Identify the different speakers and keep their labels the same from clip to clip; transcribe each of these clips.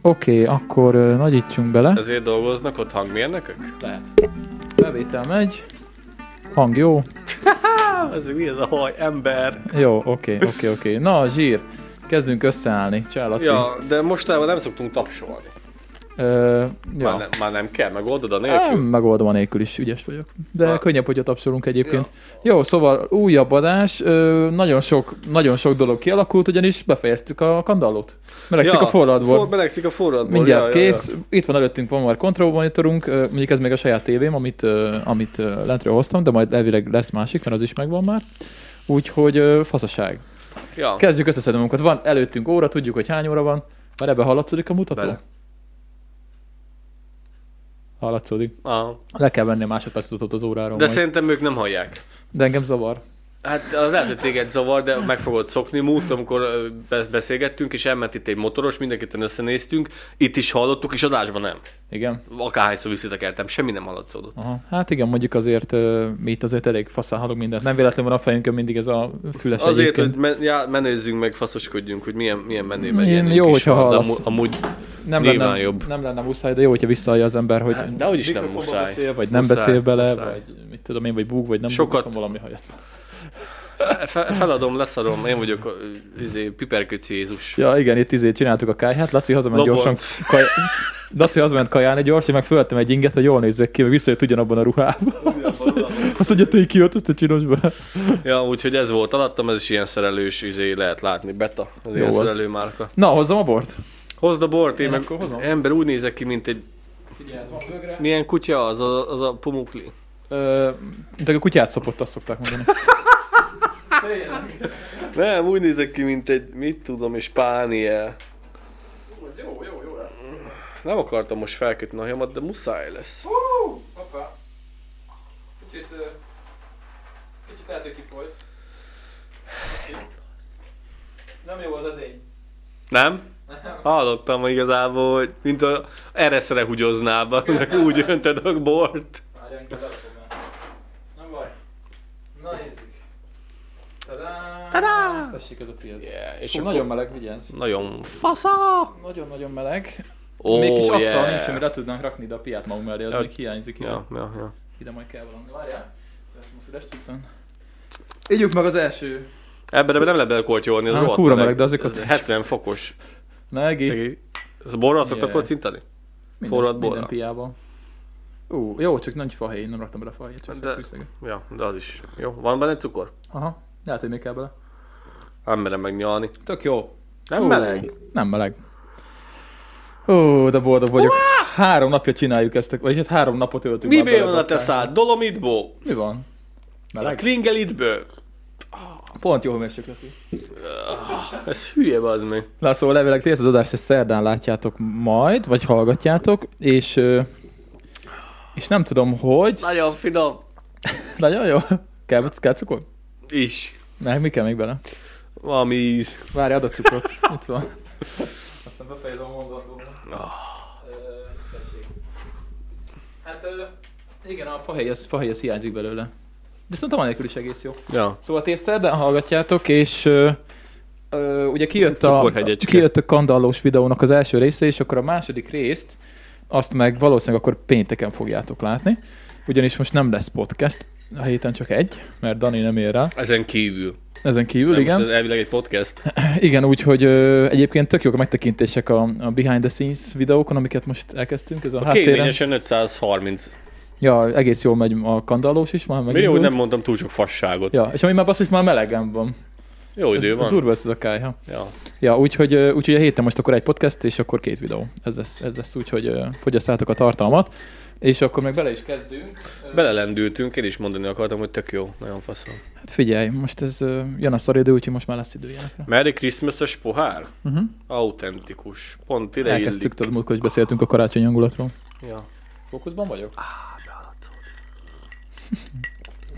Speaker 1: Oké, akkor ö, nagyítsunk bele.
Speaker 2: Ezért dolgoznak ott hangmérnökök?
Speaker 1: Lehet. Bevétel megy. Hang jó.
Speaker 2: Á, ez mi ez a haj, ember?
Speaker 1: Jó, oké, oké, oké. Na, zsír. Kezdünk összeállni. Csá, Laci.
Speaker 2: Ja, de mostában nem szoktunk tapsolni.
Speaker 1: Ö,
Speaker 2: Ja.
Speaker 1: ja.
Speaker 2: Már, ne, már nem kell, megoldod a
Speaker 1: Nem,
Speaker 2: nélkül.
Speaker 1: megoldom a nélkül is, ügyes vagyok. De
Speaker 2: Na.
Speaker 1: könnyebb, hogyha tapsolunk egyébként. Jó, szóval újabb adás, ö, nagyon sok, nagyon sok dolog kialakult, ugyanis befejeztük a kandallót. Melegszik a
Speaker 2: ja,
Speaker 1: forradból.
Speaker 2: For, melegszik a forradból.
Speaker 1: Mindjárt
Speaker 2: ja,
Speaker 1: kész.
Speaker 2: Ja,
Speaker 1: Itt van előttünk, van már control monitorunk, ö, mondjuk ez még a saját tévém, amit, ö, amit ö, lentről hoztam, de majd elvileg lesz másik, mert az is megvan már. Úgyhogy ö, faszaság.
Speaker 2: ja. ja.
Speaker 1: Kezdjük összeszedni magunkat. Van előttünk óra, tudjuk, hogy hány óra van. Már ebbe hallatszódik a mutató?
Speaker 2: Bele.
Speaker 1: Hallatszódik.
Speaker 2: Ah.
Speaker 1: Le kell venni a másodperc mutatót az óráról.
Speaker 2: De
Speaker 1: majd.
Speaker 2: szerintem ők nem hallják.
Speaker 1: De engem zavar.
Speaker 2: Hát az lehet, hogy téged zavar, de meg fogod szokni. Múlt, amikor ö, besz- beszélgettünk, és elment itt egy motoros, mindenképpen összenéztünk, itt is hallottuk, és adásban nem.
Speaker 1: Igen.
Speaker 2: Akárhányszor visszatekertem, semmi nem hallatszódott.
Speaker 1: Aha. Hát igen, mondjuk azért ö, mi itt azért elég faszán hallunk mindent. Nem véletlenül van a fejünkön mindig ez a füles
Speaker 2: Azért,
Speaker 1: egyébként.
Speaker 2: hogy men, já, menőzzünk meg, faszoskodjunk, hogy milyen, milyen menőben
Speaker 1: Mm,
Speaker 2: ilyen
Speaker 1: jó, hogyha hallasz.
Speaker 2: amúgy, amúgy
Speaker 1: nem
Speaker 2: nyilván
Speaker 1: lenne,
Speaker 2: jobb. Hát,
Speaker 1: nem lenne muszáj, de jó, hogyha visszaallja az ember, hogy
Speaker 2: De hogy is nem
Speaker 1: mikrofonba
Speaker 2: muszáj.
Speaker 1: beszél, vagy nem
Speaker 2: Muszáj,
Speaker 1: beszél bele,
Speaker 2: muszáj.
Speaker 1: vagy mit tudom én, vagy búg, vagy nem
Speaker 2: Sokat.
Speaker 1: búg, van valami hajat.
Speaker 2: Fe, feladom, leszarom, én vagyok a, izé, piperköci Jézus.
Speaker 1: Ja, igen, itt izé csináltuk a kájhát, Laci hazament
Speaker 2: Lobonc.
Speaker 1: gyorsan. Kaj... Laci hazament kajálni gyors, én meg föltem egy inget, hogy jól nézzek ki, meg visszajött ugyanabban a ruhában. Azt mondja, hogy kiöltözte csinosba.
Speaker 2: Ja, úgyhogy ez volt alattam, ez is ilyen szerelős, izé, lehet látni, beta, az ilyen
Speaker 1: Jó az.
Speaker 2: szerelő márka.
Speaker 1: Na, hozzam a bort.
Speaker 2: Hozd a bort, én,
Speaker 1: Én
Speaker 2: meg
Speaker 1: akkor hozom.
Speaker 2: ember úgy nézek ki, mint egy... Milyen kutya az a, az a pumukli?
Speaker 1: Ö, de a kutyát szopott, azt szokták mondani.
Speaker 2: Nem, úgy nézek ki, mint egy, mit tudom, és spániel.
Speaker 1: jó, jó, jó lesz.
Speaker 2: Nem akartam most felkötni a hajamat, de muszáj lesz.
Speaker 1: Hú! Hoppá! Kicsit... ö, Kicsit lehet, hogy kifolyt. Nem jó az edény.
Speaker 2: Nem? Hallottam igazából, hogy mint a ereszre húgyoznába, úgy önted a bort.
Speaker 1: Várjál, inkább lerakom el. Nem baj. Na nézzük. Tadá! Tadá! Tessék, ez a tiéd.
Speaker 2: Yeah, és
Speaker 1: Hú,
Speaker 2: akkor-
Speaker 1: nagyon meleg, vigyázz.
Speaker 2: Nagyon fasza!
Speaker 1: Nagyon-nagyon meleg.
Speaker 2: Ó,
Speaker 1: még kis
Speaker 2: yeah.
Speaker 1: asztal nincs, amire le tudnánk rakni ide a piát magunk mellé, az
Speaker 2: Ja.
Speaker 1: még hiányzik. Ide,
Speaker 2: Ja, ja, ja.
Speaker 1: ide majd kell valami. Várjál. Veszem a füles tisztán. Ígyük meg az első.
Speaker 2: Ebben ebben nem lehet belekortyolni, ez
Speaker 1: Á,
Speaker 2: rohadt
Speaker 1: kúra meleg, de azért
Speaker 2: Ez
Speaker 1: kacag.
Speaker 2: 70 fokos.
Speaker 1: Na, Egi.
Speaker 2: Ez a borral szoktak
Speaker 1: Yeah.
Speaker 2: kocintani?
Speaker 1: Minden-
Speaker 2: Forrad borra.
Speaker 1: Minden piába. Ú, jó, csak nincs fahéj, nem raktam bele fahéjat, csak
Speaker 2: De-
Speaker 1: de...
Speaker 2: Ja, de az is. Jó, van benne cukor?
Speaker 1: Aha, lehet, hogy még kell bele.
Speaker 2: Nem merem megnyalni.
Speaker 1: Tök jó.
Speaker 2: Nem
Speaker 1: Ú,
Speaker 2: meleg?
Speaker 1: Nem meleg. Ó, de boldog vagyok. Három napja csináljuk ezt, a- vagyis hát három napot öltünk. már
Speaker 2: Miből
Speaker 1: bele
Speaker 2: van a te
Speaker 1: babkán.
Speaker 2: szád? Dolomitból?
Speaker 1: Mi van?
Speaker 2: A
Speaker 1: Meleg?
Speaker 2: klingelitből?
Speaker 1: Pont jó hőmérsékleti.
Speaker 2: Ez hülye az meg.
Speaker 1: Na szóval elvileg ti ezt az adást ezt szerdán látjátok majd, vagy hallgatjátok, és... ö, És nem tudom, hogy...
Speaker 2: Nagyon finom.
Speaker 1: Nagyon jó. Kell, kell cukor?
Speaker 2: Is.
Speaker 1: Ne, mi kell még bele?
Speaker 2: Valami íz.
Speaker 1: Várj, ad a cukrot. Itt van. Ah. Aztán befejezem a mondatomat. Hát ö, igen, a fahéj az, fahéj az hiányzik belőle. De szerintem anélkül is egész jó.
Speaker 2: Ja.
Speaker 1: Szóval ti ezt szerdán hallgatjátok, és ö, ö, ugye kijött a,
Speaker 2: Cukorhegyecske.
Speaker 1: kijött a kandallós videónak az első része, és akkor a második részt, azt meg valószínűleg akkor pénteken fogjátok látni. Ugyanis most nem lesz podcast, a héten csak egy, mert Dani nem ér rá.
Speaker 2: Ezen kívül.
Speaker 1: Ezen kívül,
Speaker 2: Nem,
Speaker 1: igen.
Speaker 2: most ez elvileg egy podcast.
Speaker 1: Igen, úgyhogy ö, egyébként tök jók a megtekintések a, a behind the scenes videókon, amiket most elkezdtünk, ez a, a háttéren.
Speaker 2: Kényényesen 530.
Speaker 1: Ja, egész jól megy a kandallós is, már
Speaker 2: Mi
Speaker 1: megindult.
Speaker 2: jó, hogy nem mondtam túl sok fasságot.
Speaker 1: Ja, és ami már basszus, már melegem van.
Speaker 2: Jó idő
Speaker 1: ez,
Speaker 2: van.
Speaker 1: Ez durva ez a kályha.
Speaker 2: Ja.
Speaker 1: Ja, úgyhogy, ö, úgyhogy a héten most akkor egy podcast, és akkor két videó. Ez lesz, ez lesz úgy, hogy ö, fogyasszátok a tartalmat. És akkor még bele is kezdünk. Ö,
Speaker 2: Belelendültünk, én is mondani akartam, hogy tök jó, nagyon faszom.
Speaker 1: Hát figyelj, most ez ö, jön a szaridő, úgyhogy most már lesz idő ilyenekre.
Speaker 2: Merry Christmas-es pohár?
Speaker 1: Uh-huh.
Speaker 2: Autentikus. Pont ide
Speaker 1: Elkezdtük,
Speaker 2: illik.
Speaker 1: tudod, múltkor is beszéltünk a karácsony hangulatról.
Speaker 2: Ja.
Speaker 1: Fókuszban vagyok?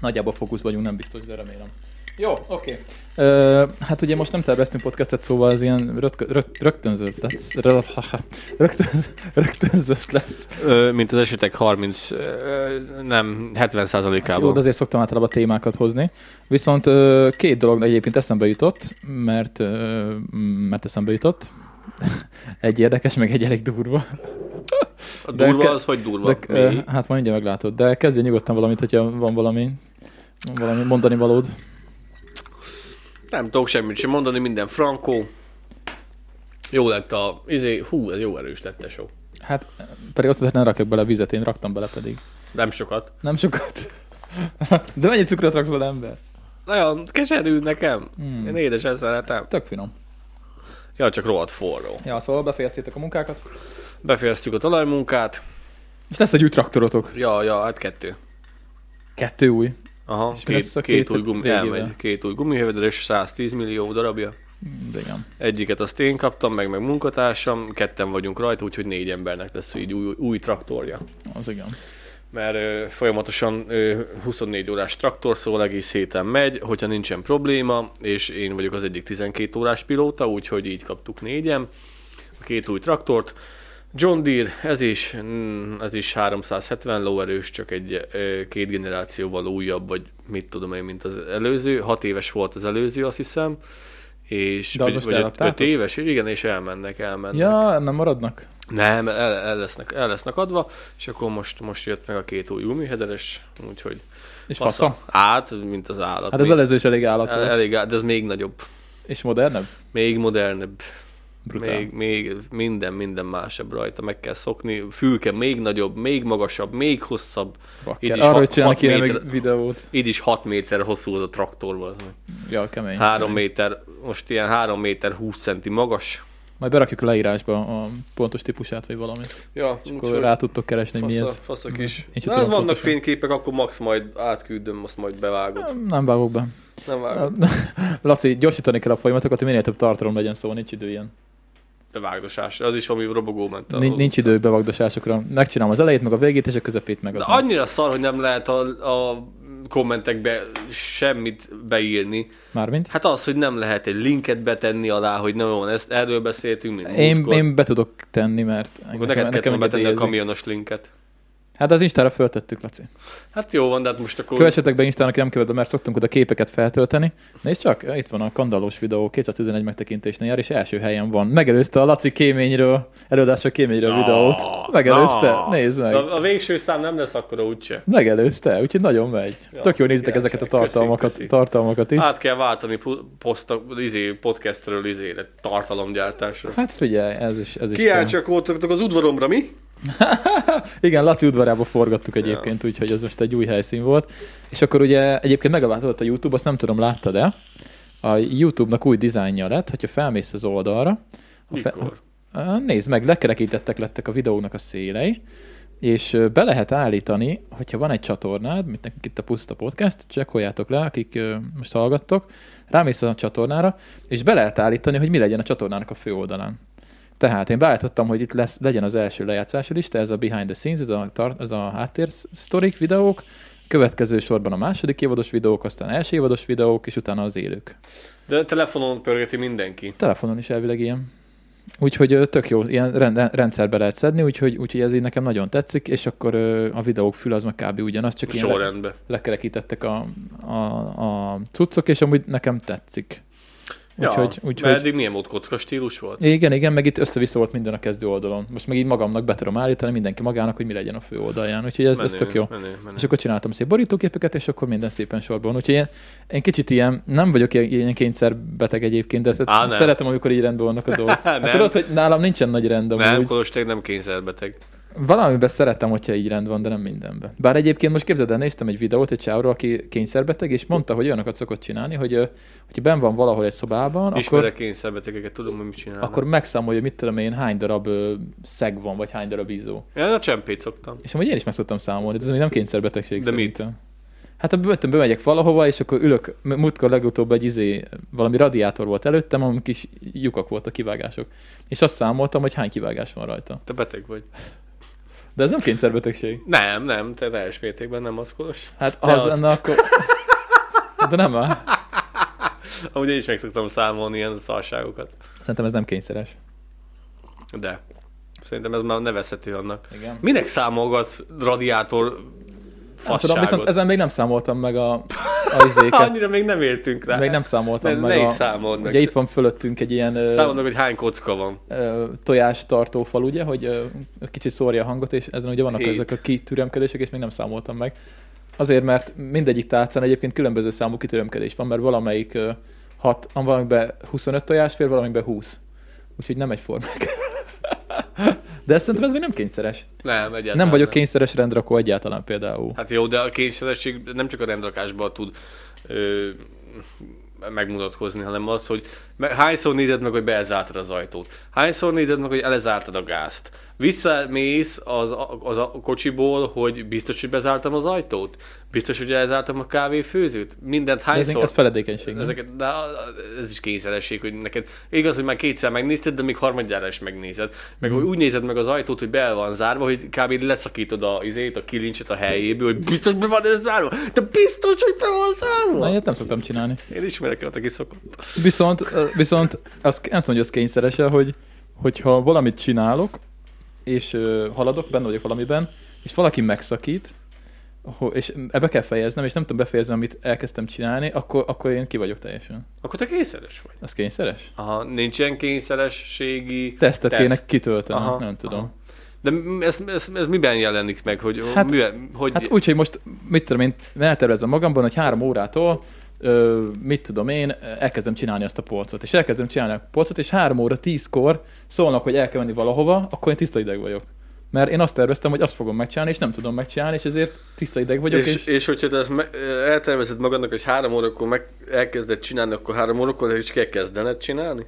Speaker 1: Nagyjából fókuszban vagyunk, nem biztos, de remélem. Jó, oké. Ö, hát ugye most nem terveztünk podcastet, szóval ez ilyen rötk- röt- rögtönzött lesz. Rö- ha- ha. Rögtönz- Rögtönzött lesz.
Speaker 2: Ö, mint az esetek 30, ö, nem, 70%-ában.
Speaker 1: Jó, de azért szoktam általában témákat hozni. Viszont ö, két dolog egyébként eszembe jutott, mert, ö, m- mert eszembe jutott. Egy érdekes, meg egy elég durva.
Speaker 2: A
Speaker 1: De
Speaker 2: durva
Speaker 1: ke-
Speaker 2: az, hogy durva.
Speaker 1: De,
Speaker 2: Mély.
Speaker 1: ö, hát majd mindjárt meglátod. De kezdje nyugodtan valamit, hogyha van valami, valami mondani valód.
Speaker 2: Nem tudok semmit sem mondani, minden frankó. Jó lett a... Izé, hú, ez jó erős lett, tesó.
Speaker 1: Hát pedig azt mondtad, ne rakjak bele vizet, én raktam bele pedig.
Speaker 2: Nem sokat.
Speaker 1: Nem sokat. De mennyi cukrot raksz bele, ember?
Speaker 2: Nagyon keserű nekem. Hmm. Én édesen szeretem.
Speaker 1: Tök finom.
Speaker 2: Ja, csak rohadt forró.
Speaker 1: Ja, szóval befejeztétek a munkákat.
Speaker 2: Befejeztük a talajmunkát.
Speaker 1: És lesz egy új traktorotok.
Speaker 2: Ja, ja, hát kettő.
Speaker 1: Kettő új.
Speaker 2: Aha,
Speaker 1: És mi
Speaker 2: két,
Speaker 1: lesz a
Speaker 2: két, két,
Speaker 1: két
Speaker 2: új gumi,
Speaker 1: végével?
Speaker 2: elmegy, két új gumihövedelés, 110 millió darabja.
Speaker 1: Mm, De igen.
Speaker 2: Egyiket azt én kaptam, meg meg munkatársam, ketten vagyunk rajta, úgyhogy négy embernek lesz így új, új traktorja.
Speaker 1: Az igen.
Speaker 2: Mert ö, folyamatosan ö, 24 órás traktor, szóval egész héten megy, hogyha nincsen probléma, és én vagyok az egyik 12 órás pilóta, úgyhogy így kaptuk négyen a két új traktort. John Deere, ez is, mm, ez is 370 lóerős, csak egy ö, két generációval újabb, vagy mit tudom én, mint az előző. Hat éves volt az előző, azt hiszem. És
Speaker 1: De az
Speaker 2: vagy-
Speaker 1: most
Speaker 2: vagy öt- öt
Speaker 1: eladtátok?
Speaker 2: éves, igen, és elmennek, elmennek.
Speaker 1: Ja, nem maradnak?
Speaker 2: Nem, el, el, lesznek, el lesznek adva, és akkor most, most jött meg a két új gumihederes, úgyhogy...
Speaker 1: És fasza?
Speaker 2: Át, mint az állat.
Speaker 1: Hát az
Speaker 2: Még-
Speaker 1: előző is elég állat
Speaker 2: el,
Speaker 1: volt.
Speaker 2: elég, á- de ez még nagyobb,
Speaker 1: És modernebb?
Speaker 2: még modernebb,
Speaker 1: Brutál.
Speaker 2: még, még, minden, minden másabb rajta, meg kell szokni. Fülke még nagyobb, még magasabb, még hosszabb.
Speaker 1: Bakker.
Speaker 2: Így is
Speaker 1: Arra,
Speaker 2: hat-
Speaker 1: hogy csinálni
Speaker 2: hat
Speaker 1: kéne
Speaker 2: méter-
Speaker 1: még videót.
Speaker 2: Így is 6 méter hosszú az a traktorban. Az.
Speaker 1: Ja, kemény.
Speaker 2: 3 méter, most ilyen 3 méter 20 centi magas.
Speaker 1: Majd berakjuk a leírásba a pontos típusát, vagy valamit.
Speaker 2: Ja,
Speaker 1: És akkor rá tudtok keresni, hogy mi
Speaker 2: Fasz
Speaker 1: ez. Mhm.
Speaker 2: a, fasz a kis.
Speaker 1: Én sem
Speaker 2: Na, hát
Speaker 1: tudom
Speaker 2: vannak
Speaker 1: pontosan.
Speaker 2: fényképek, akkor max majd átküldöm, azt majd bevágod.
Speaker 1: Nem, Nem vágok be.
Speaker 2: Nem vágod.
Speaker 1: Laci, gyorsítani kell a folyamatokat, hogy minél több tartalom legyen, szóval nincs idő ilyen.
Speaker 2: Bevágdosás. Az is valami robogó ment. a-
Speaker 1: Nincs, nincs idő bevagdosásokra. Megcsinálom az elejét, meg a végét, és a közepét meg.
Speaker 2: De
Speaker 1: az meg.
Speaker 2: annyira szar, hogy nem lehet a, a kommentekbe semmit beírni.
Speaker 1: Mármint?
Speaker 2: Hát az, hogy nem lehet egy linket betenni alá, hogy nem van, ezt erről beszéltünk, mint
Speaker 1: Én,
Speaker 2: múltkor.
Speaker 1: én be tudok tenni, mert
Speaker 2: Akkor neked kellett volna betenni a
Speaker 1: engedélyezik.
Speaker 2: kamionos linket.
Speaker 1: Hát az Instára föltettük, Laci.
Speaker 2: Hát jó van, de hát most akkor...
Speaker 1: Kövessetek be Instának, aki nem követ be, mert szoktunk oda képeket feltölteni. Nézd csak, itt van a kandallós videó, 211 megtekintésnél jár, és első helyen van. Megelőzte a Laci kéményről, előadása kéményről videót. Megelőzte, nézd meg.
Speaker 2: A, a végső szám nem lesz akkora úgyse.
Speaker 1: Megelőzte, úgyhogy nagyon megy.
Speaker 2: Ja,
Speaker 1: Tök jól nézitek
Speaker 2: királyság.
Speaker 1: ezeket a tartalmakat,
Speaker 2: Köszi, köszi.
Speaker 1: tartalmakat is.
Speaker 2: Át kell váltani pu- poszta, izé, podcastről izére, tartalomgyártásra.
Speaker 1: Hát figyelj, ez is, ez is kell.
Speaker 2: Kíváncsiak voltatok az udvaromra, mi?
Speaker 1: Igen, Laci udvarába forgattuk egyébként, úgyhogy ez most egy új helyszín volt. És akkor ugye egyébként megváltozott a YouTube, azt nem tudom, láttad de A YouTube-nak új dizájnja lett, hogyha felmész az oldalra, a fe-
Speaker 2: Mikor?
Speaker 1: Á, Nézd meg, lekerekítettek lettek a videónak a szélei, és ö, be lehet állítani, hogyha van egy csatornád, mint nekünk itt a Puszta Podcast, csekkoljátok le, akik ö, most hallgattok, rámész a csatornára, és be lehet állítani, hogy mi legyen a csatornának a főoldalán. Tehát én beállítottam, hogy itt lesz, legyen az első lejátszási lista, ez a behind the scenes, ez a, tar- ez a háttér sztorik videók, következő sorban a második évados videók, aztán első évados videók, és utána az élők.
Speaker 2: De telefonon pörgeti mindenki.
Speaker 1: Telefonon is elvileg ilyen. Úgyhogy ö, tök jó, ilyen rend, rendszerbe lehet szedni, úgyhogy, úgyhogy ez így nekem nagyon tetszik, és akkor ö, a videók fül az meg kb. ugyanaz, csak ilyen le,
Speaker 2: Sorrendbe.
Speaker 1: lekerekítettek a, a, a cuccok, és amúgy nekem tetszik. Úgyhogy,
Speaker 2: ja,
Speaker 1: ja, úgyhogy
Speaker 2: mert eddig milyen volt kocka stílus volt?
Speaker 1: igen, igen, meg itt össze-vissza volt minden a kezdő oldalon. Most meg így magamnak be tudom állítani mindenki magának, hogy mi legyen a fő oldalján, úgyhogy ez, ez tök jó.
Speaker 2: Menő, menő.
Speaker 1: És akkor csináltam szép borítóképeket, és akkor minden szépen sorban. Úgyhogy én, én kicsit ilyen, nem vagyok ilyen- ilyen kényszerbeteg egyébként, de
Speaker 2: Á,
Speaker 1: Á,
Speaker 2: nem.
Speaker 1: szeretem, amikor így rendben vannak a dolgok.
Speaker 2: Nem.
Speaker 1: Hát tudod, hogy nálam nincsen nagy rend
Speaker 2: nem,
Speaker 1: amúgy.
Speaker 2: Kolosték nem kényszerbeteg.
Speaker 1: Valamiben szeretem, hogyha így rend van, de nem mindenben. Bár egyébként most képzeld el, néztem egy videót egy csávról, aki kényszerbeteg, és mondta, hogy olyanokat szokott csinálni, hogy ö, hogyha ben van valahol egy szobában,
Speaker 2: Ismerek kényszerbetegeket, tudom, hogy mit
Speaker 1: akkor,
Speaker 2: csinálnak.
Speaker 1: akkor megszámolja, hogy mit tudom én, hány darab ö, szeg van, vagy hány darab izzó.
Speaker 2: Én a csempét szoktam.
Speaker 1: És amúgy én is meg szoktam számolni, de ez még nem kényszerbetegség
Speaker 2: De mit?
Speaker 1: szerintem. Hát a börtönbe megyek valahova, és akkor ülök, M- múltkor legutóbb egy izé, valami radiátor volt előttem, amik kis lyukak volt a kivágások. És azt számoltam, hogy hány kivágás van rajta.
Speaker 2: Te beteg vagy.
Speaker 1: De ez nem kényszerbetegség.
Speaker 2: Nem, nem, te teljes mértékben nem az Kolos.
Speaker 1: Hát
Speaker 2: De
Speaker 1: ha az,
Speaker 2: az.
Speaker 1: az lenne, akkor... De nem áll.
Speaker 2: Amúgy én is meg szoktam számolni ilyen szarságokat.
Speaker 1: Szerintem ez nem kényszeres.
Speaker 2: De. Szerintem ez már nevezhető annak.
Speaker 1: Igen.
Speaker 2: Minek számolgatsz radiátor
Speaker 1: Nem tudom,
Speaker 2: fasságot?
Speaker 1: viszont ezen még nem számoltam meg a, a izéket.
Speaker 2: Annyira még nem értünk rá.
Speaker 1: Még nem számoltam
Speaker 2: Ne-
Speaker 1: meg.
Speaker 2: ne is
Speaker 1: a,
Speaker 2: számold meg.
Speaker 1: Ugye itt van fölöttünk egy ilyen ö,
Speaker 2: Számold meg, hogy hány kocka van.
Speaker 1: ö, tojástartó fal, ugye, hogy ö, kicsit szórja a hangot, és ezen ugye vannak
Speaker 2: Hét.
Speaker 1: ezek a kitüremkedések, és még nem számoltam meg. Azért, mert mindegyik tálcán egyébként különböző számú kitüremkedés van, mert valamelyik ö, hat, valamikben 25 tojás fér, valamikben 20. Úgyhogy nem egyformák. De ezt szerintem ez még nem kényszeres.
Speaker 2: Nem, egyáltalán
Speaker 1: nem vagyok kényszeres rendrakó egyáltalán például.
Speaker 2: Hát jó, de a kényszeresség nem csak a rendrakásban tud ö, megmutatkozni, hanem az, hogy me- hányszor nézed meg, hogy bezártad az ajtót, hányszor nézed meg, hogy elzártad a gázt, visszamész az, az a kocsiból, hogy biztos, hogy bezártam az ajtót, biztos, hogy elzártam a kávéfőzőt, mindent
Speaker 1: De ez,
Speaker 2: hányszor...
Speaker 1: ez feledékenység. nem?
Speaker 2: Ezeket, de ez is kényszeresség, hogy neked igaz, hogy már kétszer megnézted, de még harmadjára is megnézed. Meg
Speaker 1: Mm.
Speaker 2: hogy úgy nézed meg az ajtót, hogy be van zárva, hogy kb. leszakítod a izét, a kilincset a helyéből, hogy biztos be van ez zárva. De biztos, hogy be van
Speaker 1: Na,
Speaker 2: zárva.
Speaker 1: ilyet nem szoktam csinálni.
Speaker 2: Én ismerek olyat, aki szokott.
Speaker 1: Viszont, ö, viszont azt, nem mondja, hogy az kényszeres hogy hogyha valamit csinálok, és ö, haladok, benne vagyok valamiben, és valaki megszakít, ho- és ebbe kell fejeznem, és nem tudom befejezni, amit elkezdtem csinálni, akkor, akkor én ki vagyok teljesen.
Speaker 2: Akkor te kényszeres vagy.
Speaker 1: Az kényszeres?
Speaker 2: Aha, nincs ilyen kényszerességi
Speaker 1: Tesztet
Speaker 2: teszt.
Speaker 1: kéne kitöltenem,
Speaker 2: Aha,
Speaker 1: nem tudom.
Speaker 2: aha. De m- ez, ez, ez, miben jelenik meg, hogy
Speaker 1: Hát-
Speaker 2: hát, miben, hogy
Speaker 1: Hát úgy, hogy most, mit tudom én, eltervezem magamban, hogy három órától, ö, mit tudom én, elkezdem csinálni azt a polcot. És elkezdem csinálni a polcot, és három óra tízkor szólnak, hogy el kell menni valahova, akkor én tiszta ideg vagyok. Mert én azt terveztem, hogy azt fogom megcsinálni, és nem tudom megcsinálni, és ezért tiszta ideg vagyok,
Speaker 2: és, és, és hogyha te ezt me- eltervezed magadnak, hogy három órakor meg elkezded csinálni, akkor három órakor is kell kezdened csinálni?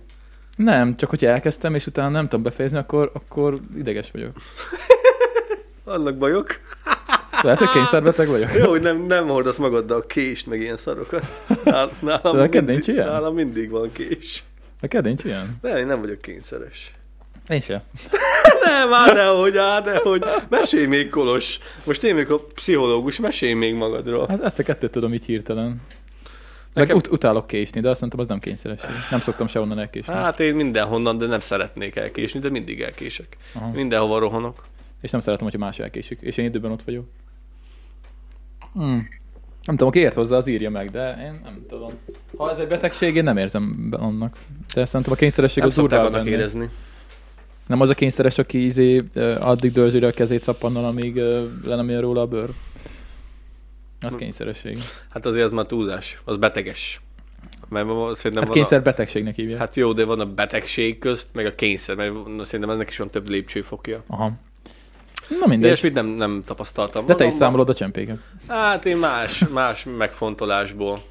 Speaker 1: nem, csak hogyha elkezdtem, és utána nem tudom befejezni, akkor, akkor ideges vagyok.
Speaker 2: Annak bajok.
Speaker 1: Lehet, hogy kényszerbeteg vagyok.
Speaker 2: Jó, hogy nem, nem hordasz magaddal kést, meg ilyen szarokat. Nál- Nálam,
Speaker 1: De neked nincs ilyen?
Speaker 2: nálam mindig van kés.
Speaker 1: Neked nincs ilyen?
Speaker 2: Nem, én nem vagyok kényszeres.
Speaker 1: Én sem.
Speaker 2: Nem, á, dehogy, á, dehogy. Mesélj még, Kolos. Most én vagyok a pszichológus, mesélj még magadról.
Speaker 1: Hát ezt a kettőt tudom így hirtelen. Meg
Speaker 2: Nekem-
Speaker 1: ut- utálok késni, de azt mondtam, az nem kényszeresség. Nem szoktam sehonnan elkésni.
Speaker 2: Hát én mindenhonnan, de nem szeretnék elkésni, de mindig elkések.
Speaker 1: Aha.
Speaker 2: Mindenhova rohanok.
Speaker 1: És nem szeretem, hogyha más elkésik. És én időben ott vagyok. Mm. Nem tudom, aki ért hozzá, az írja meg, de én nem tudom. Ha ez egy betegség, én nem érzem be annak. De szerintem a kényszeresség
Speaker 2: Nem
Speaker 1: az
Speaker 2: szokták
Speaker 1: durvább
Speaker 2: annak
Speaker 1: lenni.
Speaker 2: érezni.
Speaker 1: Nem az a kényszeres, aki izé, ö, addig dörzsülő a kezét szappannal, amíg ö, le nem jön róla a bőr.
Speaker 2: Hm.
Speaker 1: Az kényszeresség.
Speaker 2: Hát azért az már túlzás, az beteges. Mert ma- szerintem
Speaker 1: Hát
Speaker 2: van
Speaker 1: kényszer betegségnek hívják.
Speaker 2: a,
Speaker 1: Hát...
Speaker 2: hát jó, de van a betegség közt, meg a kényszer, mert szerintem ennek is van több lépcsőfokja.
Speaker 1: Aha. Na mindegy.
Speaker 2: Ilyesmit nem, nem tapasztaltam.
Speaker 1: De te is
Speaker 2: magamban.
Speaker 1: számolod a csempéket.
Speaker 2: Hát én más, más megfontolásból.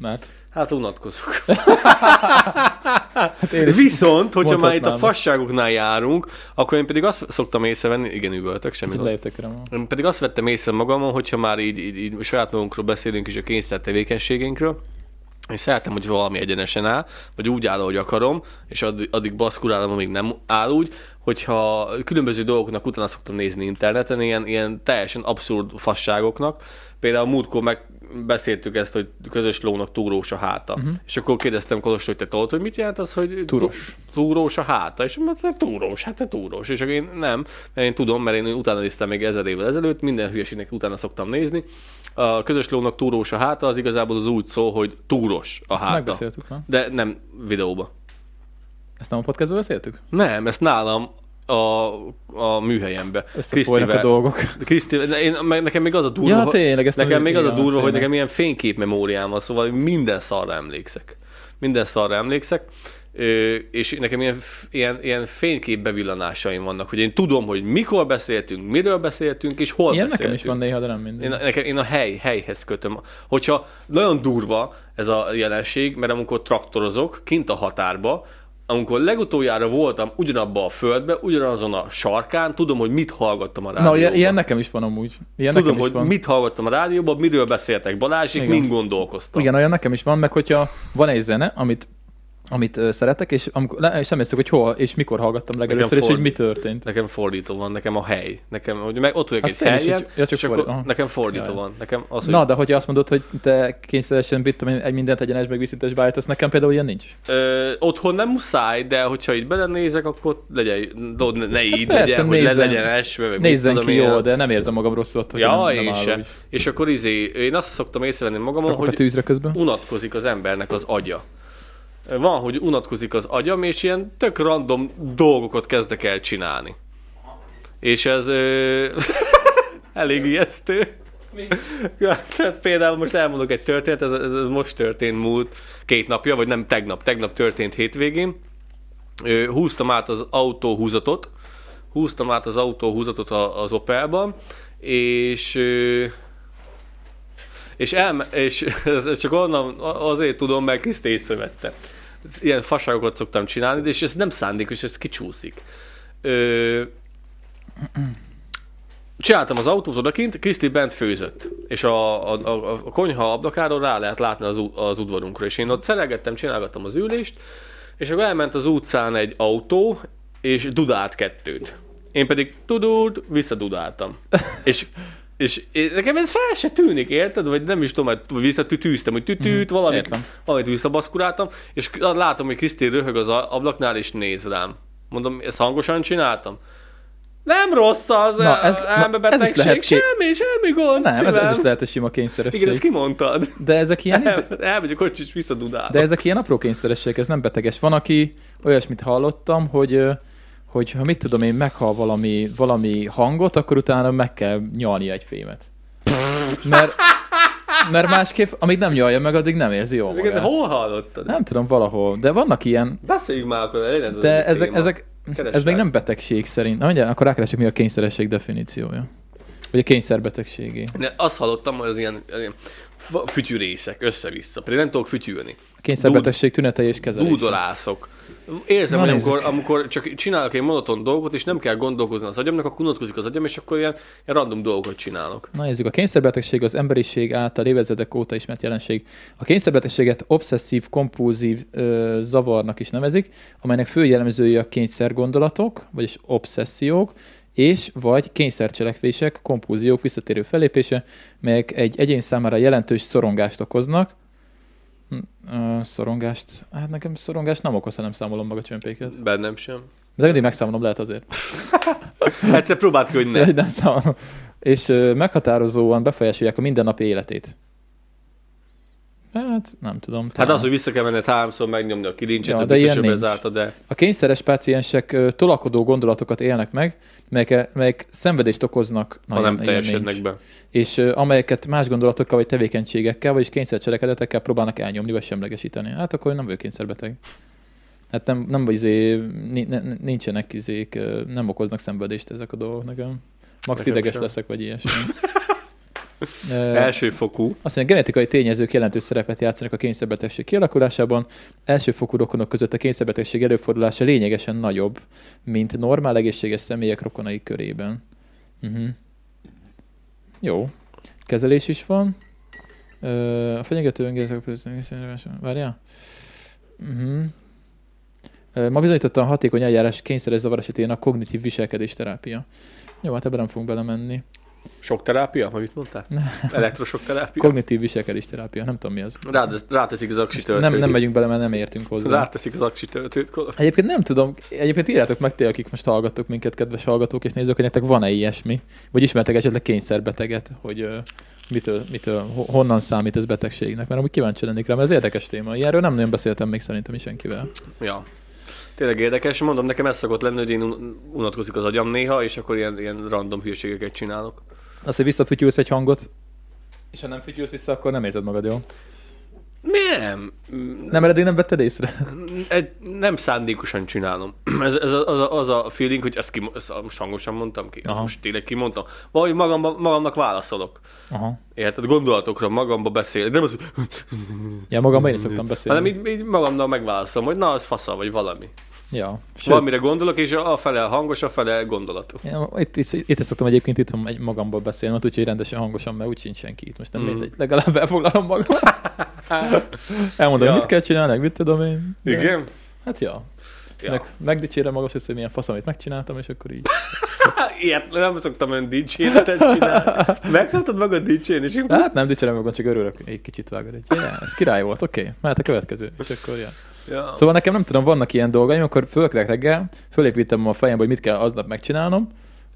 Speaker 1: Mert
Speaker 2: Hát unatkozok.
Speaker 1: hát én is.
Speaker 2: Viszont, hogyha már itt a
Speaker 1: Mondhatnád.
Speaker 2: fasságoknál járunk, akkor én pedig azt szoktam észrevenni, igen, üvöltök, semmi
Speaker 1: Kicsit
Speaker 2: gond.
Speaker 1: lejöttek rám.
Speaker 2: Én pedig azt vettem észre magamon, hogyha már így, így, így saját magunkról beszélünk és a kényszer tevékenységünkről, és szeretem, hogy valami egyenesen áll, vagy úgy áll, ahogy akarom, és addig, addig baszkurálom, amíg nem áll úgy, hogyha különböző dolgoknak utána szoktam nézni interneten, ilyen, ilyen teljesen abszurd fasságoknak. Például múltkor megbeszéltük ezt, hogy közös lónak túrós a háta. Uh-huh. És akkor kérdeztem Kolos, hogy te tudod, hogy mit jelent az, hogy
Speaker 1: Túrós.
Speaker 2: tú- túrós a háta? És mondta, "Hát túrós, hát te túrós. És akkor én nem, mert én tudom, mert én utána néztem még ezer évvel ezelőtt, minden hülyeségnek utána szoktam nézni. A közös lónak túrós a háta, az igazából az úgy szól, hogy túros a
Speaker 1: Ezt
Speaker 2: háta.
Speaker 1: megbeszéltük, nem?
Speaker 2: De nem videóba.
Speaker 1: Ezt nem a podcastban beszéltük?
Speaker 2: Nem, ezt nálam a, a műhelyembe.
Speaker 1: Összefolynak a dolgok.
Speaker 2: Kriszti, de én, meg, nekem még az a durva,
Speaker 1: Ja,
Speaker 2: hogy-
Speaker 1: tényleg, ezt nem-
Speaker 2: nekem még az a
Speaker 1: ja,
Speaker 2: durva, hogy
Speaker 1: tényleg.
Speaker 2: nekem ilyen fényképmemóriám van, szóval minden szarra emlékszek. Minden szarra emlékszek, Ö, és nekem ilyen, f- ilyen, ilyen fényképbevillanásaim vannak, hogy én tudom, hogy mikor beszéltünk, miről beszéltünk, és hol
Speaker 1: Ilyen nekem
Speaker 2: beszéltünk.
Speaker 1: is van néha, de nem minden.
Speaker 2: Én, nekem, én a hely, helyhez kötöm. Hogyha nagyon durva ez a jelenség, mert amikor traktorozok kint a határba, amikor legutoljára voltam ugyanabba a földbe, ugyanazon a sarkán, tudom, hogy mit hallgattam a
Speaker 1: Na,
Speaker 2: rádióban.
Speaker 1: ilyen, ilyen nekem is van amúgy. Ilyen
Speaker 2: tudom,
Speaker 1: nekem
Speaker 2: hogy
Speaker 1: is van.
Speaker 2: mit hallgattam a rádióban, miről beszéltek Balázsik,
Speaker 1: Igen.
Speaker 2: mind gondolkoztam.
Speaker 1: Igen, olyan nekem is van, meg hogyha van egy zene, amit amit ö, szeretek, és, amikor, le, és emlékszem, hogy hol és mikor hallgattam legelőször, és
Speaker 2: Ford.
Speaker 1: hogy mi történt.
Speaker 2: Nekem fordító van, nekem a hely. Nekem, hogy meg ott vagyok
Speaker 1: Azt
Speaker 2: egy
Speaker 1: én is
Speaker 2: helyen,
Speaker 1: így- ja, csak
Speaker 2: és akkor
Speaker 1: fordít- aha.
Speaker 2: nekem fordító
Speaker 1: Jaj.
Speaker 2: van. Nekem az, hogy
Speaker 1: Na, de hogyha azt mondod, hogy te kényszeresen mit tudom én, egy mindent egyenes, meg viszintes beállítasz, nekem például ilyen nincs. Hát
Speaker 2: Ö, otthon nem muszáj, de hogyha így belenézek, akkor legyen, no, ne, ne így
Speaker 1: Hát persze,
Speaker 2: legyen, hogy le
Speaker 1: nézzen-
Speaker 2: legyen esve, meg mit
Speaker 1: Nézzen
Speaker 2: tudom
Speaker 1: ki
Speaker 2: én.
Speaker 1: jól, de nem érzem magam rosszul attól, hogy
Speaker 2: Ja,
Speaker 1: nem, nem
Speaker 2: én
Speaker 1: állom
Speaker 2: se.
Speaker 1: így.
Speaker 2: És akkor izé, én azt szoktam észrevenni magamon,
Speaker 1: Rakok a
Speaker 2: hogy
Speaker 1: tűzre közben.
Speaker 2: unatkozik az embernek az agya. Van, hogy unatkozik az agyam, és ilyen tök random dolgokat kezdek el csinálni. És ez ö... elég ijesztő. Tehát például most elmondok egy történetet, ez, ez, ez most történt múlt két napja, vagy nem tegnap, tegnap történt hétvégén. Ö, Húztam át az autóhúzatot, húztam át az autóhúzatot a- az Opelban, és ö, és, elme- és ez- ez csak onnan azért tudom, mert Kriszt észrevette. Ilyen faságokat szoktam csinálni, de és ez nem szándékos, ez kicsúszik. Ö, csináltam az autót odakint, Kriszti bent főzött, és a, a, a, a konyha ablakáról rá lehet látni az, ú- az udvarunkra, és én ott szerelgettem, csinálgattam az ülést, és akkor elment az utcán egy autó, és dudált kettőt. Én pedig tudult, visszadudáltam. És, és én- nekem ez fel se tűnik, érted? Vagy nem is tudom, hogy visszatűztem, hogy tütűt, valamit,
Speaker 1: értem.
Speaker 2: valamit visszabaszkuráltam, és látom, hogy Kriszti röhög az a- ablaknál, és néz rám. Mondom, ezt hangosan csináltam? Nem rossz az,
Speaker 1: Na, ez-
Speaker 2: ez,
Speaker 1: na,
Speaker 2: elmebetegség,
Speaker 1: ez is lehet ki-
Speaker 2: semmi, semmi gond,
Speaker 1: Nem, ez, ez is
Speaker 2: szívem.
Speaker 1: lehet egy sima
Speaker 2: Igen, ezt
Speaker 1: kényszeresség.
Speaker 2: kimondtad.
Speaker 1: De ezek ilyen, izé-
Speaker 2: El, elmegyek ott is visszadudálok.
Speaker 1: De ezek ilyen apró kényszerességek, ez nem beteges. Van, aki olyasmit hallottam, hogy ö, hogy ha mit tudom én, meghal valami, valami hangot, akkor utána meg kell nyalni egy fémet. Mert, mert másképp, amíg nem nyalja meg, addig nem érzi jól
Speaker 2: Ezeket
Speaker 1: magát.
Speaker 2: hol hallottad?
Speaker 1: Nem tudom, valahol. De vannak ilyen,
Speaker 2: Beszéljünk már akkor, legyen ez az
Speaker 1: de
Speaker 2: egyik
Speaker 1: ezek,
Speaker 2: téma.
Speaker 1: ezek
Speaker 2: Keresd
Speaker 1: ez még
Speaker 2: rá.
Speaker 1: nem betegség szerint. Na mindjárt, akkor rákeresek, mi a kényszeresség definíciója. Vagy a kényszerbetegségé.
Speaker 2: De azt hallottam, hogy az ilyen, az ilyen f- fütyűrészek, össze-vissza. Pedig nem tudok fütyülni.
Speaker 1: A kényszerbetegség tünetei és kezelése.
Speaker 2: Dúdolászok. Érzem,
Speaker 1: Na,
Speaker 2: hogy
Speaker 1: nézzük.
Speaker 2: amikor, amikor csak csinálok egy monoton dolgot, és nem kell gondolkozni az agyamnak, akkor unatkozik az agyam, és akkor ilyen, ilyen random dolgokat csinálok.
Speaker 1: Na nézzük, a kényszerbetegség az emberiség által évezredek óta ismert jelenség. A kényszerbetegséget obszesszív, kompulzív ö, zavarnak is nevezik, amelynek fő jellemzői a kényszergondolatok, vagyis obszessziók, és vagy kényszercselekvések, kompulziók visszatérő fellépése, melyek egy egyén számára jelentős szorongást okoznak. Hm, Ö, szorongást? Hát nekem szorongást nem okoz, ha nem számolom maga csömpéket.
Speaker 2: Bennem sem.
Speaker 1: De mindig megszámolom, lehet azért.
Speaker 2: Egyszer próbáld ki, hogy
Speaker 1: De
Speaker 2: ne.
Speaker 1: hogy nem számolom. És ö, meghatározóan befolyásolják a mindennapi életét. Hát, nem tudom.
Speaker 2: Hát
Speaker 1: talán.
Speaker 2: az, hogy vissza kell menned háromszor megnyomni a
Speaker 1: Ja,
Speaker 2: kilincset,
Speaker 1: de
Speaker 2: ja, de biztos,
Speaker 1: ilyen
Speaker 2: hogy
Speaker 1: nincs.
Speaker 2: bezárta, de
Speaker 1: A kényszeres páciensek ö, tolakodó gondolatokat élnek meg, melyek, melyek szenvedést okoznak,
Speaker 2: ha nem
Speaker 1: ilyen- ilyen nincs.
Speaker 2: teljesednek be.
Speaker 1: és ö, amelyeket más gondolatokkal vagy tevékenységekkel, vagyis kényszercselekedetekkel próbálnak elnyomni vagy semlegesíteni. Hát akkor én nem vagyok kényszerbeteg. Hát nem, nem vagy izé, ni- ne- nincsenek izék, ö, nem okoznak szenvedést ezek a dolgok nekem. Max
Speaker 2: Nekem
Speaker 1: ideges
Speaker 2: sem.
Speaker 1: leszek, vagy ilyesmi. Ö,
Speaker 2: Első fokú.
Speaker 1: azt mondja, genetikai tényezők jelentős szerepet játszanak a kényszerbetegség kialakulásában. Elsőfokú rokonok között a kényszerbetegség előfordulása lényegesen nagyobb, mint normál egészséges személyek rokonai körében. Uh-huh. Jó. Kezelés is van. Ö, a fenyegető öngérzek... Várjál. Uh-huh. Ö, Ma bizonyítottan hatékony eljárás kényszeres zavar esetén a kognitív viselkedés terápia. Jó, hát ebben nem fogunk belemenni.
Speaker 2: Sok terápia? Vagy mit mondtál? Elektrosok terápia?
Speaker 1: Kognitív viselkedés terápia, nem tudom mi az.
Speaker 2: Rád- Ráteszik az aksi töltőt.
Speaker 1: Nem, nem megyünk bele, mert nem értünk hozzá.
Speaker 2: Ráteszik az aksi töltőt. Kola.
Speaker 1: Egyébként nem tudom, egyébként írjátok meg ti, akik most hallgattok minket, kedves hallgatók és nézők, hogy nektek van-e ilyesmi, vagy ismertek esetleg kényszerbeteget, hogy ö, mitől, mitől, ho- honnan számít ez betegségnek, mert amúgy kíváncsi lennék rá, mert ez érdekes téma. Ilyenről nem nagyon beszéltem még szerintem is senkivel.
Speaker 2: Ja. Tényleg érdekes, mondom, nekem ez szokott lenni, hogy én un- unatkozik az agyam néha, és akkor ilyen, ilyen random hülyeségeket csinálok.
Speaker 1: Az, hogy visszafütyülsz egy hangot, és ha nem fütyülsz vissza, akkor nem érzed magad jól.
Speaker 2: Nem.
Speaker 1: Nem, mert eddig nem vetted észre.
Speaker 2: Egy, nem szándékosan csinálom. Ez, ez a, az, a, az a feeling, hogy ezt, kim, ezt most hangosan mondtam ki, ezt
Speaker 1: Aha.
Speaker 2: most tényleg kimondtam. Valahogy magamba, magamnak válaszolok.
Speaker 1: Aha.
Speaker 2: Érted? Gondolatokra magamba beszél. Nem az,
Speaker 1: Ja, magamban én is szoktam beszélni.
Speaker 2: Hát, hanem így, így magamnak megválaszolom, hogy na, az fasza, vagy valami.
Speaker 1: Ja.
Speaker 2: Sőt. Valamire gondolok, és a fele hangos, a fele gondolat.
Speaker 1: Én Itt, is- itt, is szoktam egyébként itt egy magamból beszélni, úgyhogy rendesen hangosan, mert úgy sincs senki itt. Most nem
Speaker 2: Mm.
Speaker 1: mm. mindegy. Legalább elfoglalom magam. Elmondom,
Speaker 2: Ja.
Speaker 1: ja. mit kell csinálni, mit tudom én. De-
Speaker 2: Igen?
Speaker 1: Hát ja.
Speaker 2: Ja.
Speaker 1: ja. Meg, megdicsérem magam, hogy milyen fasz, amit megcsináltam, és akkor így.
Speaker 2: Há, Hát, Ilyet nem szoktam olyan dicséretet csinálni. Meg szoktad magad dicsérni, és én...
Speaker 1: Hát nem dicsérem magam, csak örülök, egy kicsit vágod. Egy, yeah, ez király volt, oké, okay, mehet a következő. És akkor jön.
Speaker 2: Ja.
Speaker 1: Szóval nekem nem tudom, vannak ilyen dolgaim, akkor fölkelek reggel, fölépítem a fejembe, hogy mit kell aznap megcsinálnom,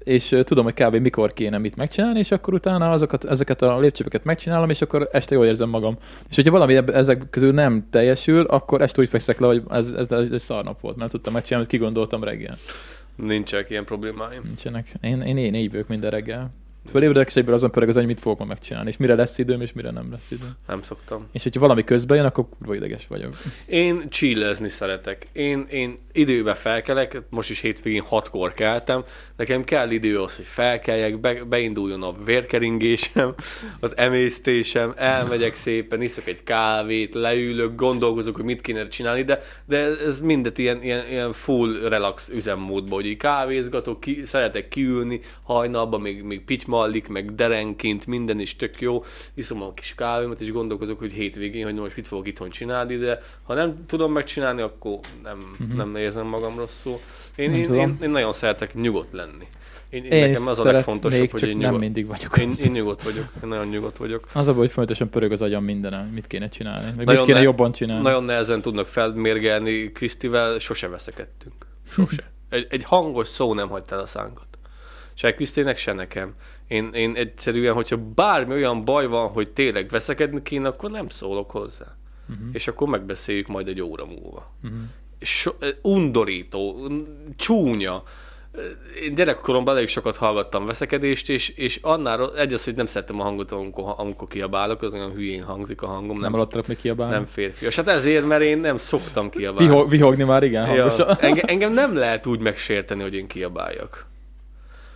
Speaker 1: és ö, tudom, hogy kb. mikor kéne mit megcsinálni, és akkor utána azokat, ezeket a lépcsőket megcsinálom, és akkor este jól érzem magam. És hogyha valami eb- ezek közül nem teljesül, akkor este úgy fekszek le, hogy ez, ez, ez egy szarnap volt, nem tudtam megcsinálni, amit kigondoltam reggel.
Speaker 2: Nincsenek ilyen problémáim.
Speaker 1: Nincsenek. Én, én, én így vagyok minden reggel. Fölébredek, és egyből azon pörög az, agy, hogy mit fogok ma megcsinálni, és mire lesz időm, és mire nem lesz időm.
Speaker 2: Nem szoktam.
Speaker 1: És hogyha valami közben jön, akkor kurva ideges vagyok.
Speaker 2: Én chillezni szeretek. Én, én időbe felkelek, most is hétvégén hatkor keltem. Nekem kell idő az, hogy felkeljek, be, beinduljon a vérkeringésem, az emésztésem, elmegyek szépen, iszok egy kávét, leülök, gondolkozok, hogy mit kéne csinálni, de, de ez mindet ilyen, ilyen, ilyen full relax üzemmódba, hogy így kávézgatok, ki, szeretek kiülni, hajnalban még, még pitymallik, meg derenként, minden is tök jó. Iszom a kis kávémat, és gondolkozok, hogy hétvégén, hogy most mit fogok itthon csinálni, de ha nem tudom megcsinálni, akkor nem, uh-huh. nem érzem magam rosszul. Én,
Speaker 1: Mhm. Nem
Speaker 2: én,
Speaker 1: tudom.
Speaker 2: én, én nagyon szeretek nyugodt lenni. Én, én,
Speaker 1: Én
Speaker 2: nekem az a
Speaker 1: szeretnék,
Speaker 2: legfontosabb, hogy
Speaker 1: csak
Speaker 2: én
Speaker 1: nem
Speaker 2: nyugodt,
Speaker 1: mindig vagyok
Speaker 2: Én,
Speaker 1: az.
Speaker 2: én nyugodt vagyok, én nagyon nyugodt vagyok.
Speaker 1: Az a baj, hogy folyamatosan pörög az agyam mindenem, mit kéne csinálni, meg
Speaker 2: Nagyon
Speaker 1: mit kéne
Speaker 2: ne-
Speaker 1: jobban csinálni.
Speaker 2: Nagyon nehezen tudnak felmérgelni Krisztivel, sose veszekedtünk. Sose. Egy, egy hangos szó nem hagyta el a szánkat. Se Krisztének, se nekem. Én, én egyszerűen, hogyha bármi olyan baj van, hogy tényleg veszekedni kéne, akkor nem szólok hozzá.
Speaker 1: Mhm.
Speaker 2: Uh-huh. És akkor megbeszéljük majd egy óra múlva. Uh-huh. So, undorító, n- csúnya. Én gyerekkoromban elég sokat hallgattam veszekedést, és, és annál ro- egy az, hogy nem szerettem a hangot, amikor, amikor kiabálok, az olyan hülyén hangzik a hangom.
Speaker 1: nem alattak még kiabálni.
Speaker 2: Nem
Speaker 1: Nem.
Speaker 2: férfias. Hát ezért, mert én nem szoktam kiabálni.
Speaker 1: Viho- vihogni már igen hangosan.
Speaker 2: ja, engem, engem nem lehet úgy megsérteni, hogy én kiabáljak.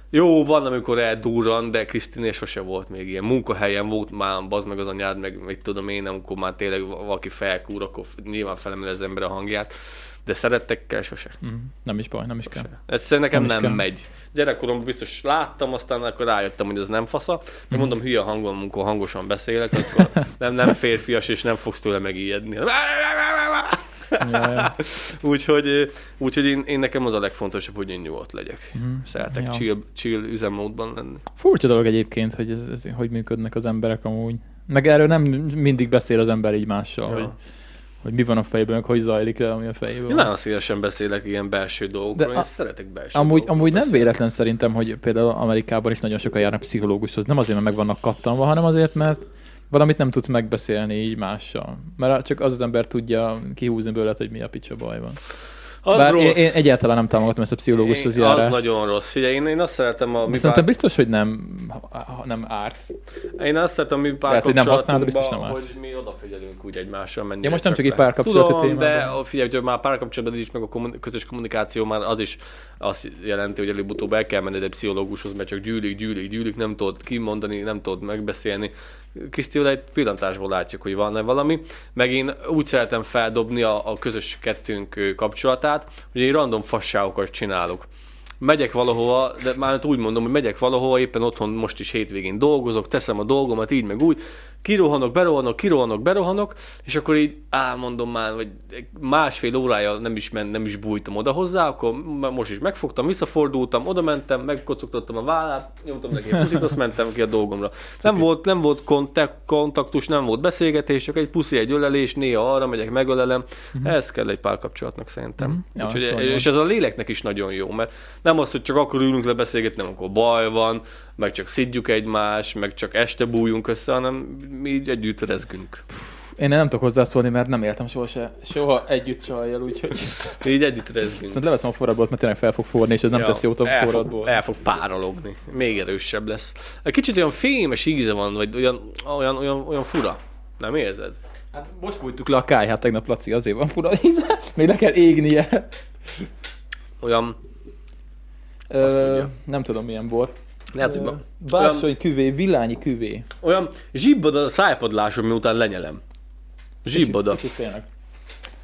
Speaker 2: Jó, van, amikor eldurran, de Krisztinél sose volt még ilyen. Munkahelyen volt már, bazd meg az anyád, meg mit tudom én, amikor már tényleg va- valaki felkúr, akkor nyilván felemel az ember a hangját. De szerettekkel sose.
Speaker 1: Mhm. nem is baj, nem is kell.
Speaker 2: Egyszerűen nekem
Speaker 1: Nem is
Speaker 2: nem, nem
Speaker 1: kell.
Speaker 2: megy. Gyerekkoromban biztos láttam, aztán akkor rájöttem, hogy ez nem fasza. De mondom, hülye hangon, amikor hangosan beszélek, akkor nem, nem férfias, és nem fogsz tőle megijedni.
Speaker 1: Ja, ja.
Speaker 2: Úgyhogy, úgyhogy én, én, nekem az a legfontosabb, hogy én nyugodt legyek. Mm, Szeretek ja.
Speaker 1: Mhm. ja.
Speaker 2: chill, chill üzemmódban lenni.
Speaker 1: Furcsa dolog egyébként, hogy ez, ez, hogy működnek az emberek amúgy. Meg erről nem mindig beszél az ember így mással,
Speaker 2: Ja.
Speaker 1: ja. hogy, hogy mi van a fejben, meg hogy zajlik le, ami a fejében.
Speaker 2: Én nagyon szívesen beszélek ilyen belső dolgokról,
Speaker 1: De
Speaker 2: én
Speaker 1: a-
Speaker 2: szeretek belső
Speaker 1: Amúgy,
Speaker 2: dolgokról
Speaker 1: amúgy nem
Speaker 2: beszélni.
Speaker 1: véletlen szerintem, hogy például Amerikában is nagyon sokan járnak pszichológushoz. Nem azért, mert meg vannak kattanva, hanem azért, mert valamit nem tudsz megbeszélni így mással. Mert csak az az ember tudja kihúzni bőled, hogy mi a picsa baj van.
Speaker 2: Az
Speaker 1: Bár
Speaker 2: rossz.
Speaker 1: én, én egyáltalán nem támogatom ezt a pszichológushoz
Speaker 2: Én-
Speaker 1: járást.
Speaker 2: Az nagyon rossz. Figyelj, én, én azt szeretem a mi
Speaker 1: Szerintem biztos, hogy nem, ha- ha nem árt.
Speaker 2: Én azt tettem, mi pár
Speaker 1: Lehet, hogy nem használod, de biztos
Speaker 2: kapcsolatunkban,
Speaker 1: nem
Speaker 2: hogy mi odafigyelünk úgy egymásra menni.
Speaker 1: Ja, most nem csak egy párkapcsolati
Speaker 2: Tudom, de
Speaker 1: témában.
Speaker 2: ó, figyelj, hogy már párkapcsolatban is, meg a kommun- közös kommunikáció már az is azt jelenti, hogy előbb-utóbb el kell menned egy pszichológushoz, mert csak gyűlik, gyűlik, gyűlik, nem tudod kimondani, nem tudod megbeszélni. Krisztivel egy pillantásból látjuk, hogy van-e valami. Meg én úgy szeretem feldobni a, a közös kettőnk ö, kapcsolatát, hogy én random fasságokat csinálok megyek valahova, de már úgy mondom, hogy megyek valahova, éppen otthon most is hétvégén dolgozok, teszem a dolgomat így meg úgy, kirohanok, berohanok, kirohanok, berohanok, és akkor így elmondom már, hogy másfél órája nem is ment, nem is bújtam oda hozzá, akkor m- most is megfogtam, visszafordultam, oda mentem, megkocogtattam a vállát, nyomtam neki egy puszit, azt mentem ki a dolgomra. Nem volt, nem volt kontek, kontaktus, nem volt beszélgetés, csak egy puszi, egy ölelés, néha arra megyek, megölelem. Ez kell egy párkapcsolatnak szerintem.
Speaker 1: Mhm. Ja,
Speaker 2: Úgyhogy,
Speaker 1: szóval
Speaker 2: és és ez a léleknek is nagyon jó, mert nem az, hogy csak akkor ülünk le beszélgetni, amikor baj van, meg csak szidjuk egymást, meg csak este bújunk össze, hanem mi így együtt rezgünk.
Speaker 1: Én nem tudok hozzászólni, mert nem éltem soha, se, soha együtt csajjal, úgyhogy...
Speaker 2: Mi így együtt rezgünk.
Speaker 1: Szerintem leveszem a forradból, mert tényleg fel fog forrni, és ez nem
Speaker 2: Ja,
Speaker 1: tesz jót a
Speaker 2: el
Speaker 1: forradból.
Speaker 2: Fog, el fog párologni. Még erősebb lesz. Egy kicsit olyan fémes íze van, vagy olyan, olyan, olyan, olyan fura. Nem érzed?
Speaker 1: Hát most fújtuk le a kályhát tegnap, Laci, azért van fura íze. Még le kell égnie.
Speaker 2: Olyan,
Speaker 1: Ö,
Speaker 2: tudja.
Speaker 1: nem tudom, milyen bor.
Speaker 2: lehet, hogy ma, olyan,
Speaker 1: Bársony küvé, vilányi küvé.
Speaker 2: olyan zsibbad a szájpadlásom, miután lenyelem. Zsibbad a
Speaker 1: Kicsit tényleg.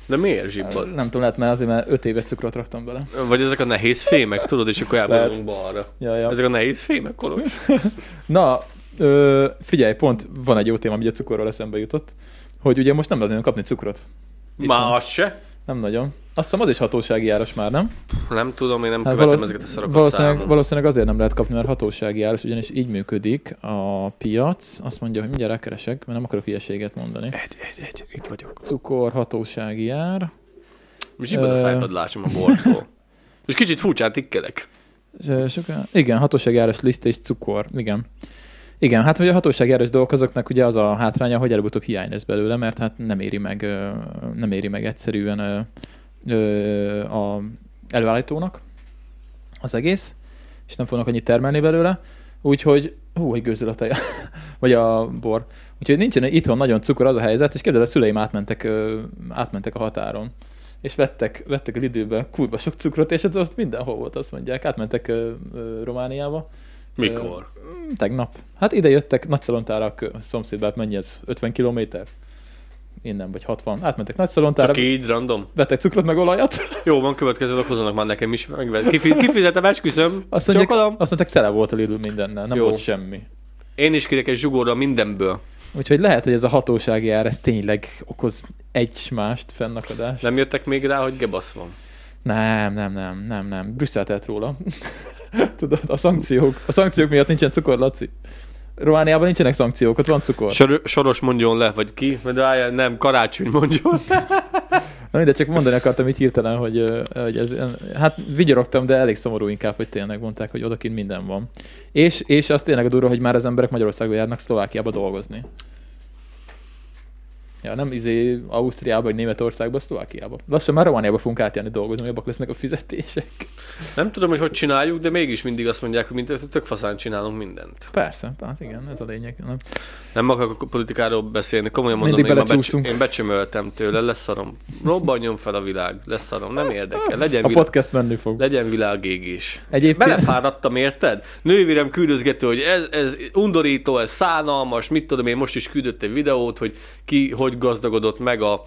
Speaker 2: De miért zsibbad?
Speaker 1: Nem tudom, lehet, mert azért, mert 5 éves cukrot raktam bele.
Speaker 2: Vagy ezek a nehéz fémek, tudod, és akkor elborulunk balra.
Speaker 1: Ja, ja.
Speaker 2: Ezek a nehéz fémek, Kolos?
Speaker 1: Na, ö, figyelj, pont van egy jó téma, ami a cukorról eszembe jutott, hogy ugye most nem lehet nagyon kapni cukrot.
Speaker 2: Már az se.
Speaker 1: Nem nagyon. Azt hiszem az is hatósági áras már, nem?
Speaker 2: Nem tudom, én nem követem
Speaker 1: Hát való-
Speaker 2: ezeket a szarokat
Speaker 1: valószínűleg,
Speaker 2: számon.
Speaker 1: valószínűleg azért nem lehet kapni, mert hatósági áras, ugyanis így működik a piac. Azt mondja, hogy mindjárt rákeresek, mert nem akarok hülyeséget mondani.
Speaker 2: Egy, egy, egy, itt vagyok.
Speaker 1: Cukor, hatósági ár.
Speaker 2: Zsibbad a
Speaker 1: Ö.
Speaker 2: szájpadlásom a bortól. És kicsit furcsán tikkelek.
Speaker 1: Ö, Sokan... Igen, hatósági áras liszt és cukor. Igen. Igen, hát hogy a hatósági áras dolgok azoknak ugye az a hátránya, hogy előbb-utóbb hiány lesz belőle, mert hát nem éri meg, ö, nem éri meg egyszerűen ö, ö, a előállítónak az egész, és nem fognak annyit termelni belőle, úgyhogy hú, egy gőzöl a tej, vagy a bor. Úgyhogy nincsen itthon nagyon cukor az a helyzet, és képzeld, a szüleim átmentek, ö, átmentek a határon és vettek, vettek a Lidőbe kurva sok cukrot, és ott ott mindenhol volt, azt mondják. Átmentek ö, ö, Romániába.
Speaker 2: Mikor?
Speaker 1: Ö, tegnap. Hát ide jöttek Nagyszalontára a kö- szomszédba, hát mennyi ez? 50 kilométer? Innen, vagy 60. Átmentek Nagyszalontára,
Speaker 2: Csak így random.
Speaker 1: vettek cukrot meg olajat.
Speaker 2: Jó, van, következő nap hozzanak már nekem is. Megve- Kifi- Kifizetem, esküszöm.
Speaker 1: Azt mondják,
Speaker 2: Csokolom.
Speaker 1: azt mondták, tele volt a Lidl mindennel, nem
Speaker 2: Jó.
Speaker 1: Jó. volt semmi.
Speaker 2: Én is kérek egy zsugorra mindenből.
Speaker 1: Úgyhogy lehet, hogy ez a hatósági ár, ez tényleg okoz egymást, fennakadást.
Speaker 2: Nem jöttek még rá, hogy gebasz van.
Speaker 1: Nem, nem, nem, nem, nem. Brüsszel tett róla. Tudod, a szankciók. A szankciók miatt nincsen cukor, Laci. Romániában nincsenek szankciók, ott van cukor.
Speaker 2: Sor- soros mondjon le, vagy ki, de állj, nem, karácsony mondjon.
Speaker 1: Na mindegy, csak mondani akartam itt hirtelen, hogy, ö, hogy ez, hát vigyorogtam, de elég szomorú inkább, hogy tényleg mondták, hogy odakint minden van. És, és az tényleg a durva, hogy már az emberek Magyarországon járnak Szlovákiába dolgozni. Ja, nem izé Ausztriába, vagy Németországba, Szlovákiába. Lassan már Romániába fogunk átjárni dolgozni, jobbak lesznek a fizetések.
Speaker 2: Nem tudom, hogy hogy csináljuk, de mégis mindig azt mondják, hogy mint tök faszán csinálunk mindent.
Speaker 1: Persze, hát igen, ez a lényeg. Nem?
Speaker 2: Nem akarok a politikáról beszélni, komolyan mondom,
Speaker 1: Mindig
Speaker 2: én, már becs-
Speaker 1: belecsúszunk.
Speaker 2: én becsömöltem tőle, leszarom. Robbanjon fel a világ, leszarom, nem érdekel. Legyen,
Speaker 1: A
Speaker 2: vilá-
Speaker 1: podcast menni fog.
Speaker 2: legyen világégés.
Speaker 1: Egyébként-
Speaker 2: Belefáradtam, érted? Nővérem küldözgető, hogy ez, ez undorító, ez szánalmas, mit tudom én, most is küldött egy videót, hogy ki hogy gazdagodott meg a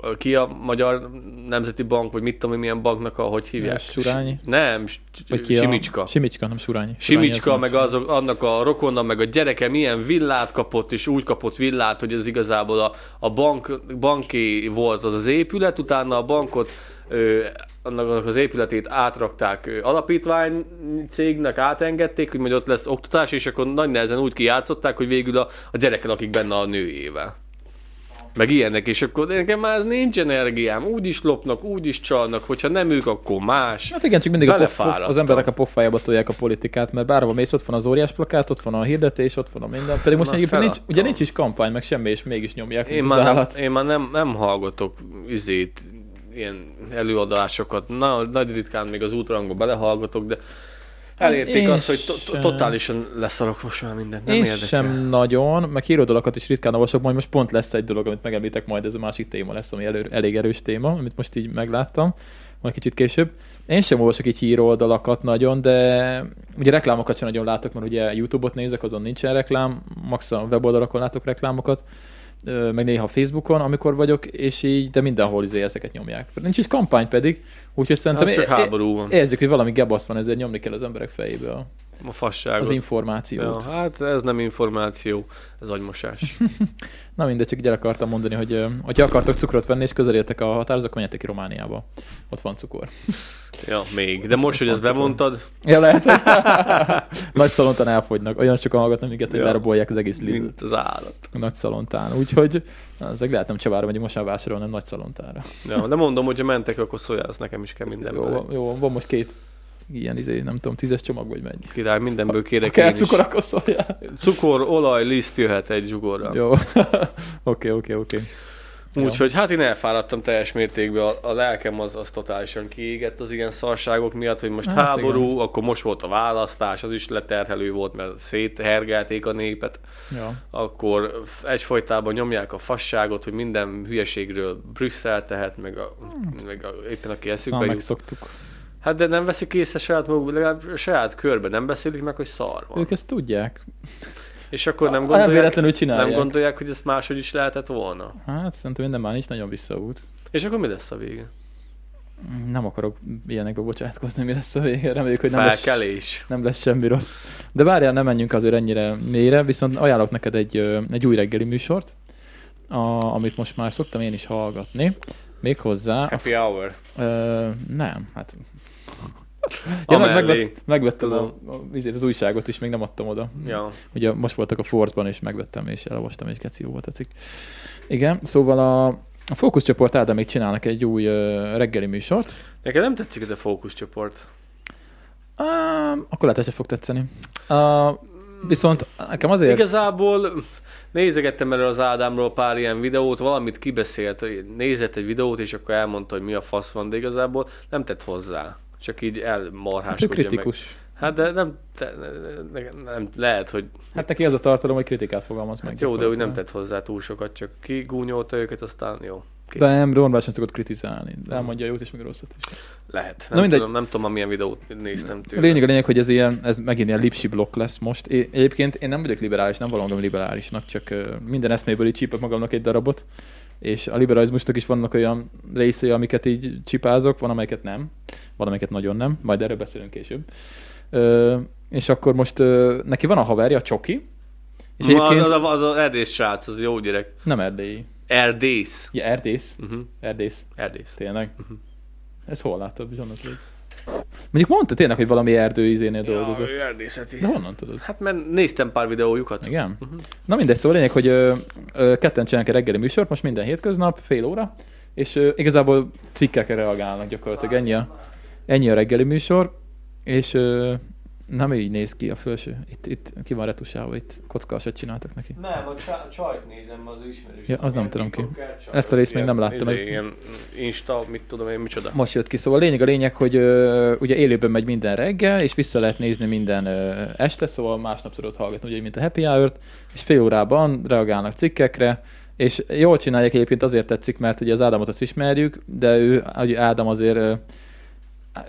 Speaker 2: a- ki a Magyar Nemzeti Bank, vagy mit tudom én, milyen banknak a, hogy hívják?
Speaker 1: Surányi?
Speaker 2: Nem,
Speaker 1: Vagy
Speaker 2: ki
Speaker 1: ki a-
Speaker 2: Simicska.
Speaker 1: Simicska, nem Surányi. Surányi
Speaker 2: Simicska,
Speaker 1: az
Speaker 2: meg azok, annak a rokonna, meg a gyereke milyen villát kapott, és úgy kapott villát, hogy ez igazából a, a bank, banki volt az az épület, utána a bankot, ö, annak, annak az épületét átrakták ö, alapítvány cégnek, átengedték, hogy majd ott lesz oktatás, és akkor nagy nehezen úgy kijátszották, hogy végül a, a gyereken akik benne a nőjével. Meg ilyenek, és akkor de nekem már ez nincs energiám, úgy is lopnak, úgy is csalnak, hogyha nem ők, akkor más.
Speaker 1: Hát igen, csak mindig a pof,
Speaker 2: Belefáradtam.
Speaker 1: az emberek a pofájába tolják a politikát, mert bárhova mész, ott van az óriás plakát, ott van a hirdetés, ott van a minden. Pedig most
Speaker 2: Már
Speaker 1: egyébként nincs,
Speaker 2: feladtam.
Speaker 1: ugye nincs is kampány, meg semmi, és mégis nyomják,
Speaker 2: Én
Speaker 1: mint az
Speaker 2: már, nem,
Speaker 1: állat.
Speaker 2: én már nem, nem hallgatok izét, ilyen előadásokat. Na, nagy ritkán még az útrangba belehallgatok, de elérték
Speaker 1: Én
Speaker 2: azt, hogy to- to-
Speaker 1: sem.
Speaker 2: totálisan leszarok most már mindent. Nem
Speaker 1: Én
Speaker 2: érdekel.
Speaker 1: sem nagyon, meg hírodalakat is ritkán olvasok, majd most pont lesz egy dolog, amit megemlítek, majd ez a másik téma lesz, ami elő, elég erős téma, amit most így megláttam, majd kicsit később. Én sem olvasok így híroldalakat nagyon, de ugye reklámokat sem nagyon látok, mert ugye YouTube-ot nézek, azon nincsen reklám, max a weboldalakon látok reklámokat, ö, meg néha Facebookon, amikor vagyok, és így, de mindenhol izé ezeket nyomják. Nincs is kampány pedig, úgyhogy szerintem
Speaker 2: Hát csak
Speaker 1: é- é-
Speaker 2: háború van.
Speaker 1: érzik, hogy valami gebasz van, ezért nyomni kell az emberek fejébe a-
Speaker 2: A fasságot.
Speaker 1: az információt.
Speaker 2: ja, hát ez nem információ, ez agymosás.
Speaker 1: Na mindegy, csak így el akartam mondani, hogy ö, hogyha akartok cukrot venni, és közelértek a határhoz, akkor menjetek ki Romániába. Ott van cukor.
Speaker 2: ja, még. De most, hogy ezt bemondtad,
Speaker 1: Ja, lehet, hogy nagy szalontan elfogynak. Olyan sokan hallgatnak minket, hogy
Speaker 2: Ja.
Speaker 1: lerabolják az egész lidl
Speaker 2: mint az állat.
Speaker 1: a nagy szalontán. Úgyhogy na, ezek lehet nem Csavára megyünk, most már vásárolni, nem nagy szalontára.
Speaker 2: Ja, de mondom, hogyha mentek, akkor szóljál, az nekem is kell
Speaker 1: Jó,
Speaker 2: mindenből.
Speaker 1: van- jó, van most két ilyen izé, nem tudom, tízes csomag vagy mennyi.
Speaker 2: Király, mindenből
Speaker 1: Ha
Speaker 2: kérek
Speaker 1: kell
Speaker 2: én is.
Speaker 1: cukor, akkor szóljál.
Speaker 2: Cukor, olaj, liszt jöhet egy zsugorral.
Speaker 1: Jó. Oké, oké, oké. Ja.
Speaker 2: Úgyhogy hát én elfáradtam teljes mértékben, a, a lelkem az, az totálisan kiégett az ilyen szarságok miatt, hogy most
Speaker 1: Hát
Speaker 2: hát háború, igen. akkor most volt a választás, az is leterhelő volt, mert széthergelték a népet,
Speaker 1: Ja.
Speaker 2: akkor f- egyfolytában nyomják a fasságot, hogy minden hülyeségről Brüsszel tehet, meg, a,
Speaker 1: Hát.
Speaker 2: meg a, éppen aki eszükbe
Speaker 1: Szóval
Speaker 2: jut.
Speaker 1: megszoktuk.
Speaker 2: Hát de nem veszik észre saját maguk, legalább a saját körben nem beszélik meg, hogy szar van.
Speaker 1: Ők ezt tudják.
Speaker 2: És akkor nem
Speaker 1: Nem
Speaker 2: gondolják,
Speaker 1: véletlenül csinálják.
Speaker 2: nem gondolják, hogy ezt máshogy is lehetett volna.
Speaker 1: Hát szerintem minden már is nagyon visszaút.
Speaker 2: És akkor mi lesz a vége?
Speaker 1: Nem akarok ilyenekbe bocsátkozni, mi lesz a vége. Reméljük, hogy nem lesz,
Speaker 2: Felkelés.
Speaker 1: nem lesz semmi rossz. De várjál, nem menjünk azért ennyire mélyre, viszont ajánlok neked egy, ö, egy új reggeli műsort, a, amit most már szoktam én is hallgatni. Méghozzá... a
Speaker 2: Happy hour.
Speaker 1: Ö, nem, hát... Ja, meg,
Speaker 2: Amellé.
Speaker 1: megvet, megvettem a,
Speaker 2: Tudom.
Speaker 1: a, azért az újságot is, még nem adtam oda.
Speaker 2: Ja.
Speaker 1: Ugye most voltak a Fordban, és megvettem, és elolvastam, és keci jó volt a cikk. Igen, szóval a, a fókuszcsoport Ádámék csinálnak egy új ö, reggeli műsort.
Speaker 2: Neked nem tetszik ez a fókuszcsoport.
Speaker 1: Um, akkor lehet, hogy se fog tetszeni. Uh, viszont nekem azért... Igaz.
Speaker 2: Igazából nézegettem erről az Ádámról pár ilyen videót, valamit kibeszélt, nézett egy videót, és akkor elmondta, hogy mi a fasz van, de igazából nem tett hozzá. Csak így
Speaker 1: Ő
Speaker 2: elmarháskodja
Speaker 1: kritikus. Meg.
Speaker 2: meg. Hát de nem, te, ne, nem, lehet, hogy
Speaker 1: Hát neki az a tartalom, hogy kritikát fogalmaz meg.
Speaker 2: hát jó, de úgy nem
Speaker 1: gyakorlatilag.
Speaker 2: tett hozzá túl sokat, csak kigúnyolta őket, aztán jó. Kész.
Speaker 1: De nem, Ron sem szokott kritizálni. De elmondja a jót és meg a rosszat is.
Speaker 2: Lehet.
Speaker 1: Na
Speaker 2: Nem,
Speaker 1: mindegy.
Speaker 2: tudom, nem tudom, amilyen videót néztem tőle.
Speaker 1: Lényeg a lényeg, hogy ez, ilyen, ez megint ilyen lipsi blokk lesz most. É, egyébként én nem vagyok liberális, nem valami liberálisnak, csak ö, minden eszméből így csípek magamnak egy darabot. És a liberalizmusnak is vannak olyan részei, amiket így csipázok, van amelyeket nem, van amelyeket nagyon nem, majd erről beszélünk később. Ö, és akkor most ö, neki van a haverja, a Csoki, és egyébként
Speaker 2: Az, az, az, az erdész srác, az jó gyerek.
Speaker 1: nem erdélyi.
Speaker 2: Erdész.
Speaker 1: Ja, erdész,
Speaker 2: Uh-huh.
Speaker 1: erdész.
Speaker 2: Erdész.
Speaker 1: Tényleg?
Speaker 2: Mhm.
Speaker 1: Ez hol láttad, Zsanat? Mondjuk mondta tényleg, hogy valami erdőizénél dolgozott.
Speaker 2: Ja, ő erdészeti.
Speaker 1: De honnan tudod?
Speaker 2: Hát mert néztem pár videójukat.
Speaker 1: Igen? Na mindegy, szóval lényeg, hogy ö, ö, ketten csinálnak egy reggeli műsort, most minden hétköznap, fél óra, és ö, igazából cikkekre reagálnak gyakorlatilag, ennyi a, ennyi a reggeli műsor, és ö, nem így néz ki a felső. Itt, itt ki van retusálva, itt kockasat csináltak neki.
Speaker 2: Nem, a csa- csajt nézem, az ismerős.
Speaker 1: Ja, az nem tudom ki. Ezt a részt még nem láttam, ez-
Speaker 2: Ilyen Insta, mit tudom én, micsoda.
Speaker 1: Most jött ki, szóval a lényeg a lényeg, hogy ö, ugye élőben megy minden reggel, és vissza lehet nézni minden ö, este, szóval másnap tudod hallgatni, ugye, mint a Happy Hour-t, és fél órában reagálnak cikkekre, és jól csinálják egyébként azért tetszik, mert ugye az Ádámot azt ismerjük, de ő, ugye Ádám azért ö,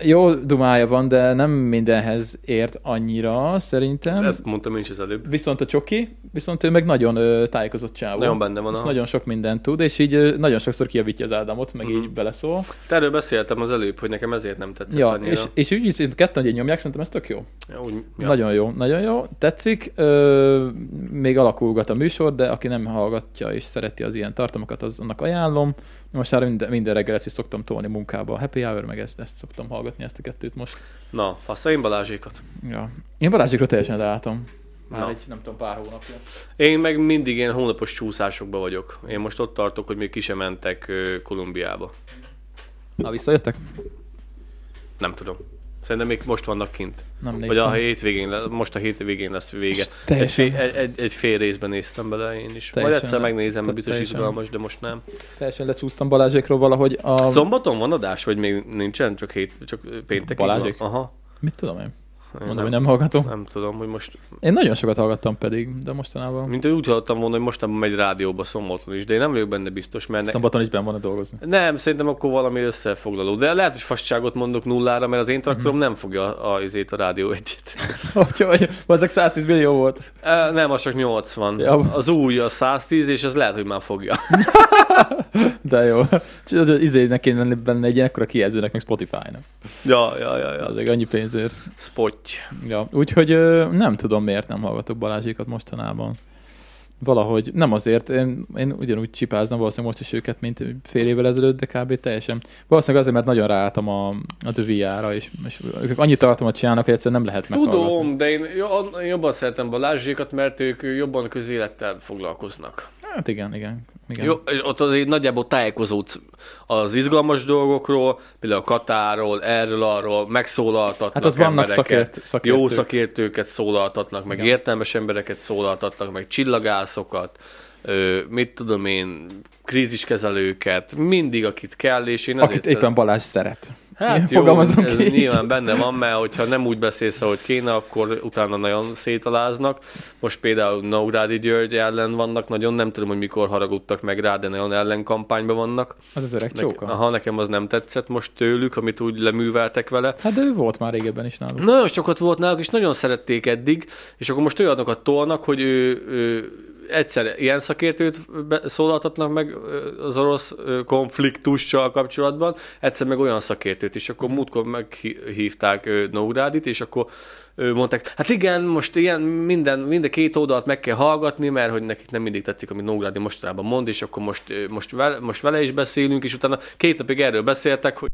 Speaker 1: jó dumája van, de nem mindenhez ért annyira, szerintem.
Speaker 2: Ezt mondtam én is az előbb.
Speaker 1: Viszont a csoki, viszont ő meg nagyon ö, tájékozott csávó.
Speaker 2: Nagyon benne van
Speaker 1: És
Speaker 2: a...
Speaker 1: nagyon sok mindent tud, és így ö, nagyon sokszor kiavítja az Ádámot, meg
Speaker 2: Mhm.
Speaker 1: így beleszól.
Speaker 2: Te erről beszéltem az előbb, hogy nekem ezért nem tetszett
Speaker 1: Ja,
Speaker 2: annyira.
Speaker 1: és, és úgy szint ketten ugye nyomják, szerintem ez tök jó.
Speaker 2: Ja, úgy,
Speaker 1: Ja.
Speaker 2: ja.
Speaker 1: Nagyon jó, nagyon jó, tetszik. Ö, még alakulgat a műsor, de aki nem hallgatja és szereti az ilyen tartalmakat, az annak ajánlom. Most már minden, minden reggel ezt is szoktam tolni munkába. A Happy Hour, meg ezt, ezt szoktam hallgatni, ezt a kettőt most.
Speaker 2: Na, fasza én Balázsékat.
Speaker 1: Ja. Én Balázsikra teljesen leálltam. Már
Speaker 2: Na.
Speaker 1: egy, nem tudom, pár hónapja.
Speaker 2: Én meg mindig ilyen hónapos csúszásokban vagyok. Én most ott tartok, hogy még ki sem mentek ö, Kolumbiába.
Speaker 1: Na, visszajöttek?
Speaker 2: Nem tudom. Szerintem még most vannak kint.
Speaker 1: Nem
Speaker 2: Vagy
Speaker 1: néztem.
Speaker 2: a hétvégén, le- most a hétvégén lesz vége.
Speaker 1: Most
Speaker 2: Egy
Speaker 1: teljesen-
Speaker 2: fél, egy, egy, egy fél részben néztem bele én is. Teljesen,
Speaker 1: Teljesen
Speaker 2: Majd egyszer
Speaker 1: le-
Speaker 2: megnézem,
Speaker 1: te-
Speaker 2: mert biztos
Speaker 1: teljesen.
Speaker 2: izgalmas, de most nem.
Speaker 1: Teljesen lecsúsztam Balázsékról valahogy a...
Speaker 2: Szombaton van adás, vagy még nincsen? Csak, hét, csak péntekig
Speaker 1: Balázsék?
Speaker 2: Van. Aha.
Speaker 1: Mit tudom én?
Speaker 2: Én
Speaker 1: Mondom, hogy nem hallgatom.
Speaker 2: Nem tudom, hogy most...
Speaker 1: Én nagyon sokat hallgattam pedig, de mostanában...
Speaker 2: Mint hogy úgy hallottam volna, hogy mostanában megy rádióba szombaton is, de én nem vagyok benne biztos, mert... Ne...
Speaker 1: Szombaton is benn van a dolgozni.
Speaker 2: Nem, szerintem akkor valami összefoglaló. De lehet, hogy fasságot mondok nullára, mert az én traktorom
Speaker 1: Mhm.
Speaker 2: nem fogja a, a, izét a rádió egyet.
Speaker 1: Úgyhogy, ezek 110 millió volt.
Speaker 2: Ö, Nem, az csak 80.
Speaker 1: Ja.
Speaker 2: Az új a 110, és az lehet, hogy már fogja.
Speaker 1: De jó. Csinálod, izének izé, kéne lenni benne egy ekkora kijelzőnek, meg Spotify-nak.
Speaker 2: Ja, ja, ja, ja.
Speaker 1: Azért annyi pénzért.
Speaker 2: Spotty.
Speaker 1: Ja. Úgyhogy ö, nem tudom, miért nem hallgatok Balázsékat mostanában. Valahogy, nem azért, én, én ugyanúgy csipáztam valószínűleg most is őket, mint fél évvel ezelőtt, de kb. teljesen. Valószínűleg azért, mert nagyon ráálltam a, a döviára, és, és ők annyi tartalmat csinálnak, hogy egyszerűen nem lehet meghallgatni.
Speaker 2: Tudom, de én jo- jobban szeretem Balázsékat, mert ők jobban közélettel foglalkoznak.
Speaker 1: Hát igen, igen. igen.
Speaker 2: Jó, és ott azért nagyjából tájékozódsz az izgalmas dolgokról, például a Katáról, erről, arról, megszólaltatnak
Speaker 1: Hát ott vannak
Speaker 2: embereket,
Speaker 1: szakért- szakértők.
Speaker 2: jó szakértőket szólaltatnak, meg
Speaker 1: Igen.
Speaker 2: értelmes embereket szólaltatnak, meg csillagászokat, ö, mit tudom én, kríziskezelőket, mindig akit kell, és én azért
Speaker 1: Akit éppen Balázs szeret. Ilyen
Speaker 2: Hát jó, ez
Speaker 1: fogalmazunk így.
Speaker 2: nyilván benne van, mert hogyha nem úgy beszélsz, ahogy kéne, akkor utána nagyon szétaláznak. Most például Naurádi György ellen vannak, nagyon nem tudom, hogy mikor haragudtak meg rá, de nagyon ellenkampányban vannak.
Speaker 1: Az az öreg
Speaker 2: Nek-
Speaker 1: csóka.
Speaker 2: aha, nekem az nem tetszett most tőlük, amit úgy leműveltek vele.
Speaker 1: Hát de ő volt már régebben is náluk.
Speaker 2: Nagyon sokat volt náluk, és nagyon szerették eddig, és akkor most olyanokat tolnak, hogy ő, ő egyszer ilyen szakértőt be- szólaltatnak meg ö, az orosz ö, konfliktussal kapcsolatban, egyszer meg olyan szakértőt, és akkor múltkor meghívták ö, Nógrádit, és akkor ö, mondták, hát igen, most ilyen minden, mind a két oldalt meg kell hallgatni, mert hogy nekik nem mindig tetszik, amit Nógrádi mostanában mond, és akkor most, ö, most, vele, most vele is beszélünk, és utána két napig erről beszéltek, hogy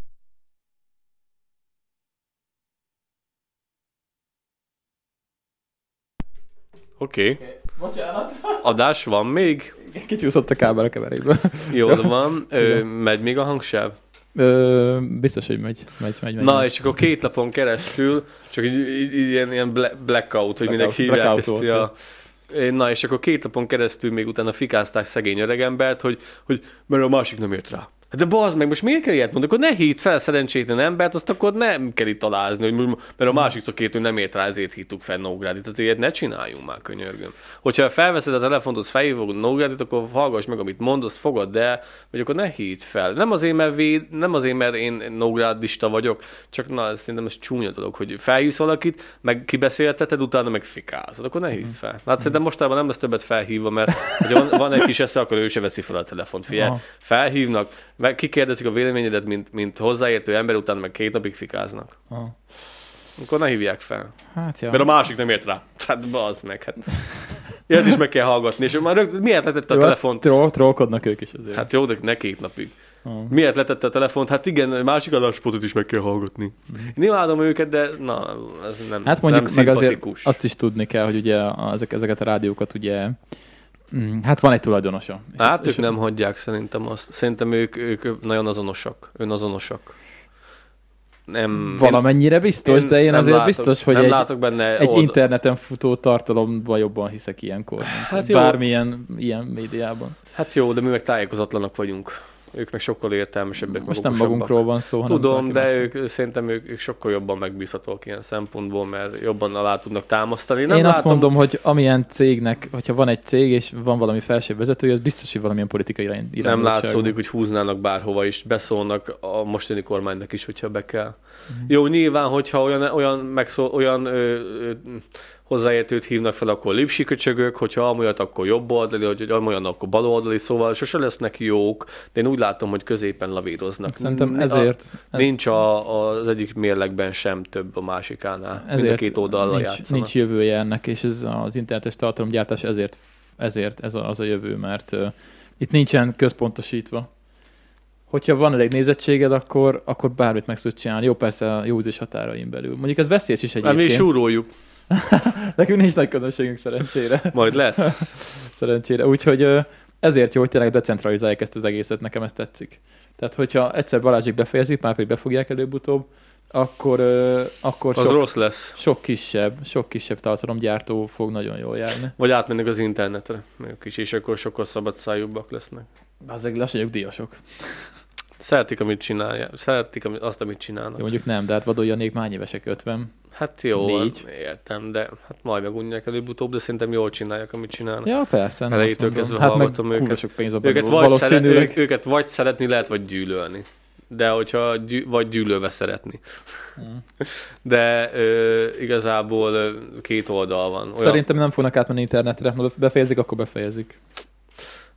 Speaker 2: oké, okay.
Speaker 1: Bocsánat.
Speaker 2: adás van még?
Speaker 1: Kicsúszott a kábel a keveréből.
Speaker 2: Jól van, ö, megy még a hangsáv?
Speaker 1: Ö, biztos, hogy megy, megy, megy. megy.
Speaker 2: Na, és akkor két lapon keresztül, csak így, így, így ilyen, ilyen ble- blackout, hogy mindenki
Speaker 1: Blackout,
Speaker 2: hívják ezt
Speaker 1: blackout
Speaker 2: a... Na, és akkor két napon keresztül még utána fikázták szegény öregembert, hogy, hogy mert a másik nem jött rá. Hát de bazd meg, most miért kell ilyet mondani? Akkor ne hívd fel szerencsétlen embert, azt akkor nem kell itt talázni, hogy, m- mert a másik szakértő nem ért rá, ezért hívtuk fel Nógrádit. Tehát ilyet ne csináljunk már, könyörgöm. Hogyha felveszed a telefont, az felhívod Nógrádit, akkor hallgass meg, amit mondasz, fogad el, vagy akkor ne hívd fel. Nem azért, mert, véd, nem azért, mert én Nógrádista vagyok, csak na, ez szerintem ez csúnya dolog, hogy felhívsz valakit, meg kibeszélteted, utána meg fikázod, akkor ne hívd fel. Na, hát szerintem mostában nem lesz többet felhívva, mert hogyha van, van egy kis esze, akkor ő se veszi fel a telefont, figyelj.
Speaker 1: Aha.
Speaker 2: Felhívnak, meg kikérdezik a véleményedet, mint, mint hozzáértő ember, utána meg két napig fikáznak.
Speaker 1: Aha.
Speaker 2: Akkor ne hívják fel.
Speaker 1: Hát ja.
Speaker 2: Mert a másik nem ért rá. Hát bazd meg, hát. Ilyet is meg kell hallgatni, és már rögtön, miért letette a
Speaker 1: Jó, hát
Speaker 2: telefont?
Speaker 1: Troll, trollkodnak ők is azért.
Speaker 2: Hát jó, de ne két napig.
Speaker 1: Ah.
Speaker 2: Miért letette a telefont? Hát igen, a másik adáspontot is meg kell hallgatni. Én imádom őket, de na, ez nem,
Speaker 1: Hát mondjuk
Speaker 2: nem
Speaker 1: meg azért
Speaker 2: szimpatikus.
Speaker 1: azt is tudni kell, hogy ugye a- ezek, ezeket a rádiókat ugye, mm, hát van egy tulajdonosa. És
Speaker 2: Hát
Speaker 1: és-
Speaker 2: ők nem hagyják szerintem azt. Szerintem ők, ők nagyon azonosak, önazonosak. Nem,
Speaker 1: hmm. Valamennyire biztos, én, de én
Speaker 2: nem
Speaker 1: azért
Speaker 2: látok,
Speaker 1: biztos, hogy
Speaker 2: nem
Speaker 1: egy,
Speaker 2: látok benne
Speaker 1: egy
Speaker 2: old-
Speaker 1: interneten futó tartalomban jobban hiszek ilyenkor.
Speaker 2: Hát
Speaker 1: Hát
Speaker 2: jó.
Speaker 1: Bármilyen ilyen médiában.
Speaker 2: Hát jó, de mi meg tájékozatlanak vagyunk. Ők meg sokkal értelmesebbek. meg
Speaker 1: Most nem
Speaker 2: okosabbak.
Speaker 1: magunkról van szó, hanem
Speaker 2: Tudom,
Speaker 1: valaki
Speaker 2: de
Speaker 1: másról.
Speaker 2: ők, szerintem ők, ők sokkal jobban megbízhatóak ilyen szempontból, mert jobban alá tudnak támasztani. Nem
Speaker 1: Én
Speaker 2: látom,
Speaker 1: azt mondom, hogy amilyen cégnek, hogyha van egy cég, és van valami felső vezetője, az biztos, hogy valamilyen politikai irány.
Speaker 2: nem
Speaker 1: irányultságú.
Speaker 2: látszódik, hogy húznának bárhova is, beszólnak a mostani kormánynak is, hogyha be kell.
Speaker 1: Mhm.
Speaker 2: Jó, nyilván, hogyha olyan, olyan, megszól, olyan ö, ö, hozzáértőt hívnak fel, akkor lipsi köcsögök, hogyha amolyat, akkor jobboldali, hogy amolyan, akkor baloldali, szóval sose lesznek jók, de én úgy látom, hogy középen lavíroznak.
Speaker 1: Hát Szerintem
Speaker 2: A-
Speaker 1: ezért,
Speaker 2: Nincs a, az egyik mérlegben sem több a másikánál. Ezért ah, Mind a
Speaker 1: ezért
Speaker 2: két oldalra
Speaker 1: nincs,
Speaker 2: játszanak.
Speaker 1: nincs jövője ennek, és ez az internetes tartalomgyártás ezért, ezért ez a, az a jövő, mert uh, itt nincsen központosítva. Hogyha van elég nézettséged, akkor, akkor bármit meg tudsz csinálni. Jó, persze a józés határain belül. Mondjuk ez veszélyes is
Speaker 2: Hát mi
Speaker 1: egyébként.
Speaker 2: súroljuk,
Speaker 1: Nekünk nincs nagy közönségünk szerencsére.
Speaker 2: majd lesz.
Speaker 1: szerencsére. Úgyhogy ö, ezért jó, hogy tényleg decentralizálják ezt az egészet, nekem ez tetszik. Tehát, hogyha egyszer Balázsik befejezik, már pedig befogják előbb-utóbb, akkor, ö, akkor
Speaker 2: Az
Speaker 1: sok,
Speaker 2: rossz lesz.
Speaker 1: sok, kisebb, sok kisebb tartalomgyártó fog nagyon jól járni.
Speaker 2: Vagy átmennek az internetre ők is, és akkor sokkal szabad szájúbbak lesznek.
Speaker 1: Azért lassan vagyok díjasok.
Speaker 2: Szeretik, amit csinálják. Szeretik amit- azt, amit
Speaker 1: Jó,
Speaker 2: csinálnak.
Speaker 1: mondjuk nem, de hát vadoljanék már évesek 50.
Speaker 2: Hát jó,
Speaker 1: Négy.
Speaker 2: értem, de hát majd megunják előbb-utóbb, de szerintem jól csinálják, amit csinálnak.
Speaker 1: Ja, persze. nem
Speaker 2: Elejétől
Speaker 1: azt mondom.
Speaker 2: kezdve
Speaker 1: hát meg
Speaker 2: hallgatom
Speaker 1: kurva
Speaker 2: őket.
Speaker 1: sok pénz van
Speaker 2: Őket
Speaker 1: benne,
Speaker 2: vagy, szeret,
Speaker 1: valószínűleg.
Speaker 2: ők, őket vagy szeretni lehet, vagy gyűlölni. De hogyha gyű, vagy gyűlölve szeretni.
Speaker 1: Mm.
Speaker 2: De ö, igazából ö, két oldal van. Olyan,
Speaker 1: Szerintem nem fognak átmenni internetre, ha befejezik, akkor befejezik.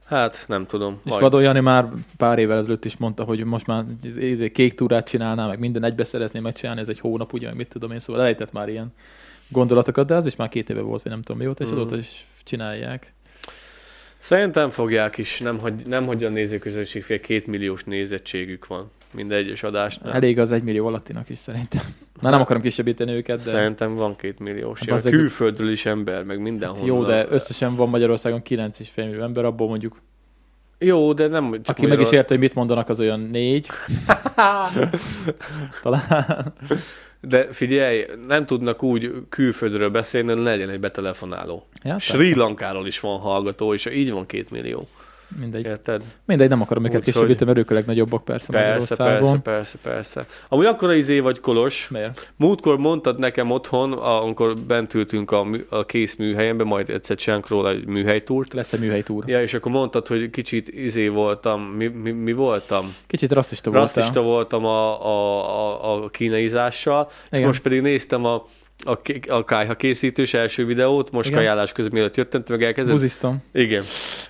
Speaker 2: Hát nem tudom.
Speaker 1: És
Speaker 2: majd.
Speaker 1: Vadó Jani már pár évvel ezelőtt is mondta, hogy most már izé kék túrát csinálná, meg minden egybe szeretné megcsinálni, ez egy hónap, ugye, meg mit tudom én, szóval elejtett már ilyen gondolatokat, de az is már két éve volt, vagy nem tudom mióta, és
Speaker 2: Mhm.
Speaker 1: azóta is csinálják.
Speaker 2: Szerintem fogják is, nem hogy, nem hogy a nézőközönség fél két milliós nézettségük van minden egyes adásnál.
Speaker 1: Elég az egymillió alattinak is szerintem. Már nem akarom kisebbíteni őket, de
Speaker 2: Szerintem van két milliós.
Speaker 1: Hát
Speaker 2: Ja,
Speaker 1: bazzeg-
Speaker 2: külföldről is ember, meg mindenhol.
Speaker 1: Hát jó, de összesen van Magyarországon 9,5 millió ember, abból mondjuk,
Speaker 2: Jó, de nem... Csak
Speaker 1: aki meg is
Speaker 2: Magyarul-
Speaker 1: érte, hogy mit mondanak, az olyan négy. Talán.
Speaker 2: De figyelj, nem tudnak úgy külföldről
Speaker 1: Hát
Speaker 2: beszélni, hogy ne legyen egy betelefonáló.
Speaker 1: Ja,
Speaker 2: Sri Lankáról is van hallgató, és így van két millió.
Speaker 1: Mindegy.
Speaker 2: Érted?
Speaker 1: Mindegy, nem akarom őket
Speaker 2: Úgyhogy-
Speaker 1: kisegíteni, mert ők a legnagyobbak persze,
Speaker 2: Persze, persze,
Speaker 1: Szóval Magyarországon.
Speaker 2: persze, persze. Amúgy akkora izé vagy kolos.
Speaker 1: Miért?
Speaker 2: Múltkor mondtad nekem otthon, a- amikor bent ültünk a, mű- a kész műhelyembe, majd egyszer csinálunk róla egy műhelytúrt.
Speaker 1: Lesz egy műhelyi túr.
Speaker 2: Ja, és akkor mondtad, hogy kicsit izé voltam, mi, mi, mi voltam?
Speaker 1: Kicsit rasszista
Speaker 2: Rasszista
Speaker 1: voltál.
Speaker 2: voltam a, a, a, a kínaizással, és
Speaker 1: Igen.
Speaker 2: most pedig néztem a, a, ké- a kályha készítős első videót, most
Speaker 1: Igen.
Speaker 2: Igen. kajálás közben mielőtt jöttem, te meg elkezdett.
Speaker 1: Buziztam.
Speaker 2: Igen.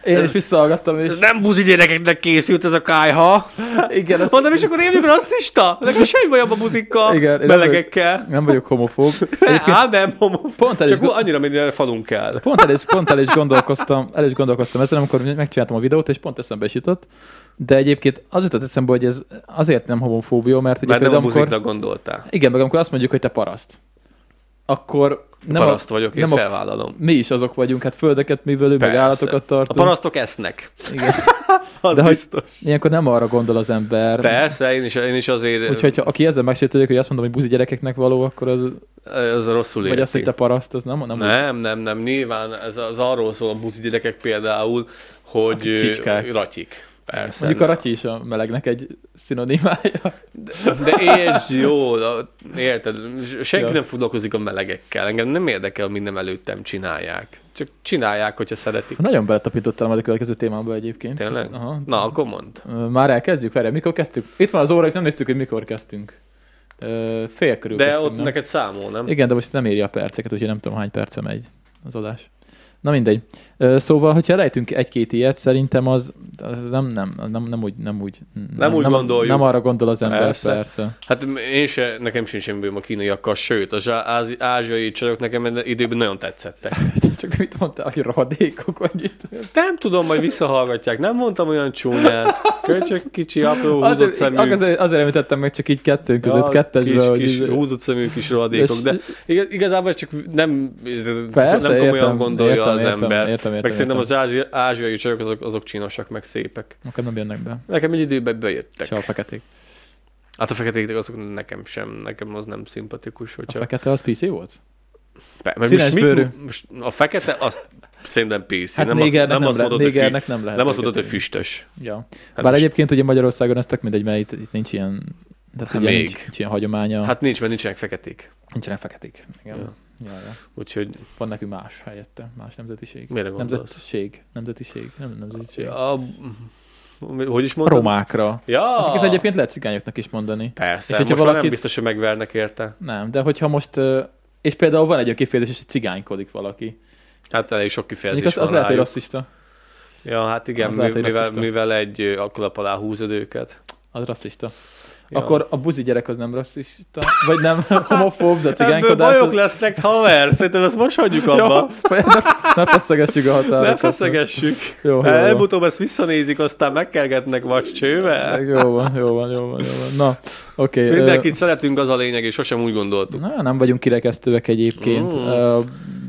Speaker 1: Én
Speaker 2: Ez-
Speaker 1: is visszahallgattam, és
Speaker 2: Ez nem buzi gyerekeknek készült ez a kályha.
Speaker 1: igen, azt
Speaker 2: Mondom, és akkor én vagyok rasszista? Nekem semmi bajom a buzikkal,
Speaker 1: Igen,
Speaker 2: Igen,
Speaker 1: én
Speaker 2: melegekkel.
Speaker 1: nem vagyok homofób. Egyébként
Speaker 2: Á, nem, homo.
Speaker 1: Pont el is
Speaker 2: Csak
Speaker 1: gond-
Speaker 2: annyira minden falunk kell.
Speaker 1: Pont el, is, pont el is gondolkoztam, el is gondolkoztam ezen, amikor megcsináltam a videót, és pont eszembe is jutott. De egyébként az jutott eszembe, hogy ez azért nem homofóbia, mert ugye
Speaker 2: Már nem a
Speaker 1: például amikor...
Speaker 2: buzikra gondoltál.
Speaker 1: Igen, meg amikor azt mondjuk, hogy te paraszt, akkor nem
Speaker 2: Nem paraszt vagyok, én
Speaker 1: nem a-
Speaker 2: felvállalom.
Speaker 1: mi is azok vagyunk, hát földeket művelő, meg
Speaker 2: Persze.
Speaker 1: állatokat
Speaker 2: A
Speaker 1: tartunk.
Speaker 2: parasztok esznek.
Speaker 1: Igen.
Speaker 2: Az
Speaker 1: De
Speaker 2: De
Speaker 1: hogy-
Speaker 2: biztos.
Speaker 1: Ilyenkor nem arra gondol az ember.
Speaker 2: Persze, én is, én is azért
Speaker 1: Úgyhogy ha aki ezzel megsértődik, hogy azt mondom, hogy buzi gyerekeknek való, akkor az,
Speaker 2: az rosszul
Speaker 1: vagy
Speaker 2: érti.
Speaker 1: azt, hogy te paraszt, az nem, nem,
Speaker 2: Nem, nem, nem. Nyilván ez az arról szól a buzi gyerekek például, hogy
Speaker 1: Akik csicskák.
Speaker 2: ö, ratyik. Persze.
Speaker 1: Mondjuk a ratyi is a melegnek egy szinonimája.
Speaker 2: De értsd jól, a- érted? Senki
Speaker 1: Ja.
Speaker 2: ja. nem foglalkozik a melegekkel. Engem nem érdekel, mi nem előttem csinálják. Csak csinálják, hogyha szeretik.
Speaker 1: Nagyon beletapítottál majd a következő témámba egyébként.
Speaker 2: Tényleg?
Speaker 1: Aha.
Speaker 2: Na, akkor mondd.
Speaker 1: Ö, Már elkezdjük? Várjál, mikor kezdtük? Itt van az óra, és nem néztük, hogy mikor kezdtünk. Ö, Fél körül
Speaker 2: De
Speaker 1: kezdtünk,
Speaker 2: ott
Speaker 1: nem?
Speaker 2: neked számol, nem?
Speaker 1: Igen, de most nem írja a perceket, úgyhogy nem tudom hány perce megy az adás. Na mindegy. Ö, Szóval, hogyha lejtünk egy-két ilyet, szerintem az, az nem, nem, nem, nem, úgy, nem úgy.
Speaker 2: Nem úgy gondoljuk.
Speaker 1: Nem arra gondol az ember, persze.
Speaker 2: Persze.
Speaker 1: persze.
Speaker 2: Hát én se, nekem sincs semmi bőm a kínaiakkal, sőt, az ázi, ázsiai csajok nekem enne- időben nagyon tetszettek.
Speaker 1: Csak mit mondtál, hogy rohadékok vagy itt.
Speaker 2: Nem tudom, majd visszahallgatják. Nem mondtam olyan csúnyát. Köcsök kicsi, apró, húzott
Speaker 1: Azért,
Speaker 2: szemű.
Speaker 1: azért, azért említettem meg csak így kettőnk között,
Speaker 2: Ja,
Speaker 1: kettesbe,
Speaker 2: kis,
Speaker 1: hogy izé-
Speaker 2: kis,
Speaker 1: így-
Speaker 2: húzott szemű kis rohadékok, de igaz, igazából csak nem,
Speaker 1: Persze,
Speaker 2: nem komolyan
Speaker 1: értem,
Speaker 2: gondolja
Speaker 1: értem,
Speaker 2: az
Speaker 1: értem,
Speaker 2: ember.
Speaker 1: értem, értem,
Speaker 2: meg szerintem
Speaker 1: értem.
Speaker 2: az ázsi, ázsiai csajok azok, azok csinosak, meg szépek.
Speaker 1: Nekem nem jönnek be.
Speaker 2: Nekem egy időben bejöttek.
Speaker 1: Se a feketék.
Speaker 2: Hát a feketék azok nekem sem, nekem az nem szimpatikus.
Speaker 1: A
Speaker 2: Hogyha...
Speaker 1: fekete az PC volt?
Speaker 2: Pe- mert
Speaker 1: színes bőrű.
Speaker 2: mit, most a fekete, azt szerintem PC.
Speaker 1: Hát
Speaker 2: nem, azt, nem,
Speaker 1: négernek nem,
Speaker 2: azt
Speaker 1: lehet,
Speaker 2: mondod, hogy, fü-
Speaker 1: négernek nem lehet.
Speaker 2: nem azt mondod, hogy
Speaker 1: fekete.
Speaker 2: füstös.
Speaker 1: Ja.
Speaker 2: Hát
Speaker 1: Bár
Speaker 2: most-
Speaker 1: egyébként ugye Magyarországon ez tök mindegy, mert itt, itt nincs ilyen, tehát
Speaker 2: Hát
Speaker 1: ugye
Speaker 2: még.
Speaker 1: nincs, nincs ilyen hagyománya, hát,
Speaker 2: Hát nincs, mert nincsenek feketék.
Speaker 1: nincsenek feketék. Igen. Ja.
Speaker 2: Ja.
Speaker 1: Ja, ja.
Speaker 2: Úgyhogy
Speaker 1: Van nekünk más helyette, más nemzetiség.
Speaker 2: mire gondolsz?
Speaker 1: Nemzetség, nemzetiség, nem nemzetiség. Ja.
Speaker 2: Ja, mi- hogy is
Speaker 1: A
Speaker 2: mondtad?
Speaker 1: romákra.
Speaker 2: Ja.
Speaker 1: Akiket egyébként lehet cigányoknak is mondani.
Speaker 2: Persze,
Speaker 1: És
Speaker 2: és
Speaker 1: hogyha
Speaker 2: most valaki... már
Speaker 1: valakit-
Speaker 2: nem biztos, hogy megvernek érte.
Speaker 1: Nem, de hogyha most, ö, és például van egy olyan kifejezés, is, hogy cigánykodik valaki.
Speaker 2: Hát elég sok
Speaker 1: Ez
Speaker 2: kifejezés
Speaker 1: az,
Speaker 2: van
Speaker 1: az lehet, hogy
Speaker 2: rájuk.
Speaker 1: rasszista.
Speaker 2: Ja, hát igen,
Speaker 1: az
Speaker 2: mi,
Speaker 1: lehet, hogy
Speaker 2: mivel,
Speaker 1: rasszista.
Speaker 2: mivel egy ö, akkor alap alá húzod őket.
Speaker 1: Az rasszista.
Speaker 2: Ja.
Speaker 1: Akkor a buzi gyerek az nem rasszista, vagy nem homofób, de a
Speaker 2: Hát, Ebből
Speaker 1: cigánykodás.
Speaker 2: bajok
Speaker 1: az-
Speaker 2: lesznek, haver! Szerintem ezt most hagyjuk abba.
Speaker 1: Jó, ne, ne feszegessük a határokat.
Speaker 2: Ne feszegessük.
Speaker 1: Jó, jó, jó.
Speaker 2: Előbb-utóbb ezt visszanézik, aztán megkergetnek vas csővel.
Speaker 1: Jó van, jó van, jó van, jó van. Na, oké. ö,
Speaker 2: Mindenkit szeretünk, az a lényeg, és sosem úgy gondoltuk.
Speaker 1: Na, nem vagyunk kirekesztőek egyébként.
Speaker 2: Mm.
Speaker 1: Ö,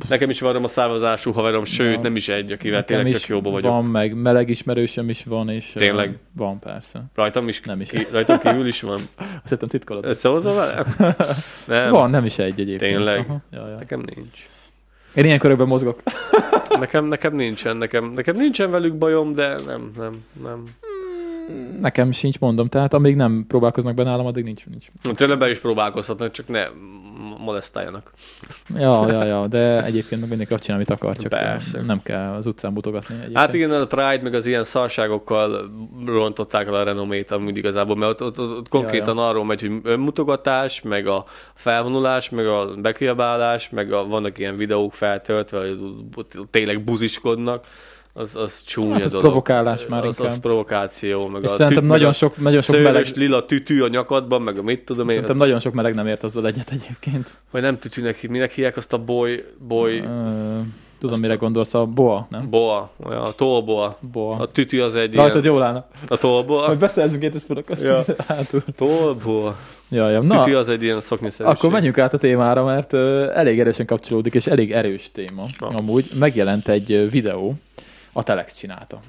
Speaker 2: Nekem is van a származású haverom, sőt,
Speaker 1: Ja.
Speaker 2: nem is egy, akivel
Speaker 1: nekem
Speaker 2: tényleg
Speaker 1: is
Speaker 2: tök jóba vagyok.
Speaker 1: Van meg, meleg ismerősöm is van, és... ö,
Speaker 2: Tényleg?
Speaker 1: Van, persze.
Speaker 2: Rajtam is,
Speaker 1: Nem is.
Speaker 2: Ki, rajtam kívül is van.
Speaker 1: Azt hittem titkolod.
Speaker 2: Összehozol vele? Nem.
Speaker 1: Van, nem is egy egyébként.
Speaker 2: Tényleg?
Speaker 1: Aha, Ja, ja.
Speaker 2: Nekem nincs.
Speaker 1: Én ilyen körökben mozgok.
Speaker 2: Nekem, nekem nincsen, nekem, nekem nincsen velük bajom, de nem, nem, nem.
Speaker 1: Nekem sincs, mondom. Tehát amíg nem próbálkoznak be nálam, addig nincs. nincs.
Speaker 2: Tényleg be is próbálkozhatnak, csak ne m- molesztáljanak.
Speaker 1: Ja, ja, ja, de egyébként meg mindenki azt csinál, amit akar, csak
Speaker 2: Persze.
Speaker 1: nem kell az utcán mutogatni. Egyébként.
Speaker 2: Hát igen, a Pride meg az ilyen szarságokkal rontották el a renomét amúgy igazából, mert ott, ott, ott, ott konkrétan ja, ja. arról megy, hogy önmutogatás, meg a felvonulás, meg a bekiabálás, meg a, vannak ilyen videók feltöltve, hogy ott tényleg buziskodnak. Az, az csúnya
Speaker 1: Hát ez
Speaker 2: dolog.
Speaker 1: provokálás már
Speaker 2: az,
Speaker 1: inkább.
Speaker 2: az provokáció, meg
Speaker 1: És
Speaker 2: a
Speaker 1: szerintem
Speaker 2: meg
Speaker 1: nagyon
Speaker 2: a
Speaker 1: sok- nagyon sok
Speaker 2: szőrös
Speaker 1: meleg-
Speaker 2: lila tütű a nyakadban, meg a mit tudom én.
Speaker 1: Szerintem nagyon sok meleg nem ért azzal egyet egyébként.
Speaker 2: Vagy nem tütűnek, minek hívják azt a boly, boly,
Speaker 1: Ö, Tudom, mire gondolsz, a boa, nem?
Speaker 2: boa, olyan a tolboa.
Speaker 1: Boa.
Speaker 2: A tütű az egy
Speaker 1: Rajtad
Speaker 2: ilyen,
Speaker 1: jól állna.
Speaker 2: a tolboa.
Speaker 1: Majd beszerzünk két összpörök, azt
Speaker 2: Ja.
Speaker 1: ja. hátul.
Speaker 2: Tolboa.
Speaker 1: Ja, ja. Na,
Speaker 2: Tütű az egy ilyen szoknyűszerűség.
Speaker 1: akkor menjünk át a témára, mert ö, elég erősen kapcsolódik, és elég erős téma.
Speaker 2: Na.
Speaker 1: Amúgy megjelent egy ö, videó, a Telex csinálta.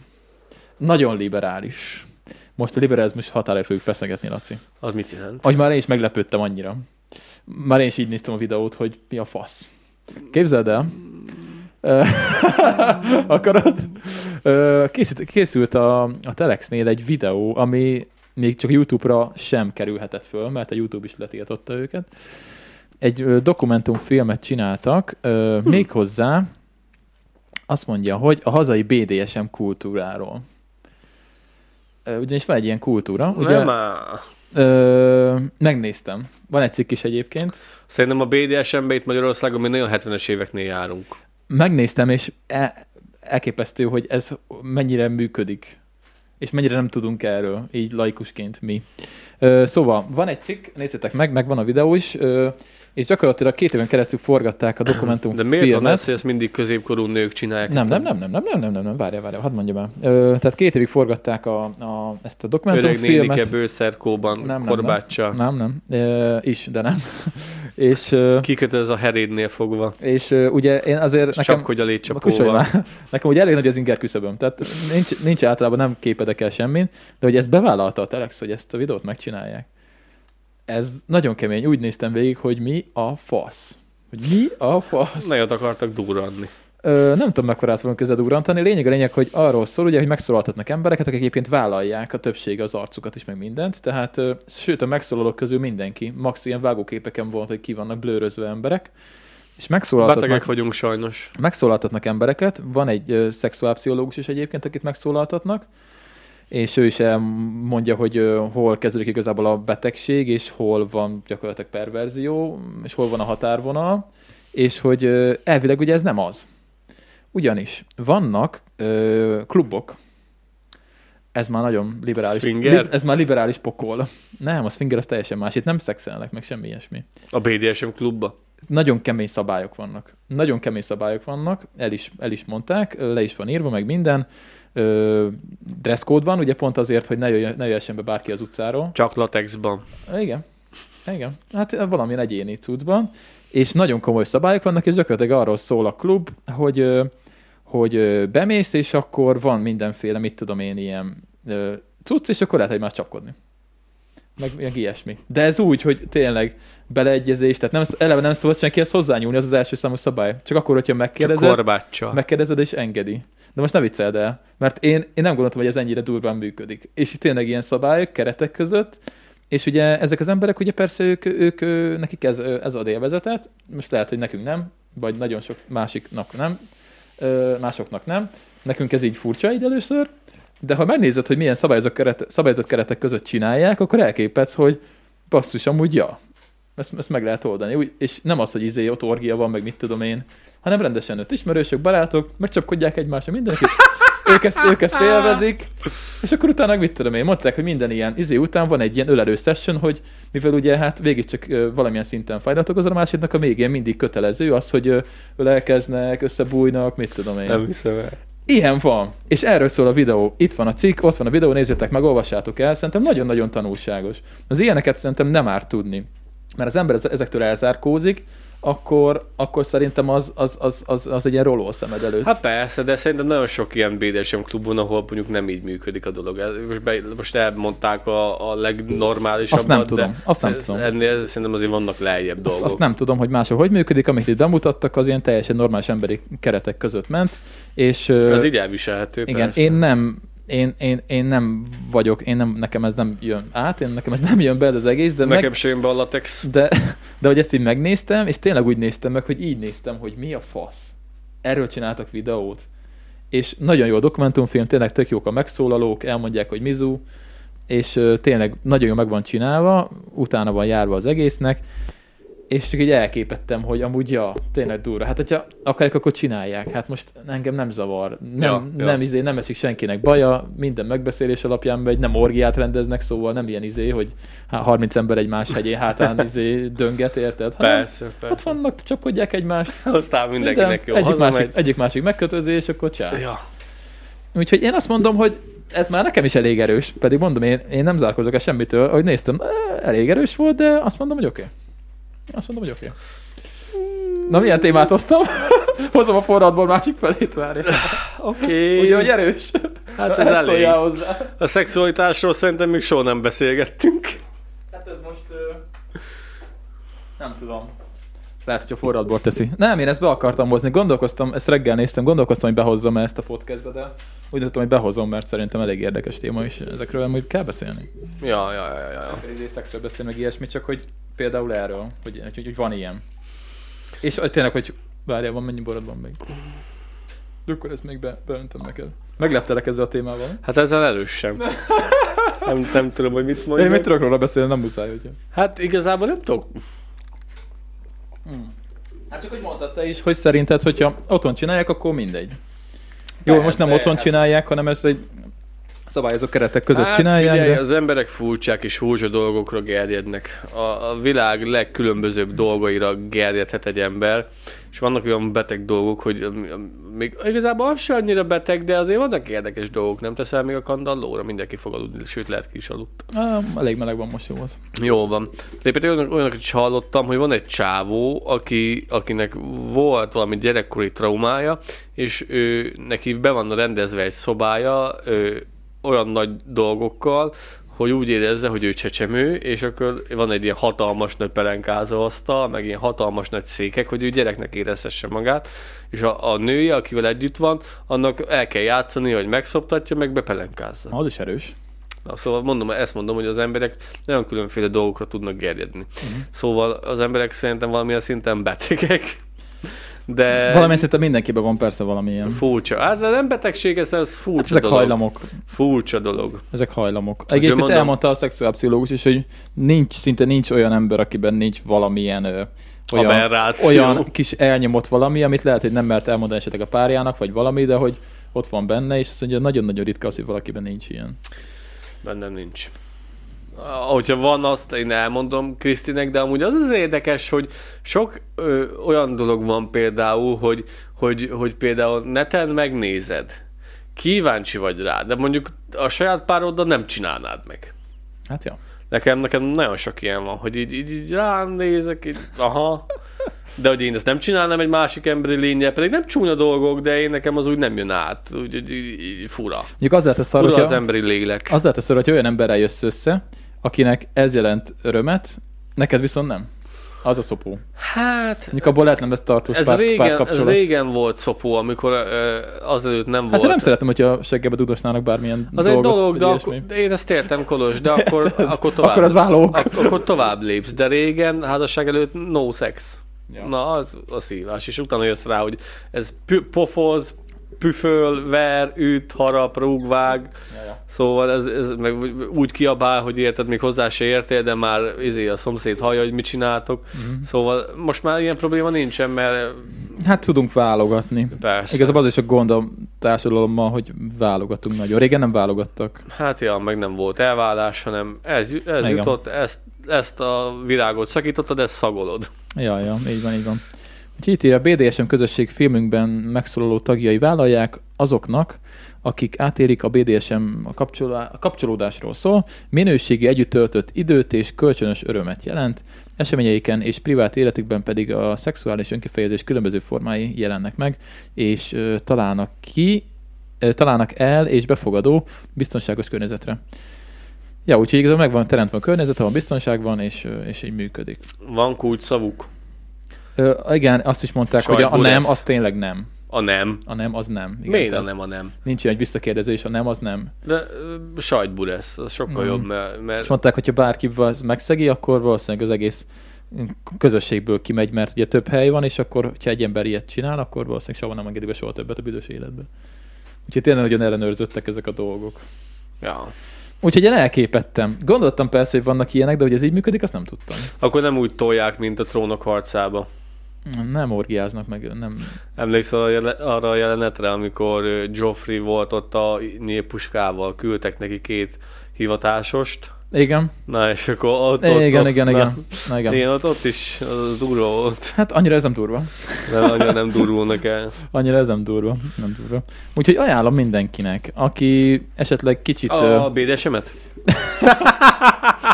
Speaker 1: Nagyon liberális. Most a liberalizmus határa fogjuk feszegetni, Laci.
Speaker 2: Az mit jelent?
Speaker 1: Hogy már én is meglepődtem annyira. Már én is így néztem a videót, hogy mi a fasz. Képzeld el. Ö, Akarod? Ö, Készült, készült a, a Telexnél egy videó, ami még csak YouTube-ra sem kerülhetett föl, mert a YouTube is letiltotta őket. Egy ö, dokumentumfilmet csináltak, ö, méghozzá azt mondja, hogy a hazai BDSM kultúráról. Ö, ugyanis van egy ilyen kultúra,
Speaker 2: Ugye...
Speaker 1: ugye?
Speaker 2: Nem á.
Speaker 1: Ö, megnéztem. Van egy cikk is egyébként.
Speaker 2: Szerintem a BDSM-be itt Magyarországon mi nagyon 70-es éveknél járunk.
Speaker 1: megnéztem, és e- elképesztő, hogy ez mennyire működik, és mennyire nem tudunk erről, így laikusként mi. Ö, szóval, van egy cikk, nézzétek meg, meg van a videó is, ö, és gyakorlatilag két éven keresztül forgatták a
Speaker 2: De miért van ez,
Speaker 1: dokumentumfilmet.
Speaker 2: hogy ezt mindig középkorú nők csinálják?
Speaker 1: Nem,
Speaker 2: Ezt
Speaker 1: nem, nem, nem, nem, nem, nem, nem, nem, várjál, várjál, hadd mondjam el. Ö, tehát két évig forgatták a, a, ezt a
Speaker 2: Öreg nénike
Speaker 1: dokumentumfilmet.
Speaker 2: bőszerkóban,
Speaker 1: Nem, nem,
Speaker 2: nem,
Speaker 1: nem.
Speaker 2: korbáccsal.
Speaker 1: Nem, nem, ö, is, de nem. és ö,
Speaker 2: Kikötöz a herédnél fogva.
Speaker 1: és ö, ugye én azért nekem...
Speaker 2: Nekem... Csak hogy a
Speaker 1: Kussolj
Speaker 2: létcsapóval.
Speaker 1: már. Nekem ugye elég nagy az inger küszöböm, tehát nincs, nincs általában nem képedek el semmin, de hogy ezt bevállalta a Telex, hogy ezt a videót megcsinálják. Ez nagyon kemény, úgy néztem végig, hogy mi a fasz. Hogy mi a fasz.
Speaker 2: Nagyon akartak durranni.
Speaker 1: Ö, nem tudom, mekkorát fogunk ezzel durrantani. Lényeg a lényeg, hogy arról szól, ugye, hogy megszólaltatnak embereket, akik egyébként vállalják a többsége az arcukat is, meg mindent. Tehát, ö, sőt, a megszólalók közül mindenki. Max ilyen vágóképeken volt, hogy ki vannak blőrözve emberek. És megszólaltatnak
Speaker 2: Betegek vagyunk sajnos.
Speaker 1: megszólaltatnak embereket, van egy ö, szexuálpszichológus is egyébként, akit megszólaltatnak, és ő is mondja, hogy ö, hol kezdődik igazából a betegség, és hol van gyakorlatilag perverzió, és hol van a határvonal, és hogy ö, elvileg ugye ez nem az. Ugyanis vannak ö, klubok, ez már nagyon liberális.
Speaker 2: Swinger?
Speaker 1: ez már liberális pokol. Nem, a swinger az teljesen más. Itt nem szexelnek, meg semmi ilyesmi
Speaker 2: A BDSM klubba.
Speaker 1: nagyon kemény szabályok vannak. Nagyon kemény szabályok vannak, el is, el is mondták, le is van írva, meg minden. Ö, dresscode van, ugye pont azért, hogy ne jöjjön, ne jöjjön be bárki az utcáról.
Speaker 2: Csak latexban.
Speaker 1: Igen, igen. Hát valamilyen egyéni cuccban. És nagyon komoly szabályok vannak, és gyakorlatilag arról szól a klub, hogy, ö, hogy ö, bemész, és akkor van mindenféle, mit tudom én, ilyen ö, cucc, és akkor lehet egymást csapkodni. Meg ilyen ilyesmi. De ez úgy, hogy tényleg beleegyezés, tehát nem, eleve nem szabad senkihez hozzányúlni, az az első számú szabály. Csak akkor, hogyha
Speaker 2: Csak
Speaker 1: megkérdezed,
Speaker 2: korbáccsal.
Speaker 1: megkérdezed és engedi. De most ne vicceld el, mert én, én nem gondoltam, hogy ez ennyire durván működik. És itt tényleg ilyen szabályok, keretek között, és ugye ezek az emberek, ugye persze ők, ők ö, nekik ez, ö, ez ad élvezetet, most lehet, hogy nekünk nem, vagy nagyon sok másiknak nem, ö, másoknak nem, nekünk ez így furcsa így először, de ha megnézed, hogy milyen szabályozott, keret, szabályozott keretek között csinálják, akkor elképedsz, hogy basszus, amúgy ja, ezt, ezt meg lehet oldani. Úgy, és nem az, hogy izé, ott orgia van, meg mit tudom én, hanem rendesen öt ismerősök, barátok, megcsapkodják egymásra mindenki. Ők ezt, ők ezt élvezik, és akkor utána mit tudom én, mondták, hogy minden ilyen izé után van egy ilyen ölelő session, hogy mivel ugye hát végig csak ö, valamilyen szinten fájdalmat okozol, a másiknak a végén mindig kötelező az, hogy ö, ölelkeznek, összebújnak, mit tudom én.
Speaker 2: Nem hiszem el.
Speaker 1: Ilyen van. És erről szól a videó. Itt van a cikk, ott van a videó, nézzétek meg, olvassátok el. Szerintem nagyon-nagyon tanulságos. Az ilyeneket szerintem nem árt tudni. Mert az ember ez- ezektől elzárkózik, akkor, akkor szerintem az, az, az, az, az egy ilyen roló a szemed előtt. Hát,
Speaker 2: Hát persze, de szerintem nagyon sok ilyen BDSM klubon, ahol mondjuk nem így működik a dolog. Ez- Most, be, most elmondták a, a legnormálisabbat,
Speaker 1: Azt nem
Speaker 2: de
Speaker 1: tudom, azt nem
Speaker 2: ez-
Speaker 1: tudom.
Speaker 2: Ennél szerintem azért vannak lejjebb
Speaker 1: azt,
Speaker 2: dolgok.
Speaker 1: azt nem tudom, hogy máshol hogy működik, amit itt bemutattak, az ilyen teljesen normális emberi keretek között ment. És, ö,
Speaker 2: Ez így elviselhető,
Speaker 1: Igen,
Speaker 2: persze.
Speaker 1: én nem, én, én, én, nem vagyok, én nem, nekem ez nem jön át, én, nekem ez nem jön be ez az egész, de meg,
Speaker 2: Nekem se jön be a latex.
Speaker 1: De, de hogy ezt így megnéztem, és tényleg úgy néztem meg, hogy így néztem, hogy mi a fasz. Erről csináltak videót. És nagyon jó a dokumentumfilm, tényleg tök jók a megszólalók, elmondják, hogy mizu, és ö, tényleg nagyon jól meg van csinálva, utána van járva az egésznek, és csak így elképettem, hogy amúgy ja, tényleg durva. Hát, hogyha akarják, akkor csinálják. Hát most engem nem zavar. Nem,
Speaker 2: Ja, ja.
Speaker 1: nem izé, nem esik senkinek baja, minden megbeszélés alapján megy, nem orgiát rendeznek, szóval nem ilyen izé, hogy há- 30 ember egymás hegyén hátán izé dönget, érted? Hanem,
Speaker 2: Persze, persze.
Speaker 1: ott vannak, csapkodják egymást.
Speaker 2: Aztán mindenkinek jó.
Speaker 1: Hát Minden, egyik,
Speaker 2: hazamegy.
Speaker 1: másik, egyik másik megkötözés, és akkor csá.
Speaker 2: Ja.
Speaker 1: Úgyhogy én azt mondom, hogy ez már nekem is elég erős, pedig mondom, én, én nem zárkozok el semmitől, ahogy néztem, eh, elég erős volt, de azt mondom, hogy oké. Okay. Azt mondom, hogy oké. Okay. Na, milyen témát hoztam? Hozom a forradból másik felét, várj.
Speaker 2: Oké.
Speaker 1: Ugye, hogy erős?
Speaker 2: Hát
Speaker 1: Na,
Speaker 2: ez
Speaker 1: ezt
Speaker 2: elég.
Speaker 1: szóljál hozzá.
Speaker 2: A szexualitásról szerintem még soha nem beszélgettünk.
Speaker 1: Hát ez most... Nem tudom. Lehet, hogyha forradbort teszi. Nem, én ezt be akartam hozni. Gondolkoztam, ezt reggel néztem, gondolkoztam, hogy behozzam ezt a podcastbe, de úgy döntöttem, hogy behozom, mert szerintem elég érdekes téma, és ezekről amúgy kell beszélni.
Speaker 2: Ja, ja, ja, ja. ja.
Speaker 1: Pedig szexről beszél meg ilyesmi, csak hogy például erről, hogy, hogy, hogy van ilyen. És hogy tényleg, hogy várjál, van mennyi borod van még? De akkor ezt még be, beöntöm neked. Megleptelek ezzel a témával.
Speaker 2: Hát ezzel erős sem. Nem, nem tudom, hogy mit
Speaker 1: Én
Speaker 2: mondjak.
Speaker 1: mit tudok róla beszélni, nem muszáj, hogy.
Speaker 2: Hát igazából nem tudok.
Speaker 1: Hát csak hogy mondtad te is, hogy szerinted, hogyha otthon csinálják, akkor mindegy. Jó,
Speaker 2: Persze,
Speaker 1: most nem otthon
Speaker 2: hát-
Speaker 1: csinálják, hanem ezt egy szabályozó keretek között
Speaker 2: hát
Speaker 1: csinálják.
Speaker 2: Figyelj,
Speaker 1: de...
Speaker 2: az emberek furcsák és furcsa dolgokra gerjednek. A, a világ legkülönbözőbb dolgaira gerjedhet egy ember, és vannak olyan beteg dolgok, hogy ami- ami- még igazából az se annyira beteg, de azért vannak érdekes dolgok, nem teszel még a kandallóra, mindenki fog aludni, sőt lehet ki is aludt.
Speaker 1: Á, elég meleg van most jó az.
Speaker 2: Jó van. De például olyanok- olyanokat is hallottam, hogy van egy csávó, aki, akinek volt valami gyerekkori traumája, és ő, neki be van rendezve egy szobája ő, olyan nagy dolgokkal, hogy úgy érezze, hogy ő csecsemő, és akkor van egy ilyen hatalmas nagy pelenkázó asztal, meg ilyen hatalmas nagy székek, hogy ő gyereknek érezhesse magát, és a, a nője, akivel együtt van, annak el kell játszani, hogy megszoptatja, meg bepelenkázza.
Speaker 1: Na, az is erős.
Speaker 2: Na, Szóval mondom, ezt mondom, hogy az emberek nagyon különféle dolgokra tudnak gerjedni. Uh-huh. Szóval az emberek szerintem valamilyen szinten betegek, de
Speaker 1: Valami szinte mindenkiben van persze valamilyen.
Speaker 2: furcsa. Hát de nem betegség, ez, ez furcsa
Speaker 1: Ezek
Speaker 2: dolog.
Speaker 1: Hát hajlamok.
Speaker 2: Furcsa dolog.
Speaker 1: Ezek hajlamok. Egyébként
Speaker 2: mondom-
Speaker 1: elmondta a szexuálpszichológus is, hogy nincs, szinte nincs olyan ember, akiben nincs valamilyen ö, olyan,
Speaker 2: Aberráció.
Speaker 1: olyan kis elnyomott valami, amit lehet, hogy nem mert elmondani esetleg a párjának, vagy valami, de hogy ott van benne, és azt mondja, nagyon-nagyon ritka az, hogy valakiben nincs ilyen.
Speaker 2: Bennem nincs. Hogyha van, azt én elmondom Krisztinek, de amúgy az az érdekes, hogy sok ö, olyan dolog van például, hogy, hogy, hogy például neten megnézed, kíváncsi vagy rá, de mondjuk a saját pároddal nem csinálnád meg.
Speaker 1: Hát ja.
Speaker 2: Nekem, nekem nagyon sok ilyen van, hogy így, így, így rám nézek, így, aha. De hogy én ezt nem csinálnám egy másik emberi lényel, pedig nem csúnya dolgok, de én nekem az úgy nem jön át. Úgy, úgy, így, így fura.
Speaker 1: Mondjuk az lehet a szar,
Speaker 2: Fura
Speaker 1: hogyha,
Speaker 2: az emberi lélek.
Speaker 1: az lehet a szar, hogy olyan emberrel jössz össze, akinek ez jelent örömet, neked viszont nem. Az a szopó.
Speaker 2: Hát,
Speaker 1: Mondjuk abból lehet nem lesz tartós
Speaker 2: ez,
Speaker 1: pár,
Speaker 2: régen, ez
Speaker 1: párkapcsolat.
Speaker 2: régen volt szopó, amikor ö, azelőtt nem
Speaker 1: Hát
Speaker 2: volt.
Speaker 1: én nem szeretem, hogyha seggebe dudosnának bármilyen
Speaker 2: az egy
Speaker 1: dolgot, vagy
Speaker 2: dolog, de
Speaker 1: ilyesmi. Hát,
Speaker 2: akkor, de én ezt értem, Kolos, de akkor, akkor tovább.
Speaker 1: Akkor az válók.
Speaker 2: Ak- akkor tovább lépsz, de régen házasság előtt no sex.
Speaker 1: Ja.
Speaker 2: Ja. Na, az a szívás, és utána jössz rá, hogy ez pü- pofoz, püföl, ver, üt, harap, rúg, vág.
Speaker 1: Ja, ja.
Speaker 2: Szóval ez, ez meg úgy kiabál, hogy érted, még hozzá se értél, de már izé a szomszéd hallja, hogy mit csináltok.
Speaker 1: Mhm.
Speaker 2: Mm-hmm. Szóval most már ilyen probléma nincsen, mert
Speaker 1: Hát tudunk válogatni.
Speaker 2: persze.
Speaker 1: Igazából az is a gond a társadalommal, hogy válogatunk nagyon. Régen nem válogattak.
Speaker 2: Hát ja, meg nem volt elvállás, hanem ez, ju- ez
Speaker 1: Igen.
Speaker 2: jutott, ezt, ezt a virágot szakítottad, ezt szagolod.
Speaker 1: Ja, ja, így van, így van. Úgyhogy itt írja, a BDSM közösség filmünkben megszólaló tagjai vállalják azoknak, akik átélik a BDSM a, kapcsolá- a kapcsolódásról szól, minőségi együtt töltött időt és kölcsönös örömet jelent, eseményeiken és privát életükben pedig a szexuális önkifejezés különböző formái jelennek meg, és ö, találnak ki, ö, találnak el és befogadó biztonságos környezetre. Ja, úgyhogy igazából megvan teremtve a környezet, ahol biztonság van, és, ö, és így működik.
Speaker 2: Van kulcs szavuk?
Speaker 1: Ö, igen, azt is mondták, hogy a, a
Speaker 2: Sajtból
Speaker 1: nem,
Speaker 2: ez.
Speaker 1: az tényleg nem.
Speaker 2: A nem.
Speaker 1: A nem, az nem. Igen,
Speaker 2: Miért a
Speaker 1: tehát
Speaker 2: nem a nem?
Speaker 1: Nincs ilyen egy visszakérdezés, a nem, az nem.
Speaker 2: De sajtbú lesz, az sokkal
Speaker 1: Mm.
Speaker 2: mm. jobb, mert,
Speaker 1: És
Speaker 2: mert
Speaker 1: mondták, hogy ha bárki az megszegi, akkor valószínűleg az egész közösségből kimegy, mert ugye több hely van, és akkor, ha egy ember ilyet csinál, akkor valószínűleg soha nem engedik be soha többet a büdös életbe. Úgyhogy tényleg nagyon ellenőrzöttek ezek a dolgok.
Speaker 2: ja.
Speaker 1: Úgyhogy én elképettem. Gondoltam persze, hogy vannak ilyenek, de hogy ez így működik, azt nem tudtam.
Speaker 2: akkor nem úgy tolják, mint a trónok harcába.
Speaker 1: Nem orgiáznak meg, nem.
Speaker 2: Emlékszel a jele- arra a jelenetre, amikor ö, Joffrey volt ott a nyílpuskával, küldtek neki két hivatásost,
Speaker 1: Igen,
Speaker 2: na és akkor ott, ott,
Speaker 1: igen,
Speaker 2: ott
Speaker 1: igen,
Speaker 2: na,
Speaker 1: igen. Na, igen.
Speaker 2: igen. ott, ott is az durva volt,
Speaker 1: Hát annyira ez nem durva.
Speaker 2: de annyira nem durulnak el.
Speaker 1: Annyira ez nem durva, nem durva. Úgyhogy ajánlom mindenkinek, aki esetleg kicsit...
Speaker 2: A
Speaker 1: A...
Speaker 2: BDSM-et?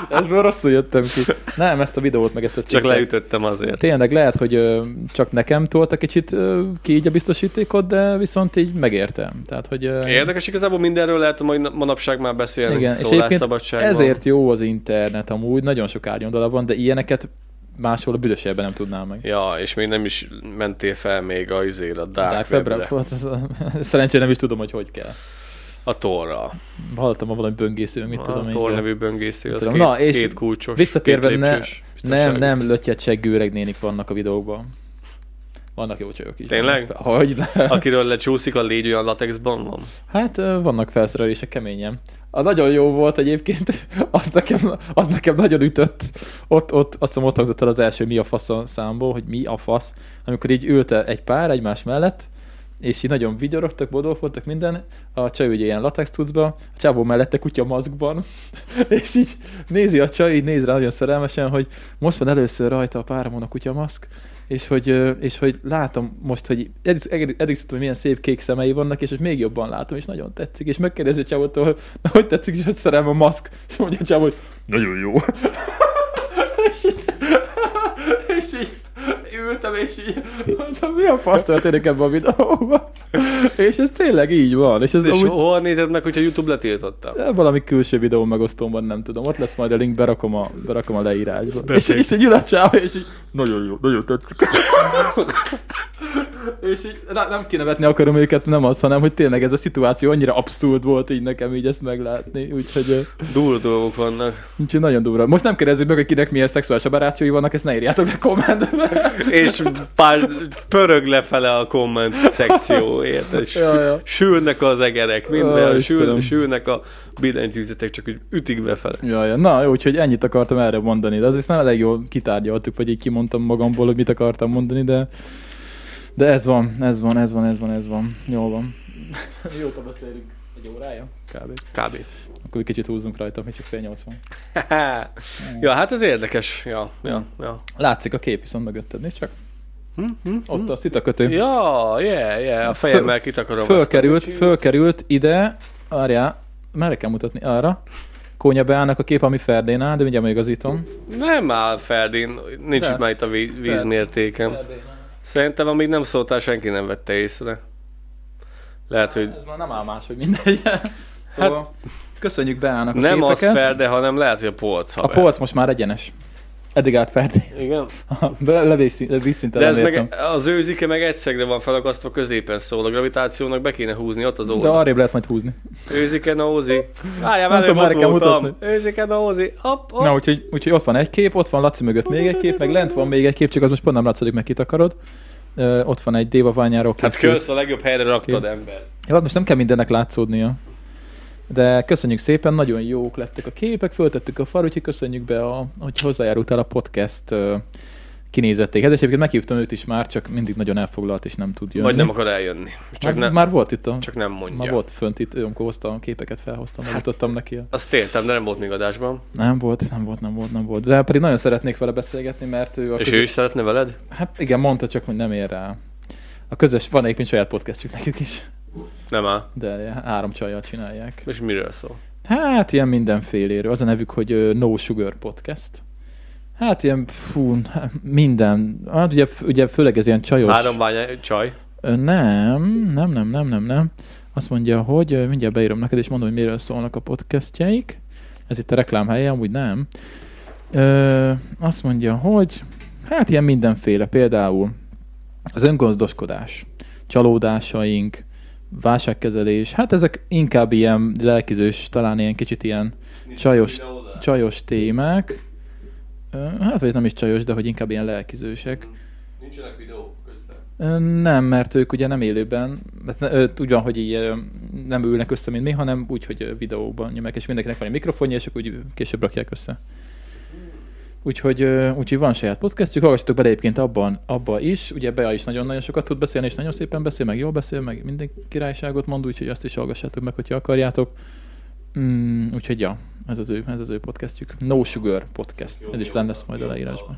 Speaker 1: Ezből rosszul jöttem ki. Nem, ezt a videót, meg ezt a
Speaker 2: Csak
Speaker 1: cikket.
Speaker 2: leütöttem azért.
Speaker 1: Tényleg lehet, hogy ö, csak nekem tolta kicsit ö, ki így a biztosítékot, de viszont így megértem. Tehát, hogy... ö,
Speaker 2: Érdekes, igazából mindenről lehet majd manapság már beszélni.
Speaker 1: Igen, és egyébként
Speaker 2: szólásszabadságban.
Speaker 1: ezért jó az internet amúgy, nagyon sok árnyoldala van, de ilyeneket máshol a büdös évben nem tudnál meg.
Speaker 2: Ja, és még nem is mentél fel még a izére, a Dark,
Speaker 1: Dark
Speaker 2: Webre.
Speaker 1: Webre, hát az- szerencsére nem is tudom, hogy hogy kell.
Speaker 2: A Torra.
Speaker 1: Hallottam a valami böngésző, mit
Speaker 2: A
Speaker 1: tudom
Speaker 2: Tor
Speaker 1: én.
Speaker 2: nevű böngésző, az
Speaker 1: Tudom.
Speaker 2: két,
Speaker 1: Na, és
Speaker 2: két kulcsos,
Speaker 1: Visszatérve,
Speaker 2: két
Speaker 1: ne,
Speaker 2: lépcsős
Speaker 1: nem,
Speaker 2: biztonságos.
Speaker 1: nem lötyet seggű öreg nénik vannak a videókban. Vannak jó csajok is. Hát,
Speaker 2: Tényleg?
Speaker 1: Hogy ne?
Speaker 2: Akiről lecsúszik a légy olyan latexban van?
Speaker 1: Hát ö, vannak felszerelések keményen. A nagyon jó volt egyébként, az nekem, az nekem nagyon ütött. Ott, ott, azt hiszem ott hangzott el az első mi a fasz a számból, hogy mi a fasz. Amikor így ülte egy pár egymás mellett, és így nagyon vigyorogtak, boldog voltak minden, a csaj ugye ilyen latex cuccba, a csávó mellette kutya maszkban, és így nézi a csaj, így néz rá nagyon szerelmesen, hogy most van először rajta a páromon a kutya maszk, és hogy, ö, és hogy látom most, hogy eddig, eddig, eddig szóltam, hogy milyen szép kék szemei vannak, és hogy még jobban látom, és nagyon tetszik, és megkérdezi a csávótól, hogy na, hogy tetszik, és hogy szerelme a maszk, és mondja a csávó, hogy nagyon jó. és, így, és így ültem, és így mondtam, mi a fasz történik ebben a videóban. és ez tényleg így van, és ez
Speaker 2: És
Speaker 1: amúgy...
Speaker 2: hol nézed meg, hogyha YouTube letiltotta?
Speaker 1: Valami külső videó megosztómban, nem tudom. Ott lesz majd a link, berakom a, berakom a leírásba. És,
Speaker 2: Beszélj.
Speaker 1: és egy ül a csáv, és így, nagyon jó, nagyon tetszik. és így, na, nem kinevetni akarom őket, nem az, hanem, hogy tényleg ez a szituáció annyira abszurd volt így nekem így ezt meglátni, úgyhogy, ö,
Speaker 2: Durva dolgok vannak.
Speaker 1: úgyhogy nagyon durva. Most nem kérdezzük meg, hogy kinek milyen szexuális aberrációi vannak, ezt ne írjátok le kommentbe.
Speaker 2: És pár pörög lefele a komment szekció, érted? S-
Speaker 1: Ja, ja.
Speaker 2: Sülnek az egerek, minden,
Speaker 1: Ó,
Speaker 2: sül,
Speaker 1: Istenem.
Speaker 2: sülnek a billentyűzetek, csak úgy ütik befele.
Speaker 1: Ja, ja. Na, jó, úgyhogy ennyit akartam erre mondani, de azért nem elég jól kitárgyaltuk, vagy így kimondtam magamból, hogy mit akartam mondani, de, de ez van, ez van, ez van, ez van, ez van. Jó van. Mióta beszélünk? Egy órája? Kb.
Speaker 2: Kb.
Speaker 1: Akkor egy kicsit húzzunk rajta, még csak fél nyolc van.
Speaker 2: ja, hát ez érdekes. Ja, ja, ja.
Speaker 1: Látszik a kép viszont mögötted, nézd csak.
Speaker 2: Hm, hm,
Speaker 1: Ott a szitakötő.
Speaker 2: Ja, yeah, yeah, a fejemmel kitakarom.
Speaker 1: Fölkerült,
Speaker 2: azt a-
Speaker 1: fölkerült ide, várjál, merre kell mutatni? Arra. Kónya Beának a kép, ami Ferdén áll, de mindjárt megigazítom.
Speaker 2: Nem áll Ferdin, nincs
Speaker 1: De.
Speaker 2: itt már itt a víz, vízmértékem. Szerintem amíg nem szóltál, senki nem vette észre. Lehet, Hát, hogy
Speaker 1: Ez már nem áll más, hogy mindegy. Szóval hát, köszönjük Beának a
Speaker 2: nem az
Speaker 1: képeket.
Speaker 2: Ferde, hanem lehet, hogy a polc
Speaker 1: a
Speaker 2: haver.
Speaker 1: polc most már egyenes. Eddig állt Ferdi.
Speaker 2: Igen.
Speaker 1: De levész- vízszinten
Speaker 2: De ez
Speaker 1: nem értem.
Speaker 2: meg, az őzike meg egyszerre van felakasztva középen, szóval a gravitációnak be kéne húzni ott az
Speaker 1: De
Speaker 2: oldal.
Speaker 1: arrébb lehet majd húzni.
Speaker 2: Őzike, nózi.
Speaker 1: Nem
Speaker 2: Várjál, velem
Speaker 1: tudom,
Speaker 2: ott
Speaker 1: merre kell
Speaker 2: voltam.
Speaker 1: mutatni.
Speaker 2: Őzike, nózi. Hopp, hopp.
Speaker 1: Na, úgyhogy, úgyhogy ott van egy kép, ott van Laci mögött még egy kép, meg lent van még egy kép, csak az most pont nem látszódik, meg kitakarod. Ö, ott van egy Déva ványáról
Speaker 2: Hát
Speaker 1: készült.
Speaker 2: kösz a legjobb helyre raktad, ember.
Speaker 1: Jó, hát most nem kell mindennek látszódnia. De köszönjük szépen, nagyon jók lettek a képek, föltettük a fal, úgyhogy köszönjük be, a, hogy hozzájárultál a podcast ö, kinézetéhez. És egyébként meghívtam őt is már, csak mindig nagyon elfoglalt, és nem tud jönni.
Speaker 2: Vagy nem akar eljönni. Csak,
Speaker 1: már,
Speaker 2: ne,
Speaker 1: Hát már volt itt a...
Speaker 2: csak nem mondja. Hát-
Speaker 1: Már volt fönt itt, amikor hoztam a képeket, felhoztam, megmutattam neki. a-
Speaker 2: Azt értem, de nem volt még adásban.
Speaker 1: Nem volt, nem volt, nem volt, nem volt. De pedig nagyon szeretnék vele beszélgetni, mert ő a
Speaker 2: És ő is szeretne veled?
Speaker 1: Hát igen, mondta csak, hogy nem ér rá. A közös, van egyébként saját podcastjük nekük is,
Speaker 2: Nem áll.
Speaker 1: de ilyen három csajjal csinálják.
Speaker 2: És miről szól?
Speaker 1: Hát ilyen mindenféléről. Az a nevük, hogy ö, No Sugar Podcast. Hát ilyen, fú, minden. Hát ugye, ugye főleg ez ilyen csajos.
Speaker 2: Három ványa, csaj.
Speaker 1: Ö, Nem, nem, nem, nem, nem, nem. Azt mondja, hogy ö, mindjárt beírom neked, és mondom, hogy miről szólnak a podcastjaik. Ez itt a reklám helye, amúgy nem. Ö, azt mondja, hogy hát ilyen mindenféle, például az öngazdoskodás, csalódásaink, válságkezelés, hát ezek inkább ilyen lelkizős, talán ilyen kicsit ilyen csajos, csajos témák. Ö, Hát, vagy nem is csajos, de hogy inkább ilyen lelkizősek.
Speaker 2: Nincsenek videó közben.
Speaker 1: Ö, Nem, mert ők ugye nem élőben, mert ne- ö, úgy van, hogy így ö, nem ülnek össze, mint mi, hanem úgy, hogy ö, videóban nyomják, és mindenkinek van egy mikrofonja, és akkor úgy később rakják össze. Úgyhogy, ö, úgyhogy van saját podcastjuk, hallgassatok bele egyébként abban, abba is, ugye Bea is nagyon-nagyon sokat tud beszélni, és nagyon szépen beszél, meg jól beszél, meg minden királyságot mond, úgyhogy azt is hallgassátok meg, hogyha akarjátok. Mm, úgyhogy ja, ez az ő, ez az ő podcastjük. No Sugar Podcast, ez is lenne lesz majd a leírásban.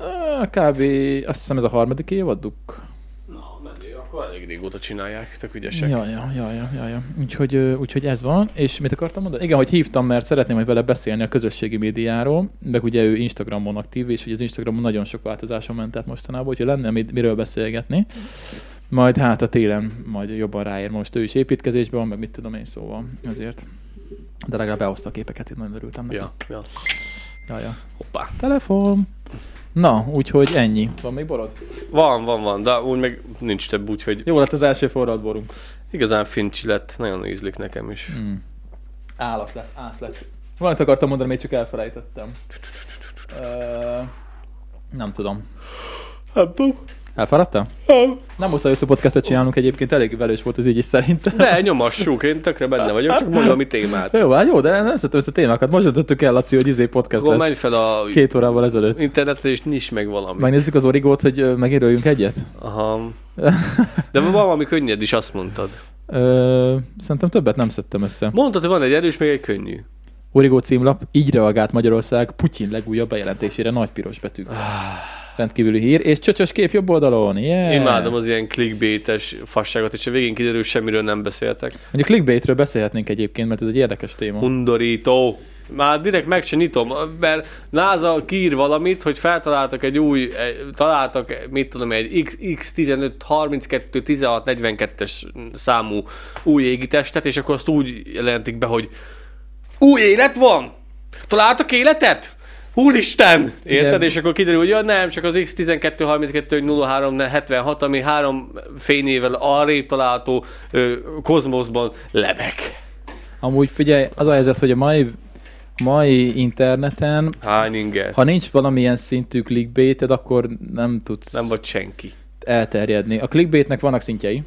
Speaker 1: Ö, Kb. azt hiszem ez a harmadik évaduk.
Speaker 2: Na, menjél, akkor elég régóta csinálják, tök ügyesek.
Speaker 1: Ja, ja, ja, ja, ja, ja. Úgyhogy, ö, úgyhogy ez van. És mit akartam mondani? Igen, hogy hívtam, mert szeretném majd vele beszélni a közösségi médiáról, meg ugye ő Instagramon aktív, és hogy az Instagramon nagyon sok változáson ment át mostanában, úgyhogy lenne mit, miről beszélgetni. Majd hát a télen majd jobban ráér, most ő is építkezésben van, meg mit tudom én, szóval ezért. De legalább behozta a képeket, én nagyon örültem neki.
Speaker 2: Ja, ja.
Speaker 1: Jaja.
Speaker 2: Hoppá.
Speaker 1: Telefon. Na, úgyhogy ennyi. Van még borod?
Speaker 2: Van, van, van, de úgy meg nincs több, úgyhogy
Speaker 1: Jó lett az első forrad borunk.
Speaker 2: igazán fincsi lett, nagyon ízlik nekem is.
Speaker 1: Mm. Állat lett, ász lett. Valamit akartam mondani, még csak elfelejtettem. Ö, nem tudom.
Speaker 2: Hát,
Speaker 1: Elfáradtál? Nem muszáj összepodcastet csinálnunk egyébként, elég velős volt ez így is szerintem.
Speaker 2: Ne, nyomassuk, én tökre benne vagyok, csak mondom mi témát.
Speaker 1: Jó, hát jó, de nem szedtem össze témákat. Most döntöttük el, Laci, hogy izé podcast
Speaker 2: Akkor menj
Speaker 1: lesz.
Speaker 2: fel a
Speaker 1: Két órával ezelőtt.
Speaker 2: internetre és nyisd meg valami.
Speaker 1: Megnézzük az origót, hogy ö, megérőjünk egyet?
Speaker 2: Aha. De van valami könnyed is, azt mondtad.
Speaker 1: Ö, szerintem többet nem szedtem össze.
Speaker 2: Mondtad, hogy van egy erős, még egy könnyű.
Speaker 1: Origo címlap, így reagált Magyarország Putyin legújabb bejelentésére nagy piros betűk.
Speaker 2: Ah.
Speaker 1: Rendkívüli hír, és csöcsös kép jobb oldalon. Yeah.
Speaker 2: Imádom az ilyen clickbaites fasságot, és a végén kiderül, semmiről nem beszéltek.
Speaker 1: Mondjuk clickbaitről beszélhetnénk egyébként, mert ez egy érdekes téma.
Speaker 2: Undorító. Már direkt meg se nyitom, mert NASA kiír valamit, hogy feltaláltak egy új, egy- találtak, mit tudom, egy X, X15, 32, 16, 42-es számú új égitestet, és akkor azt úgy jelentik be, hogy új élet van! Találtak életet? Úristen! Érted?
Speaker 1: Igen.
Speaker 2: És akkor kiderül, hogy ja, nem, csak az X12, 32, 03, 76, ami három fényével arrébb található ö, kozmoszban lebeg.
Speaker 1: Amúgy figyelj, az a helyzet, hogy a mai, mai interneten,
Speaker 2: Hány inger?
Speaker 1: ha nincs valamilyen szintű clickbaited, akkor nem tudsz
Speaker 2: Nem vagy senki.
Speaker 1: elterjedni. A clickbaitnek vannak szintjei.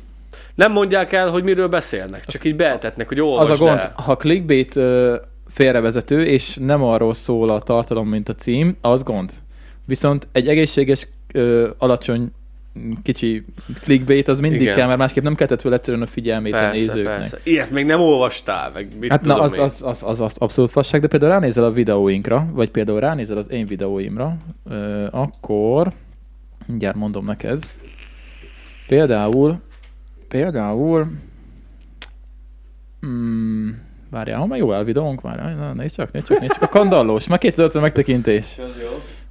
Speaker 2: Nem mondják el, hogy miről beszélnek, csak így beeltetnek, hogy
Speaker 1: Az
Speaker 2: olvasd
Speaker 1: a gond,
Speaker 2: el.
Speaker 1: ha clickbait ö, félrevezető, és nem arról szól a tartalom, mint a cím, az gond. Viszont egy egészséges, ö, alacsony, m, kicsi clickbait az mindig
Speaker 2: Igen.
Speaker 1: Igen. kell, mert másképp nem keltett fel egyszerűen a figyelmét a
Speaker 2: Persze,
Speaker 1: nézőknek.
Speaker 2: persze. Ilyet még nem olvastál, meg mit
Speaker 1: Hát na,
Speaker 2: tudom
Speaker 1: az,
Speaker 2: én.
Speaker 1: az, az, az, az abszolút fasság, de például ránézel a videóinkra, vagy például ránézel az én videóimra, ö, akkor mindjárt mondom neked. Például, például, mm, várjál, ha már jó elvideónk már, na, nézd csak, nézd csak, nézd csak, a kandallós, már 250 megtekintés.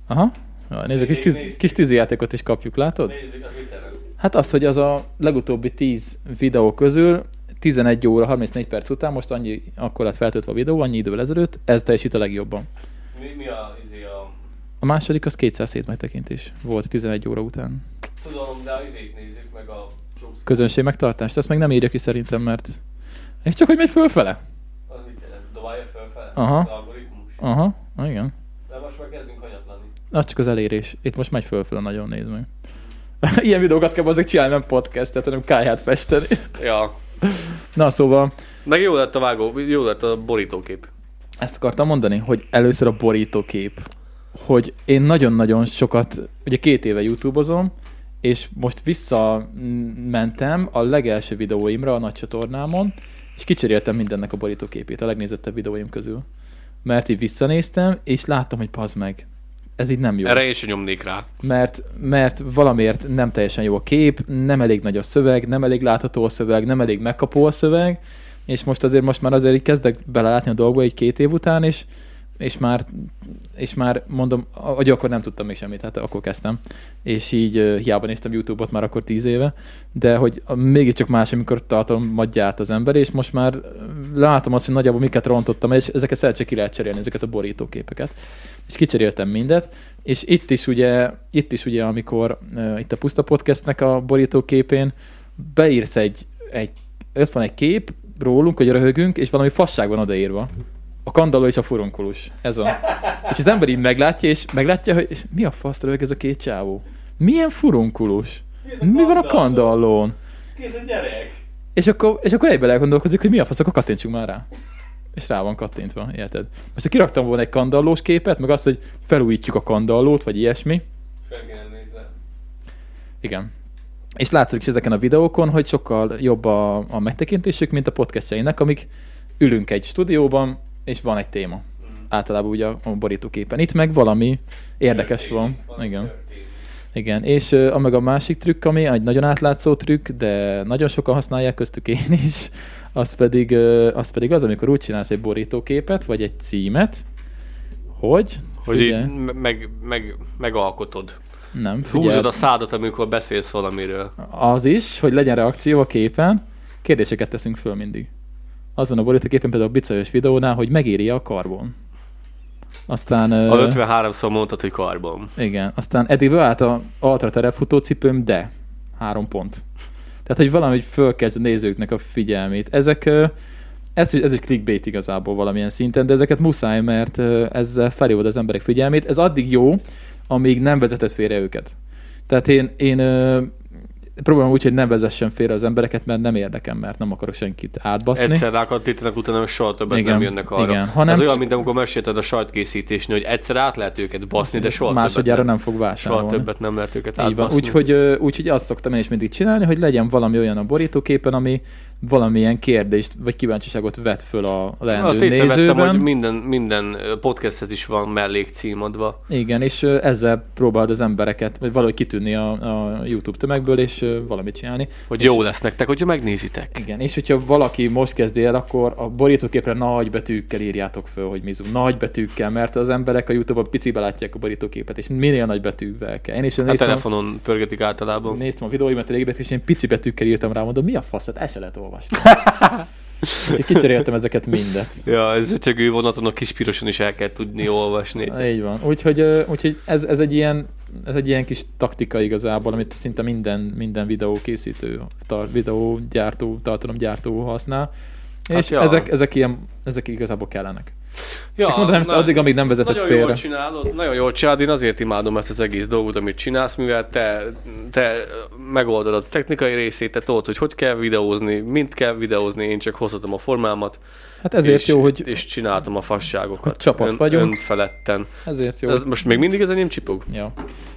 Speaker 1: Aha, Na, nézd, a kis, tűz, kis tűzijátékot is kapjuk, látod? Hát az, hogy az a legutóbbi 10 videó közül 11 óra 34 perc után, most annyi, akkor lett feltöltve a videó, annyi idővel ezelőtt, ez teljesít a legjobban.
Speaker 2: Mi, mi a, izé a...
Speaker 1: A második az 207 megtekintés volt 11 óra után.
Speaker 2: Tudom, de izét nézzük meg a...
Speaker 1: Közönség megtartást, ezt meg nem írja ki szerintem, mert... És csak, hogy megy fölfele.
Speaker 2: Az mit jelent? Dobálja fölfele?
Speaker 1: Aha. Az
Speaker 2: algoritmus.
Speaker 1: Aha, igen.
Speaker 2: De most már kezdünk hanyatlani.
Speaker 1: Az csak az elérés. Itt most megy fölfele, nagyon nézd meg. Ilyen videókat kell azért csinálni, nem podcastet, hanem káját festeni.
Speaker 2: Ja.
Speaker 1: Na szóval,
Speaker 2: Meg jó lett a vágó, jó lett a borítókép.
Speaker 1: Ezt akartam mondani, hogy először a borítókép, hogy én nagyon-nagyon sokat, ugye két éve YouTube-ozom, és most visszamentem a legelső videóimra a nagy csatornámon, és kicseréltem mindennek a borítóképét a legnézettebb videóim közül. Mert így visszanéztem, és láttam, hogy pazd meg, ez így nem jó
Speaker 2: Erre én sem nyomnék rá.
Speaker 1: mert, mert valamiért nem teljesen jó a kép, nem elég nagy a szöveg, nem elég látható a szöveg, nem elég megkapó a szöveg, és most azért most már azért így kezdek belelátni a dolgba egy két év után, és, és már, és már mondom, hogy akkor nem tudtam még semmit, hát akkor kezdtem. És így ö, hiába néztem YouTube-ot már akkor tíz éve, de hogy a- mégiscsak más, amikor tartalom adját az ember, és most már ö, látom azt, hogy nagyjából miket rontottam, el, és ezeket szeretse ki lehet cserélni, ezeket a borítóképeket. És kicseréltem mindet, és itt is ugye, itt is ugye, amikor uh, itt a Puszta Podcastnek a borítóképén beírsz egy, egy, ott van egy kép rólunk, hogy röhögünk, és valami fasság van odaírva. A kandalló és a furunkulus. Ez a. És az ember így meglátja, és meglátja, hogy és mi a fasz röhög ez a két csávó? Milyen furunkulus?
Speaker 2: ez a
Speaker 1: Mi van a
Speaker 2: kandalló?
Speaker 1: kandallón?
Speaker 2: Kész a gyerek.
Speaker 1: És akkor, és akkor egyben elgondolkozik, hogy mi a fasz, akkor kattintsunk már rá. És rá van kattintva, érted? Most ha kiraktam volna egy kandallós képet, meg azt, hogy felújítjuk a kandallót, vagy ilyesmi,
Speaker 2: Fel kéne nézve.
Speaker 1: igen. És látszik is ezeken a videókon, hogy sokkal jobb a, a megtekintésük, mint a podcastjainak, amik ülünk egy stúdióban, és van egy téma. Általában ugye a a borítóképen. Itt meg valami érdekes van. Igen. Igen, és ö, a meg a másik trükk, ami egy nagyon átlátszó trükk, de nagyon sokan használják, köztük én is, az pedig, ö, az, pedig az, amikor úgy csinálsz egy borítóképet, vagy egy címet, hogy...
Speaker 2: Hogy
Speaker 1: figyelj,
Speaker 2: így me- meg, meg, megalkotod.
Speaker 1: nem, figyelj,
Speaker 2: Húzod a szádat, amikor beszélsz valamiről.
Speaker 1: az is, hogy legyen reakció a képen, kérdéseket teszünk föl mindig. Azon a borítóképen például a bicajos videónál, hogy megéri a karbon. Aztán...
Speaker 2: A 53-szor mondtad, hogy karbon.
Speaker 1: Igen, aztán eddig beállt a altra terepfutócipőm, de három pont. Tehát, hogy valahogy fölkezd a nézőknek a figyelmét. Ezek, ö, ez, is- ez egy clickbait igazából valamilyen szinten, de ezeket muszáj, mert ö, ezzel felhívod az emberek figyelmét. Ez addig jó, amíg nem vezetett félre őket. Tehát én, én ö, próbálom úgy, hogy nem vezessen félre az embereket, mert nem érdekem, mert nem akarok senkit átbaszni.
Speaker 2: Egyszer rákattítanak, utána meg soha többet
Speaker 1: Igen,
Speaker 2: nem jönnek arra.
Speaker 1: igen.
Speaker 2: Igen,
Speaker 1: Ha
Speaker 2: ha
Speaker 1: nem-
Speaker 2: nem Ez olyan, mint amikor mesélted a sajtkészítésnél, hogy egyszer át lehet őket baszni, de soha
Speaker 1: Másodjára
Speaker 2: többet
Speaker 1: nem fog
Speaker 2: Soha
Speaker 1: vásárolni.
Speaker 2: többet nem lehet őket
Speaker 1: Így van.
Speaker 2: átbaszni.
Speaker 1: Úgyhogy, ö, úgyhogy azt szoktam én is mindig csinálni, hogy legyen valami olyan a borítóképen, ami valamilyen kérdést vagy kíváncsiságot vet föl a leendő
Speaker 2: Azt
Speaker 1: nézőben.
Speaker 2: észrevettem, hogy minden, minden ö, podcasthez is van mellékcímadva.
Speaker 1: Igen, és ö, ezzel próbáld az embereket, vagy valahogy kitűnni a, a YouTube tömegből, és ö, valamit csinálni.
Speaker 2: Hogy
Speaker 1: és,
Speaker 2: jó lesz nektek, hogyha megnézitek.
Speaker 1: Igen, és hogyha valaki most kezdi el, akkor a borítóképre nagy betűkkel írjátok föl, hogy mizu. Nagy betűkkel, mert az emberek a YouTube-on picibe látják a borítóképet, és minél nagy betűvel kell. Én is
Speaker 2: Hát A
Speaker 1: néztem,
Speaker 2: telefonon pörgetik általában.
Speaker 1: Néztem a videóimat régebben, és én pici betűkkel írtam rá, mondom, mi a fasz, hát el se lehet olvasni. Úgyhogy kicseréltem ezeket mindet.
Speaker 2: Ja, ez ötögő vonaton a kis piroson is el kell tudni olvasni.
Speaker 1: Így van. Úgyhogy, ö, úgyhogy ez, ez, egy ilyen, ez egy ilyen kis taktika igazából, amit szinte minden, minden videókészítő, tar, videógyártó, tartalomgyártó használ.
Speaker 2: Hát
Speaker 1: és
Speaker 2: ja.
Speaker 1: ezek, ezek, ilyen, ezek igazából kellenek.
Speaker 2: Ja,
Speaker 1: Csak mondanám,
Speaker 2: na-
Speaker 1: addig, amíg nem vezetett
Speaker 2: nagyon
Speaker 1: félre.
Speaker 2: Jól csinálod, nagyon jól csinálod, én azért imádom ezt az egész dolgot, amit csinálsz, mivel te, te megoldod a technikai részét, te tudod, hogy hogy kell videózni, mint kell videózni, én csak hozhatom a formámat,
Speaker 1: Hát ezért
Speaker 2: és,
Speaker 1: jó, hogy
Speaker 2: és csináltam a fasságokat.
Speaker 1: hogy csapat vagyunk.
Speaker 2: Önfeledten.
Speaker 1: ezért jó.
Speaker 2: Ez, most még mindig ez enyém csipog?
Speaker 1: Ja.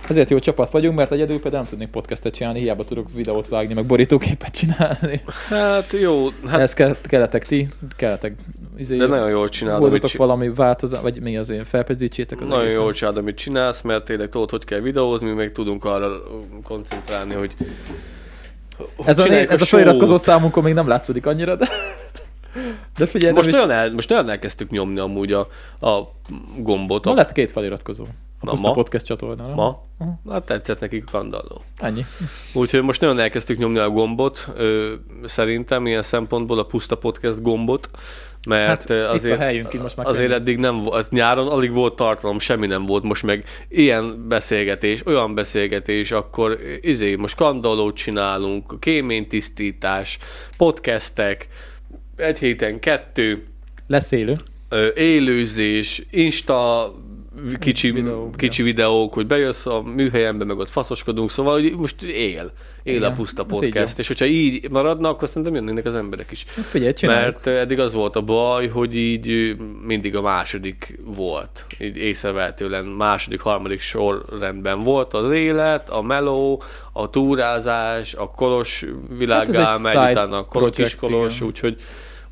Speaker 1: Ezért jó csapat vagyunk, mert egyedül például nem tudnék podcastet csinálni, hiába tudok videót vágni, meg borítóképet csinálni.
Speaker 2: Hát jó, hát,
Speaker 1: Hát, ezt kell, kelletek ti, kelletek. Izé,
Speaker 2: de nagyon jól csinálod, amit,
Speaker 1: Hozzatok
Speaker 2: csi-
Speaker 1: valami változat, vagy mi azért, felpezdítsétek az
Speaker 2: nagyon
Speaker 1: egészet.
Speaker 2: jól csinálod, amit csinálsz, mert tényleg tudod, hogy kell videózni, meg tudunk arra koncentrálni, hogy hogy
Speaker 1: Ez a, né-
Speaker 2: csináljuk
Speaker 1: ez a
Speaker 2: showt.
Speaker 1: feliratkozó számunkon még nem látszódik annyira, de, de figyelj,
Speaker 2: Most
Speaker 1: nem is...
Speaker 2: nagyon, el, most nagyon elkezdtük nyomni amúgy a, a gombot.
Speaker 1: Ma
Speaker 2: A,
Speaker 1: lett két feliratkozó a
Speaker 2: Na,
Speaker 1: Puszta
Speaker 2: ma?
Speaker 1: Podcast csatornára.
Speaker 2: ma.
Speaker 1: Aha.
Speaker 2: Hát tetszett nekik a kandalló.
Speaker 1: Ennyi.
Speaker 2: Úgyhogy most nagyon elkezdtük nyomni a gombot, ö, szerintem ilyen szempontból a Puszta Podcast gombot, mert
Speaker 1: Hát,
Speaker 2: ö,
Speaker 1: itt a
Speaker 2: azért,
Speaker 1: helyünk, itt most már
Speaker 2: azért
Speaker 1: könnyű.
Speaker 2: eddig nem volt, nyáron alig volt tartalom, semmi nem volt, most meg ilyen beszélgetés, olyan beszélgetés, akkor ö, izé, most kandallót csinálunk, kéménytisztítás, podcastek, egy héten kettő,
Speaker 1: Lesz élő.
Speaker 2: ö, élőzés, Insta kicsi,
Speaker 1: Videó,
Speaker 2: videó, kicsi videók, hogy bejössz a műhelyembe, meg ott faszoskodunk, szóval hogy most él, él
Speaker 1: Igen,
Speaker 2: a puszta
Speaker 1: ez így
Speaker 2: podcast,
Speaker 1: van.
Speaker 2: és hogyha így maradna, akkor szerintem jönnének az emberek is.
Speaker 1: Hát Figyelj, csináljuk.
Speaker 2: Mert ö, eddig az volt a baj, hogy így ö, mindig a második volt, így észrevehetően második, harmadik sorrendben volt az élet, a meló, a túrázás, a kolos világgá
Speaker 1: Hát ez egy
Speaker 2: hát megy,
Speaker 1: side
Speaker 2: utána a kol-
Speaker 1: project,
Speaker 2: kis kolos,
Speaker 1: igen.
Speaker 2: úgyhogy,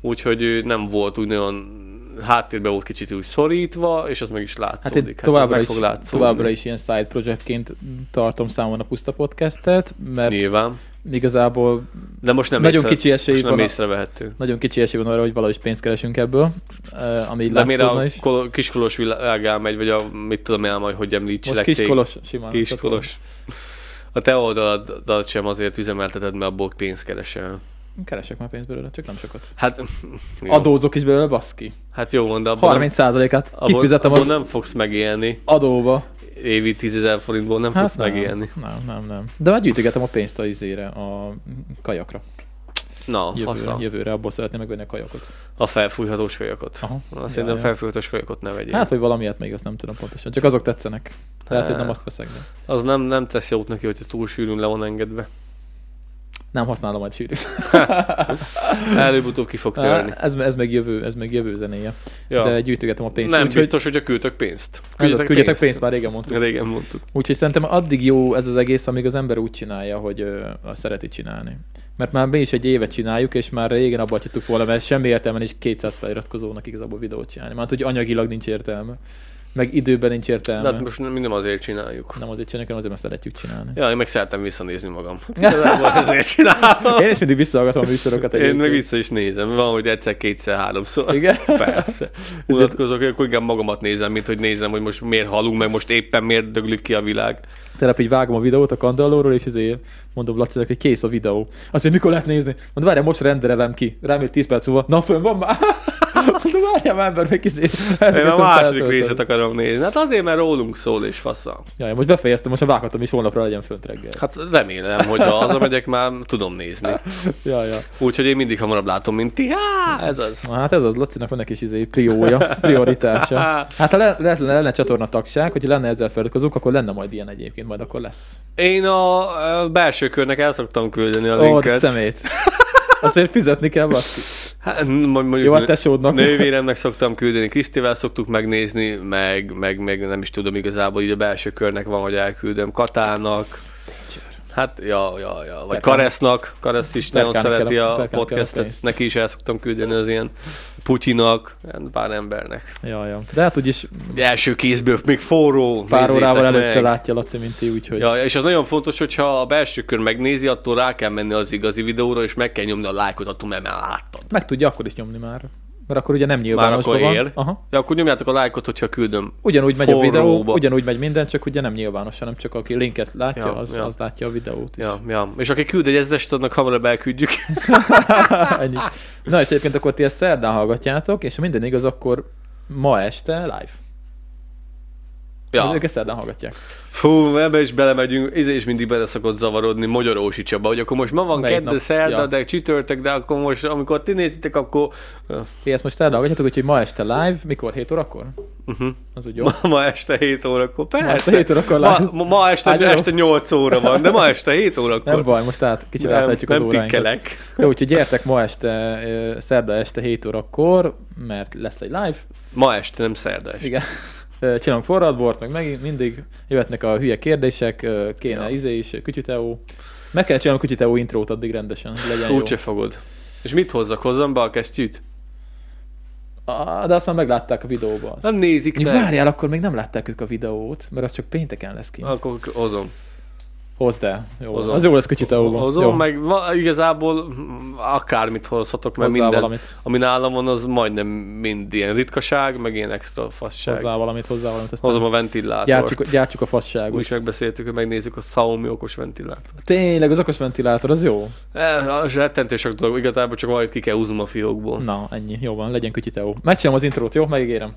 Speaker 2: úgyhogy ö, nem volt úgy nagyon háttérbe volt kicsit úgy szorítva, és az meg is
Speaker 1: Hát
Speaker 2: látszódik.
Speaker 1: én továbbra,
Speaker 2: meg
Speaker 1: is,
Speaker 2: fog látszódni.
Speaker 1: továbbra is ilyen side projectként tartom számon a Puszta Podcastet, mert
Speaker 2: Nyilván.
Speaker 1: igazából
Speaker 2: De most nem,
Speaker 1: Nagyon
Speaker 2: észre,
Speaker 1: kicsi esély
Speaker 2: most nem
Speaker 1: van a-
Speaker 2: észrevehető.
Speaker 1: nagyon kicsi esély van arra, hogy valahogy pénzt keresünk ebből, eh, ami így
Speaker 2: De mire
Speaker 1: látszódna
Speaker 2: a
Speaker 1: is.
Speaker 2: kol- kiskolos világá megy, vagy a mit tudom én majd, hogy
Speaker 1: Most
Speaker 2: említselek téged.
Speaker 1: kiskolos simán.
Speaker 2: Kiskolos. A te oldaladat sem azért üzemelteted, mert abból pénzt keresel.
Speaker 1: Keresek már pénzt belőle, csak nem sokat.
Speaker 2: Hát, jó.
Speaker 1: Adózok is belőle, baszki.
Speaker 2: Hát jó mond, abból,
Speaker 1: 30%-át
Speaker 2: abból,
Speaker 1: kifizetem
Speaker 2: abból
Speaker 1: az
Speaker 2: nem fogsz megélni.
Speaker 1: adóba.
Speaker 2: Évi 10.000 forintból nem
Speaker 1: Hát
Speaker 2: fogsz megélni.
Speaker 1: nem, nem, nem. De már gyűjtögetem a pénzt a izére, a kajakra.
Speaker 2: Na,
Speaker 1: Jövőre,
Speaker 2: fasza.
Speaker 1: jövőre abból szeretném megvenni a kajakot.
Speaker 2: A felfújhatós kajakot.
Speaker 1: Aha.
Speaker 2: Na,
Speaker 1: Ja,
Speaker 2: szerintem
Speaker 1: ja.
Speaker 2: felfújhatós kajakot ne vegyél.
Speaker 1: Hát, vagy valamiért még azt nem tudom pontosan. Csak azok tetszenek. Lehet, hogy nem azt veszek, de
Speaker 2: Az nem, nem tesz jót neki, hogyha túl sűrűn le van engedve.
Speaker 1: nem használom majd sűrű.
Speaker 2: Előbb-utóbb ki fog törni.
Speaker 1: Ez, ez, meg jövő, ez meg jövő zenéje.
Speaker 2: Ja.
Speaker 1: De gyűjtögetem a pénzt.
Speaker 2: nem
Speaker 1: úgyhogy-
Speaker 2: biztos, hogy... a küldtök pénzt.
Speaker 1: Ez az, küldjetek pénzt, már régen mondtuk.
Speaker 2: Régen mondtuk.
Speaker 1: Úgyhogy szerintem addig jó ez az egész, amíg az ember úgy csinálja, hogy ö, azt szereti csinálni. Mert már mi is egy éve csináljuk, és már régen abba hagytuk volna, mert semmi értelme nincs 200 feliratkozónak igazából videót csinálni. Már hogy anyagilag nincs értelme, meg időben nincs
Speaker 2: De
Speaker 1: értelme.
Speaker 2: hát most mi nem azért csináljuk.
Speaker 1: Nem azért csináljuk, hanem azért, mert szeretjük csinálni.
Speaker 2: Ja, én meg szeretem visszanézni magam. Igazából ezért csinálom.
Speaker 1: Én is mindig visszahallgatom a műsorokat.
Speaker 2: Én
Speaker 1: egyébként.
Speaker 2: meg vissza is nézem. Van, hogy egyszer, kétszer, háromszor.
Speaker 1: Igen?
Speaker 2: Persze. Unatkozok, akkor igen magamat nézem, mint hogy nézem, hogy most miért halunk, meg most éppen miért döglik ki a világ.
Speaker 1: Telep így vágom a videót a kandallóról, és azért mondom Lacinak, hogy kész a videó. Azt mondja, mikor lehet nézni? Mondom, várjál, most renderelem ki. Rám ír 10 perc múlva. Na, fönn van már. De várjál már, mert meg izé.
Speaker 2: Én a
Speaker 1: elkezdtem
Speaker 2: második
Speaker 1: feltölteni.
Speaker 2: részét akarom nézni. Hát azért, mert rólunk szól és faszal.
Speaker 1: Jaj, most befejeztem, most ha vághatom is, holnapra legyen fönt reggel.
Speaker 2: Hát remélem, hogy ha hazamegyek, már tudom nézni.
Speaker 1: Ja, ja.
Speaker 2: Úgyhogy én mindig hamarabb látom, mint ti. Há, ez az.
Speaker 1: Na, hát ez az, Lacinak van neki is izé priója, prioritása. Hát ha le, le, lenne, lenne csatorna tagság, hogyha lenne ezzel feliratkozók, akkor lenne majd ilyen egyébként, majd akkor lesz.
Speaker 2: Én a, a belső körnek el szoktam küldeni a
Speaker 1: Ó, oh,
Speaker 2: linket.
Speaker 1: szemét. Azért fizetni kell, baszki.
Speaker 2: Hát, m- mondjuk
Speaker 1: Jó, a
Speaker 2: nő-
Speaker 1: tesódnak.
Speaker 2: Nővéremnek szoktam küldeni, Krisztivel szoktuk megnézni, meg, meg, meg nem is tudom igazából, így a belső körnek van, hogy elküldöm Katának. Hát, ja, ja, ja. Vagy
Speaker 1: Perkán.
Speaker 2: Karesznak. Karesz is nagyon
Speaker 1: Perkának
Speaker 2: szereti
Speaker 1: kell a-
Speaker 2: a
Speaker 1: Perkának kell a
Speaker 2: podcastet.
Speaker 1: pénzt.
Speaker 2: Neki is el szoktam küldeni az ilyen Putyinak, ilyen pár embernek.
Speaker 1: Ja, ja. De hát úgyis
Speaker 2: Ugye első kézből még forró.
Speaker 1: pár
Speaker 2: nézzétek
Speaker 1: órával
Speaker 2: meg.
Speaker 1: előtte látja Laci, mint ti, úgyhogy...
Speaker 2: Ja, és az nagyon fontos, hogyha a belső kör megnézi, attól rá kell menni az igazi videóra, és meg kell nyomni a lájkot, attól mert már láttad.
Speaker 1: Meg tudja akkor is nyomni már. Mert akkor ugye nem
Speaker 2: Már
Speaker 1: nyilvánosban
Speaker 2: akkor
Speaker 1: van.
Speaker 2: él.
Speaker 1: Aha.
Speaker 2: De akkor nyomjátok a lájkot, hogyha küldöm.
Speaker 1: Ugyanúgy megy a videó,
Speaker 2: Forróba.
Speaker 1: ugyanúgy megy minden, csak ugye nem nyilvános, hanem csak aki linket látja,
Speaker 2: Ja,
Speaker 1: az,
Speaker 2: ja.
Speaker 1: az látja a videót.
Speaker 2: Ja, ja. És aki küld egy ezrest, annak hamarabb elküldjük.
Speaker 1: Ennyi. Na és egyébként akkor ti ezt szerdán hallgatjátok, és ha minden igaz, akkor ma este live.
Speaker 2: ja.
Speaker 1: Ők ezt szerdán hallgatják.
Speaker 2: Fú, ebbe is belemegyünk, ez is mindig bele szokott zavarodni Magyarósi Csaba, hogy akkor most ma van
Speaker 1: Melyik
Speaker 2: kedde,
Speaker 1: nap?
Speaker 2: szerda,
Speaker 1: Ja.
Speaker 2: de csütörtök, de akkor most, amikor ti nézitek, akkor
Speaker 1: Ti ezt most szerdán hallgatjátok, úgyhogy ma este live, mikor? 7 órakor?
Speaker 2: uh-huh.
Speaker 1: Az úgy jó.
Speaker 2: ma, ma este 7 órakor, persze.
Speaker 1: este 7 órakor
Speaker 2: ma,
Speaker 1: live.
Speaker 2: ma, ma este,
Speaker 1: Hát jó.
Speaker 2: este 8 óra van, de ma este 7 órakor.
Speaker 1: Nem baj, most át, kicsit
Speaker 2: nem,
Speaker 1: átlátjuk az
Speaker 2: nem
Speaker 1: óráinkat.
Speaker 2: tikkelek.
Speaker 1: Jó, úgyhogy gyertek ma este, ö, szerda este 7 órakor, mert lesz egy live.
Speaker 2: Ma este, nem szerda este.
Speaker 1: Igen. Ö, Csinálunk forradbort, meg megint mindig jöhetnek a hülye kérdések, ö, kéne
Speaker 2: Ja.
Speaker 1: ja. izé is, kütyüteó. Meg kell csinálni a kütyüteó intrót addig rendesen, hogy legyen
Speaker 2: Úgyse
Speaker 1: jó.
Speaker 2: fogod. És mit hozzak? Hozzam be a kesztyűt?
Speaker 1: Á, De aztán meglátták a videóban.
Speaker 2: Nem nézik
Speaker 1: Ja,
Speaker 2: meg.
Speaker 1: várjál, akkor még nem látták ők a videót, mert az csak pénteken lesz ki.
Speaker 2: Akkor hozom.
Speaker 1: Hozd el. Jó,
Speaker 2: Hozom.
Speaker 1: az jó lesz kicsit ahol.
Speaker 2: Hozom, meg va- igazából mm, akármit hozhatok, mert
Speaker 1: Hozzá
Speaker 2: minden,
Speaker 1: valamit.
Speaker 2: ami nálam van, az majdnem mind ilyen ritkaság, meg ilyen extra fasság.
Speaker 1: Hozzá valamit, hozzá valamit. Aztán
Speaker 2: Hozom a ventilátort.
Speaker 1: gyártjuk,
Speaker 2: Gyártjuk,
Speaker 1: gyártjuk a
Speaker 2: Úgy is
Speaker 1: fasságot.
Speaker 2: megbeszéltük, hogy megnézzük a Xiaomi okos ventilátort.
Speaker 1: Tényleg, az okos ventilátor, az jó?
Speaker 2: Eh, Az rettentő sok dolog, igazából csak valamit ki kell húznom a fiókból.
Speaker 1: Na, ennyi. Jó van, legyen kütyiteó. Megcsinálom az intrót, jó? Megígérem.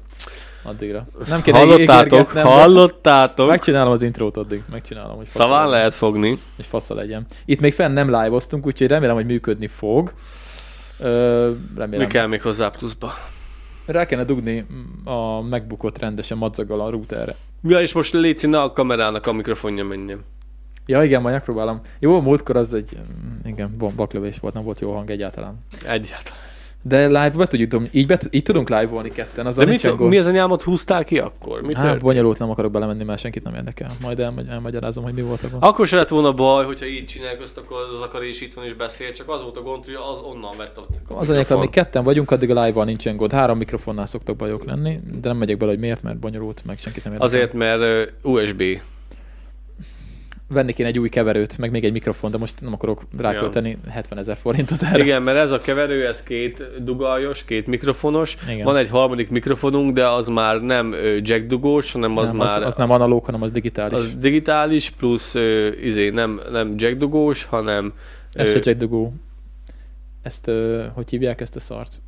Speaker 1: Addigra. Nem kéne
Speaker 2: Hallottátok?
Speaker 1: ígérgetnem, de
Speaker 2: Hallottátok?
Speaker 1: Megcsinálom az intrót addig. Megcsinálom, hogy fasza
Speaker 2: Szaván
Speaker 1: legyen.
Speaker 2: lehet fogni.
Speaker 1: Hogy fasza legyen. Itt még fenn nem live úgyhogy remélem, hogy működni fog. Ö, remélem.
Speaker 2: Mi kell még hozzá pluszba?
Speaker 1: Rá kellene dugni a megbukott rendesen madzaggal a routerre.
Speaker 2: Ja, és most léci, ne a kamerának a mikrofonja menjen.
Speaker 1: Ja, igen, majd megpróbálom. Jó, a múltkor az egy, mm, igen, bon- baklövés volt, nem volt jó hang egyáltalán.
Speaker 2: Egyáltalán.
Speaker 1: De live be tudjuk, dom- így, be, így tudunk live-olni ketten, az
Speaker 2: De mit, mi az anyámat húztál ki akkor? Mi
Speaker 1: Hát,
Speaker 2: történt?
Speaker 1: bonyolult, nem akarok belemenni, mert senkit nem érdekel. Majd elmagy- elmagyarázom, hogy mi volt a gond.
Speaker 2: Akkor se lett volna baj, hogyha így csinálják, azt akkor az akar is itt van és beszél, csak az volt a gond, hogy az onnan vett ott.
Speaker 1: Az anyag, mi ketten vagyunk, addig a live-val nincsen gond. Három mikrofonnál szoktak bajok lenni, de nem megyek bele, hogy miért, mert bonyolult, meg senkit nem érdekel.
Speaker 2: Azért, mert ö, USB.
Speaker 1: Venni kéne egy új keverőt, meg még egy mikrofon, de most nem akarok rákölteni 70 ezer forintot erre.
Speaker 2: Igen, mert ez a keverő, ez két dugaljos, két mikrofonos.
Speaker 1: Igen.
Speaker 2: Van egy harmadik mikrofonunk, de az már nem ö, jack dugós, hanem az
Speaker 1: nem,
Speaker 2: már
Speaker 1: az, az, nem analóg, hanem az digitális.
Speaker 2: az digitális, plusz ö, izé, nem, nem jack dugós, hanem
Speaker 1: Ez
Speaker 2: ö,
Speaker 1: se Jack Dugó. Ezt, ö, hogy hívják ezt a szart?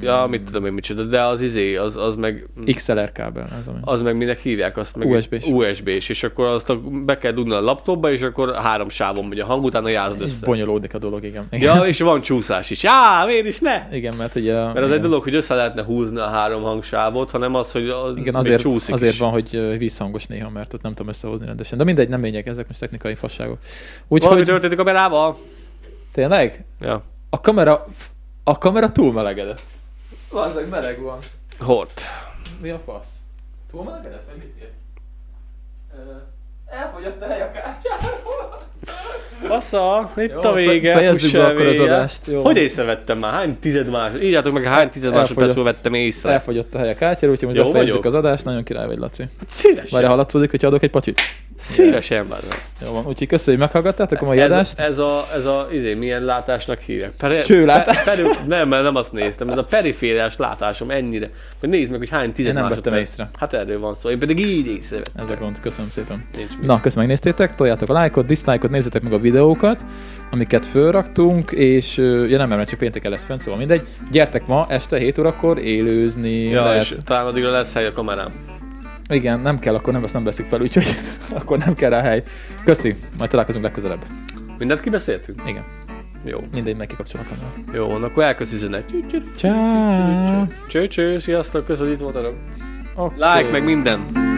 Speaker 2: Ja, mit tudom én micsoda, de az izé, az, az meg...
Speaker 1: XLR kábel, ez ami.
Speaker 2: az meg minek hívják azt meg
Speaker 1: USB-s.
Speaker 2: USB-s és akkor azt a- be kell dugni a laptopba, és akkor három sávon megy a hang, utána jázd
Speaker 1: Így
Speaker 2: össze.
Speaker 1: Bonyolódik a dolog, igen. igen.
Speaker 2: Ja, és van csúszás is. Á, miért is ne?
Speaker 1: Igen, mert ugye...
Speaker 2: Mert az
Speaker 1: igen.
Speaker 2: egy dolog, hogy össze lehetne húzni a három hangsávot, hanem az, hogy a,
Speaker 1: Igen,
Speaker 2: még
Speaker 1: azért,
Speaker 2: csúszik
Speaker 1: azért
Speaker 2: is.
Speaker 1: van, hogy ö, visszhangos néha, mert ott nem tudom összehozni rendesen. De mindegy, nem lényeg, ezek most technikai fasságok.
Speaker 2: Valami
Speaker 1: Úgyhogy
Speaker 2: történt a kamerával?
Speaker 1: tényleg,
Speaker 2: Ja.
Speaker 1: a kamera, a kamera túlmelegedett. Vazzeg, meleg van.
Speaker 2: Hot.
Speaker 1: Mi a fasz? Túlmelegedett, vagy mit ír? Elfogyott a hely a kártyáról.
Speaker 2: Basza, itt
Speaker 1: Jó,
Speaker 2: a vége.
Speaker 1: fejezzük
Speaker 2: fuss el
Speaker 1: be akkor az
Speaker 2: vége.
Speaker 1: adást, jó.
Speaker 2: Hogy észrevettem már? Hány tized más? Írjátok meg, hány tized másodpercről
Speaker 1: Elfogyott.
Speaker 2: vettem észre.
Speaker 1: Elfogyott a hely a kártyáról, úgyhogy most
Speaker 2: Jó
Speaker 1: befejezzük
Speaker 2: vagyok. Hát
Speaker 1: az adást. Nagyon király vagy, Laci.
Speaker 2: Szívesen.
Speaker 1: Várj, hallatszódik, hogyha adok egy pacsit?
Speaker 2: Szívesen van.
Speaker 1: Jó van, úgyhogy köszönjük, hogy meghallgattátok a mai
Speaker 2: Ez,
Speaker 1: adást.
Speaker 2: ez, a, ez a, izé, milyen látásnak hívják? Per,
Speaker 1: Csőlátás?
Speaker 2: Per, per, nem, mert nem azt néztem, ez a perifériás látásom ennyire. Hogy nézd meg, hogy hány tized
Speaker 1: Én nem vettem
Speaker 2: másodperc.
Speaker 1: észre.
Speaker 2: Hát erről van szó, én pedig így észre.
Speaker 1: Ez a gond, köszönöm szépen.
Speaker 2: Nincs mit.
Speaker 1: Na, köszönöm, megnéztétek, toljátok a lájkot, diszlájkot, nézzétek meg a videókat, amiket fölraktunk, és ö, ja nem, mert csak pénteken lesz fent, szóval mindegy. Gyertek ma este 7 órakor élőzni.
Speaker 2: Ja,
Speaker 1: lehet.
Speaker 2: és talán addigra lesz hely a kamerám.
Speaker 1: Igen, nem kell, akkor nem, azt nem veszik fel, úgyhogy akkor nem kell rá hely. Köszi, majd találkozunk legközelebb.
Speaker 2: Mindent kibeszéltünk?
Speaker 1: Igen,
Speaker 2: Jó.
Speaker 1: mindegy, megkikapcsolom a kamerát.
Speaker 2: Jó, van, akkor elkösz üzenet. Cső, cső,
Speaker 1: Ciao.
Speaker 2: Cső, cső, sziasztok, köszönöm, itt voltatok.
Speaker 1: Okay.
Speaker 2: Like, meg minden.